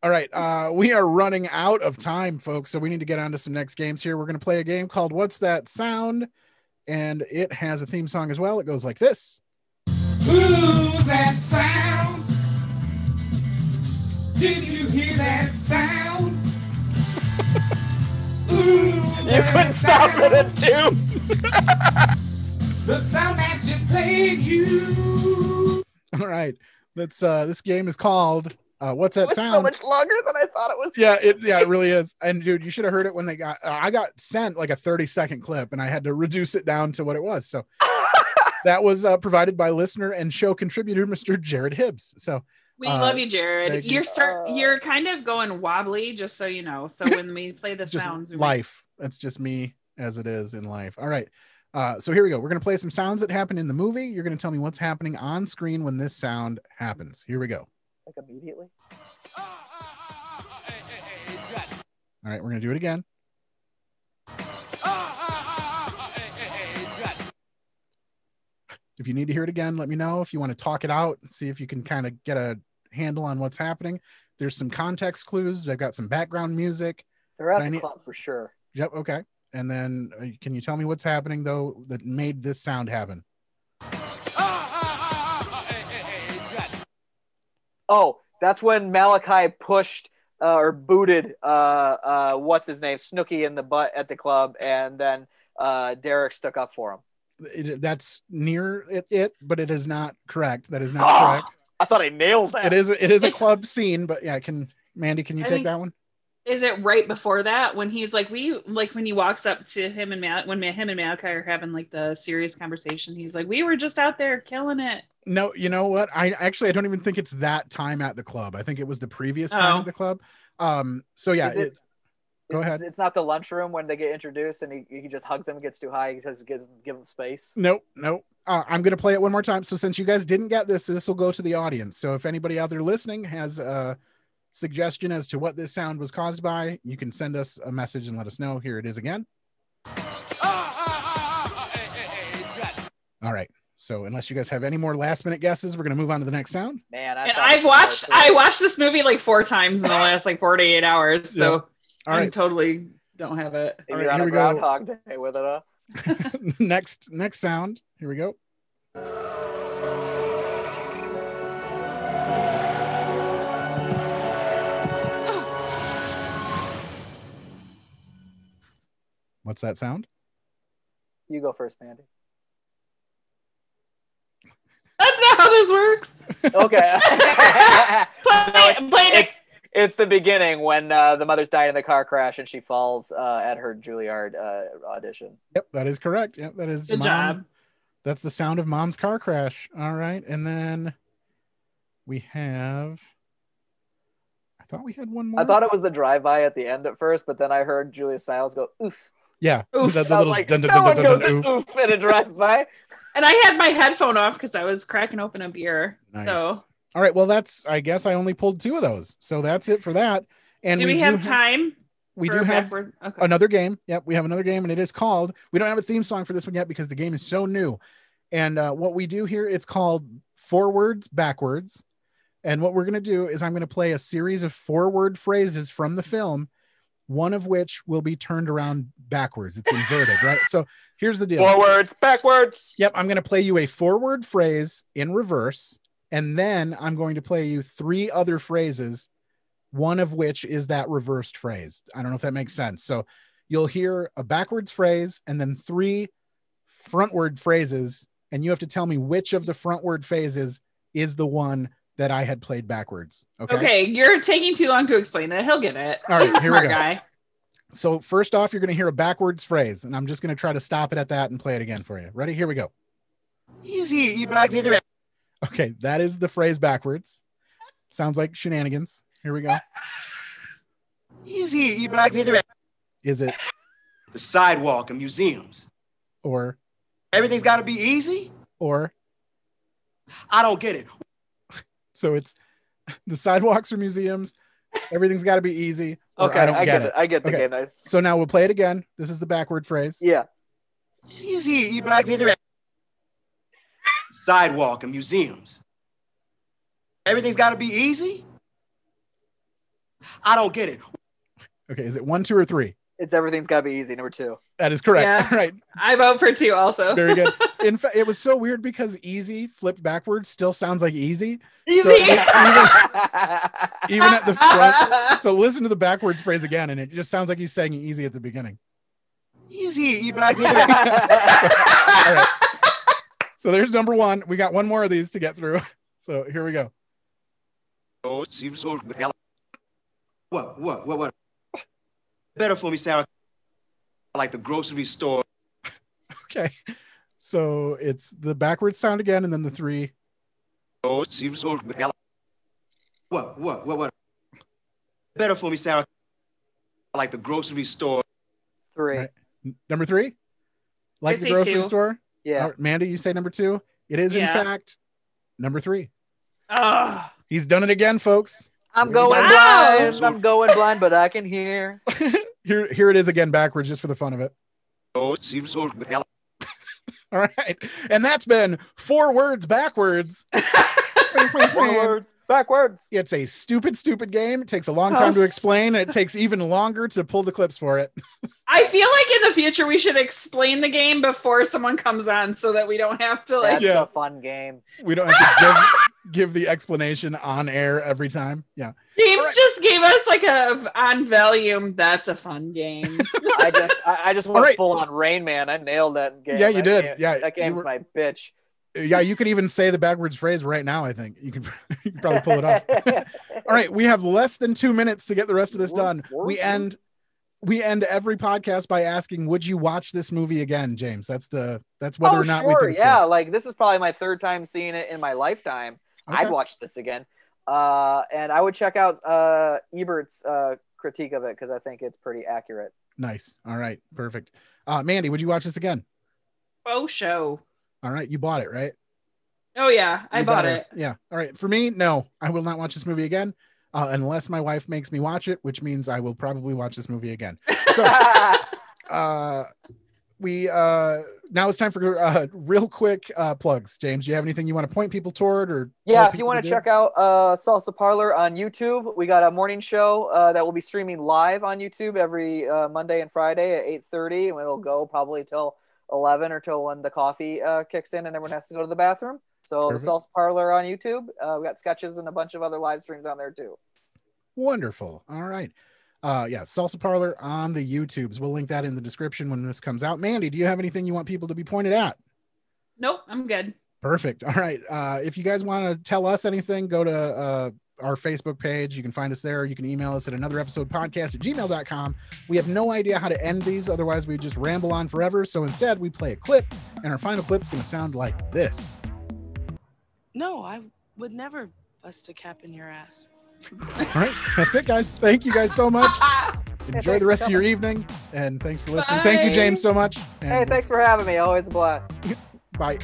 [SPEAKER 1] All right, uh, we are running out of time, folks. So we need to get on to some next games here. We're going to play a game called "What's That Sound," and it has a theme song as well. It goes like this.
[SPEAKER 20] Ooh, that sound. Did you hear that sound? Ooh,
[SPEAKER 3] You couldn't stop it at two.
[SPEAKER 20] the sound that just played you.
[SPEAKER 1] All right. That's uh this game is called uh what's that
[SPEAKER 3] It was
[SPEAKER 1] sound?
[SPEAKER 3] so much longer than I thought it was.
[SPEAKER 1] yeah, it yeah, it really is. And dude, you should have heard it when they got uh, I got sent like a 30 second clip and I had to reduce it down to what it was. So that was uh provided by listener and show contributor Mr. Jared Hibbs. So
[SPEAKER 2] We
[SPEAKER 1] Uh,
[SPEAKER 2] love you, Jared.
[SPEAKER 1] thank you.
[SPEAKER 2] You're
[SPEAKER 3] Oh.
[SPEAKER 2] start. you're kind of going wobbly, just so you know. So when we play the
[SPEAKER 1] it's just
[SPEAKER 2] sounds, we might-
[SPEAKER 1] life. That's just me as it is in life. All right. Uh, so here we go. We're gonna play some sounds that happen in the movie. You're gonna tell me what's happening on screen when this sound happens. Here we go.
[SPEAKER 3] Like immediately.
[SPEAKER 1] All right, we're gonna do it again. If you need to hear it again, let me know. If you want to talk it out, see if you can kind of get a handle on what's happening. There's some context clues. They've got some background music.
[SPEAKER 3] They're at
[SPEAKER 1] I
[SPEAKER 3] the
[SPEAKER 1] need-
[SPEAKER 3] club for sure.
[SPEAKER 1] Yep. Okay. And then uh, can you tell me what's happening though that made this sound happen?
[SPEAKER 3] Oh, that's when Malachi pushed uh, or booted uh, uh, what's his name Snooky in the butt at the club, and then uh, Derek stuck up for him.
[SPEAKER 1] It, that's near it, it, but it is not correct. That is not
[SPEAKER 3] Ah,
[SPEAKER 1] correct.
[SPEAKER 3] I thought I nailed that.
[SPEAKER 1] It is it is a
[SPEAKER 2] Oh. It's-
[SPEAKER 1] club scene, but yeah, can Mandy, can you
[SPEAKER 2] I
[SPEAKER 1] take
[SPEAKER 2] think-
[SPEAKER 1] that one?
[SPEAKER 2] Is it right before that when he's like we like when he walks up to him and Mal- when Ma- him and Malachi are having like the serious conversation? He's like, "We were just out there killing it."
[SPEAKER 1] No, you know what? I actually I don't even think it's that time at the club. I think it was the previous time
[SPEAKER 2] Oh.
[SPEAKER 1] at the club. Um so yeah,
[SPEAKER 3] Is it-
[SPEAKER 1] it- go ahead.
[SPEAKER 3] It's not the lunchroom when they get introduced, and he, he just hugs him, gets too high, he says, "Give, give him space."
[SPEAKER 1] Nope, nope. Uh, I'm going to play it one more time. So since you guys didn't get this, this will go to the audience. So if anybody out there listening has a suggestion as to what this sound was caused by, you can send us a message and let us know. Here it is again. All right. So unless you guys have any more last minute guesses, we're going to move on to the next sound.
[SPEAKER 3] Man, I
[SPEAKER 2] And
[SPEAKER 3] thought it
[SPEAKER 2] I've
[SPEAKER 3] was
[SPEAKER 2] watched
[SPEAKER 3] so
[SPEAKER 2] I
[SPEAKER 3] cool.
[SPEAKER 2] watched this movie like four times in the last like 48 hours, so
[SPEAKER 1] All
[SPEAKER 2] I
[SPEAKER 1] right.
[SPEAKER 2] totally don't have it.
[SPEAKER 3] Maybe
[SPEAKER 1] All right,
[SPEAKER 3] you're on
[SPEAKER 1] here
[SPEAKER 3] a
[SPEAKER 1] we go.
[SPEAKER 3] groundhog day with it. Huh?
[SPEAKER 1] next next sound. Here we go. What's that sound?
[SPEAKER 3] You go first, Mandy.
[SPEAKER 2] That's not how this works.
[SPEAKER 3] Okay.
[SPEAKER 2] Play, play it.
[SPEAKER 3] it's it's the beginning when uh, the mother's dying in the car crash and she falls uh, at her Juilliard uh, audition.
[SPEAKER 1] Yep, that is correct. Yep, that is
[SPEAKER 2] Good
[SPEAKER 1] mom.
[SPEAKER 2] job.
[SPEAKER 1] That's the sound of mom's car crash. All right, and then we have. I thought we had one more.
[SPEAKER 3] I thought it was the drive-by at the end at first, but then I heard Julia Stiles go oof.
[SPEAKER 1] Yeah,
[SPEAKER 2] Oof.
[SPEAKER 1] the, the
[SPEAKER 3] I was
[SPEAKER 1] little
[SPEAKER 3] like,
[SPEAKER 1] dun- dun-
[SPEAKER 3] no
[SPEAKER 1] dun-
[SPEAKER 3] one
[SPEAKER 1] dun- dun-
[SPEAKER 3] goes
[SPEAKER 1] dun- oof.
[SPEAKER 3] oof in a drive-by.
[SPEAKER 2] And I had my headphone off because I was cracking open a beer.
[SPEAKER 1] Nice.
[SPEAKER 2] So
[SPEAKER 1] All right, well, that's. I guess I only pulled two of those, so that's it for that. And
[SPEAKER 2] do we, have time?
[SPEAKER 1] we
[SPEAKER 2] for
[SPEAKER 1] do have
[SPEAKER 2] backward- okay.
[SPEAKER 1] another game. Yep, we have another game, and it is called. We don't have a theme song for this one yet because the game is so new. And uh, what we do here, it's called forwards, backwards. And what we're going to do is I'm going to play a series of forward phrases from the film, one of which will be turned around backwards. It's inverted, right? So here's the deal.
[SPEAKER 3] Forwards, backwards.
[SPEAKER 1] Yep, I'm going to play you a forward phrase in reverse, and then I'm going to play you three other phrases, one of which is that reversed phrase. I don't know if that makes sense. So you'll hear a backwards phrase and then three frontward phrases, and you have to tell me which of the frontward phases is the one that I had played backwards. Okay.
[SPEAKER 2] Okay, you're taking too long to explain it. He'll get it.
[SPEAKER 1] All right,
[SPEAKER 2] He's a
[SPEAKER 1] here we
[SPEAKER 2] smart
[SPEAKER 1] go.
[SPEAKER 2] guy.
[SPEAKER 1] So first off, you're going to hear a backwards phrase, and I'm just going to try to stop it at that and play it again for you. Ready? Here we go.
[SPEAKER 6] Easy, you black nigga.
[SPEAKER 1] Okay, that is the phrase backwards. Sounds like shenanigans. Here we go.
[SPEAKER 6] Easy, you black nigga.
[SPEAKER 1] Is it
[SPEAKER 15] The sidewalk and museums.
[SPEAKER 1] or
[SPEAKER 15] Everything's got to be easy?
[SPEAKER 1] or?
[SPEAKER 15] I don't get it.
[SPEAKER 1] So it's the sidewalks or museums. Everything's got to be easy. or
[SPEAKER 3] Okay,
[SPEAKER 1] I don't
[SPEAKER 3] I
[SPEAKER 1] get,
[SPEAKER 3] get
[SPEAKER 1] it.
[SPEAKER 3] it. I get the
[SPEAKER 1] Okay,
[SPEAKER 3] game. I-
[SPEAKER 1] So now we'll play it again. This is the backward phrase.
[SPEAKER 3] yeah.
[SPEAKER 6] Easy, you black nigga.
[SPEAKER 15] Sidewalk and museums. Everything's got to be easy? I don't get it.
[SPEAKER 1] Okay, is it one, two, or three?
[SPEAKER 3] It's everything's got to be easy. Number two.
[SPEAKER 1] That is correct.
[SPEAKER 2] Yeah.
[SPEAKER 1] All right,
[SPEAKER 2] I vote for two also.
[SPEAKER 1] very good. In fact, it was so weird because easy flipped backwards still sounds like easy. So
[SPEAKER 2] Easy.
[SPEAKER 1] even at the front. So listen to the backwards phrase again, and it just sounds like he's saying easy at the beginning.
[SPEAKER 6] Easy, you black nigga.
[SPEAKER 1] All right. So there's number one. We got one more of these to get through. So here we go.
[SPEAKER 15] Oh, it seems so- What, what, what, what? Better for me, Sarah. Like the grocery store.
[SPEAKER 1] Okay. So it's the backwards sound again, and then the three.
[SPEAKER 15] Oh, it seems so- What, what, what, what? Better for me, Sarah. Like the grocery store.
[SPEAKER 3] Three.
[SPEAKER 1] Right. Number three, like
[SPEAKER 2] I
[SPEAKER 1] the
[SPEAKER 2] say
[SPEAKER 1] grocery
[SPEAKER 2] two.
[SPEAKER 1] store.
[SPEAKER 3] Yeah.
[SPEAKER 1] All right, Mandy, you say number two. It is
[SPEAKER 2] Yeah.
[SPEAKER 1] in fact number three.
[SPEAKER 2] Oh,
[SPEAKER 1] He's done it again, folks.
[SPEAKER 3] I'm going
[SPEAKER 2] Wow.
[SPEAKER 3] blind. I'm going blind, but I can hear.
[SPEAKER 1] Here, here it is again backwards, just for the fun of it.
[SPEAKER 15] Oh, it seems so.
[SPEAKER 1] All right, and that's been four words backwards.
[SPEAKER 3] Backwards, backwards.
[SPEAKER 1] It's a stupid, stupid game. It takes a long
[SPEAKER 2] Oh,
[SPEAKER 1] time to explain. and It takes even longer to pull the clips for it.
[SPEAKER 2] I feel like in the future we should explain the game before someone comes on so that we don't have to like
[SPEAKER 3] That's
[SPEAKER 1] Yeah.
[SPEAKER 3] a fun game.
[SPEAKER 1] We don't have to give, give the explanation on air every time. Yeah.
[SPEAKER 2] James just gave us like a on volume. That's a fun game.
[SPEAKER 3] I just, I, I just went
[SPEAKER 1] right.
[SPEAKER 3] full on Rain Man. I nailed that game.
[SPEAKER 1] Yeah, you
[SPEAKER 3] That
[SPEAKER 1] did.
[SPEAKER 3] game-
[SPEAKER 1] Yeah,
[SPEAKER 3] that
[SPEAKER 1] you
[SPEAKER 3] game's
[SPEAKER 1] were-
[SPEAKER 3] my bitch.
[SPEAKER 1] Yeah, you could even say the backwards phrase right now, I think. You could, you could probably pull it off. All right, we have less than 2 minutes to get the rest of this done. We end we end every podcast by asking would you watch this movie again, James? That's the that's whether
[SPEAKER 3] oh,
[SPEAKER 1] or not
[SPEAKER 3] sure,
[SPEAKER 1] we think it's
[SPEAKER 3] yeah.
[SPEAKER 1] good.
[SPEAKER 3] Like this is probably my third time seeing it in my lifetime.
[SPEAKER 1] Okay.
[SPEAKER 3] I'd watch this again, uh, and I would check out uh, Ebert's uh, critique of it because I think it's pretty accurate.
[SPEAKER 1] Nice. All right. Perfect. Uh Mandy, would you watch this again?
[SPEAKER 2] Oh show.
[SPEAKER 1] All right, you bought it, right?
[SPEAKER 2] Oh yeah, I
[SPEAKER 1] You
[SPEAKER 2] bought
[SPEAKER 1] better.
[SPEAKER 2] it.
[SPEAKER 1] Yeah. All right. For me, no, I will not watch this movie again uh, unless my wife makes me watch it, which means I will probably watch this movie again. So, uh, we uh, now it's time for uh, real quick uh, plugs. James, do you have anything you want to point people toward or?
[SPEAKER 3] Yeah,
[SPEAKER 1] tell
[SPEAKER 3] if you
[SPEAKER 1] people
[SPEAKER 3] want
[SPEAKER 1] do?
[SPEAKER 3] to check out uh, Salsa Parlor on YouTube, we got a morning show uh, that will be streaming live on YouTube every uh, Monday and Friday at eight thirty, and it'll go probably till eleven or till when the coffee uh, kicks in and everyone has to go to the bathroom. So
[SPEAKER 1] Perfect.
[SPEAKER 3] the Salsa Parlor on YouTube, uh, we got sketches and a bunch of other live streams on there too.
[SPEAKER 1] Wonderful. All right. Uh, yeah, Salsa Parlor on the YouTubes. We'll link that in the description when this comes out. Mandy, do you have anything you want people to be pointed at?
[SPEAKER 2] Nope, I'm good.
[SPEAKER 1] Perfect. All right. Uh, if you guys want to tell us anything, go to uh, our Facebook page. You can find us there. You can email us at another episode podcast at gmail.com. We have no idea how to end these, otherwise, we just ramble on forever. So instead, we play a clip, and our final clip's going to sound like this.
[SPEAKER 5] No, I would never bust a cap in your ass.
[SPEAKER 1] All right. That's it, guys. Thank you guys so much. Enjoy
[SPEAKER 3] thanks
[SPEAKER 1] the
[SPEAKER 3] for
[SPEAKER 1] rest of your
[SPEAKER 3] coming.
[SPEAKER 1] evening, and thanks for listening. Thank you,
[SPEAKER 3] Bye.
[SPEAKER 1] James, so much.
[SPEAKER 3] Hey,
[SPEAKER 1] And
[SPEAKER 3] thanks for having me. Always a blast.
[SPEAKER 1] bye.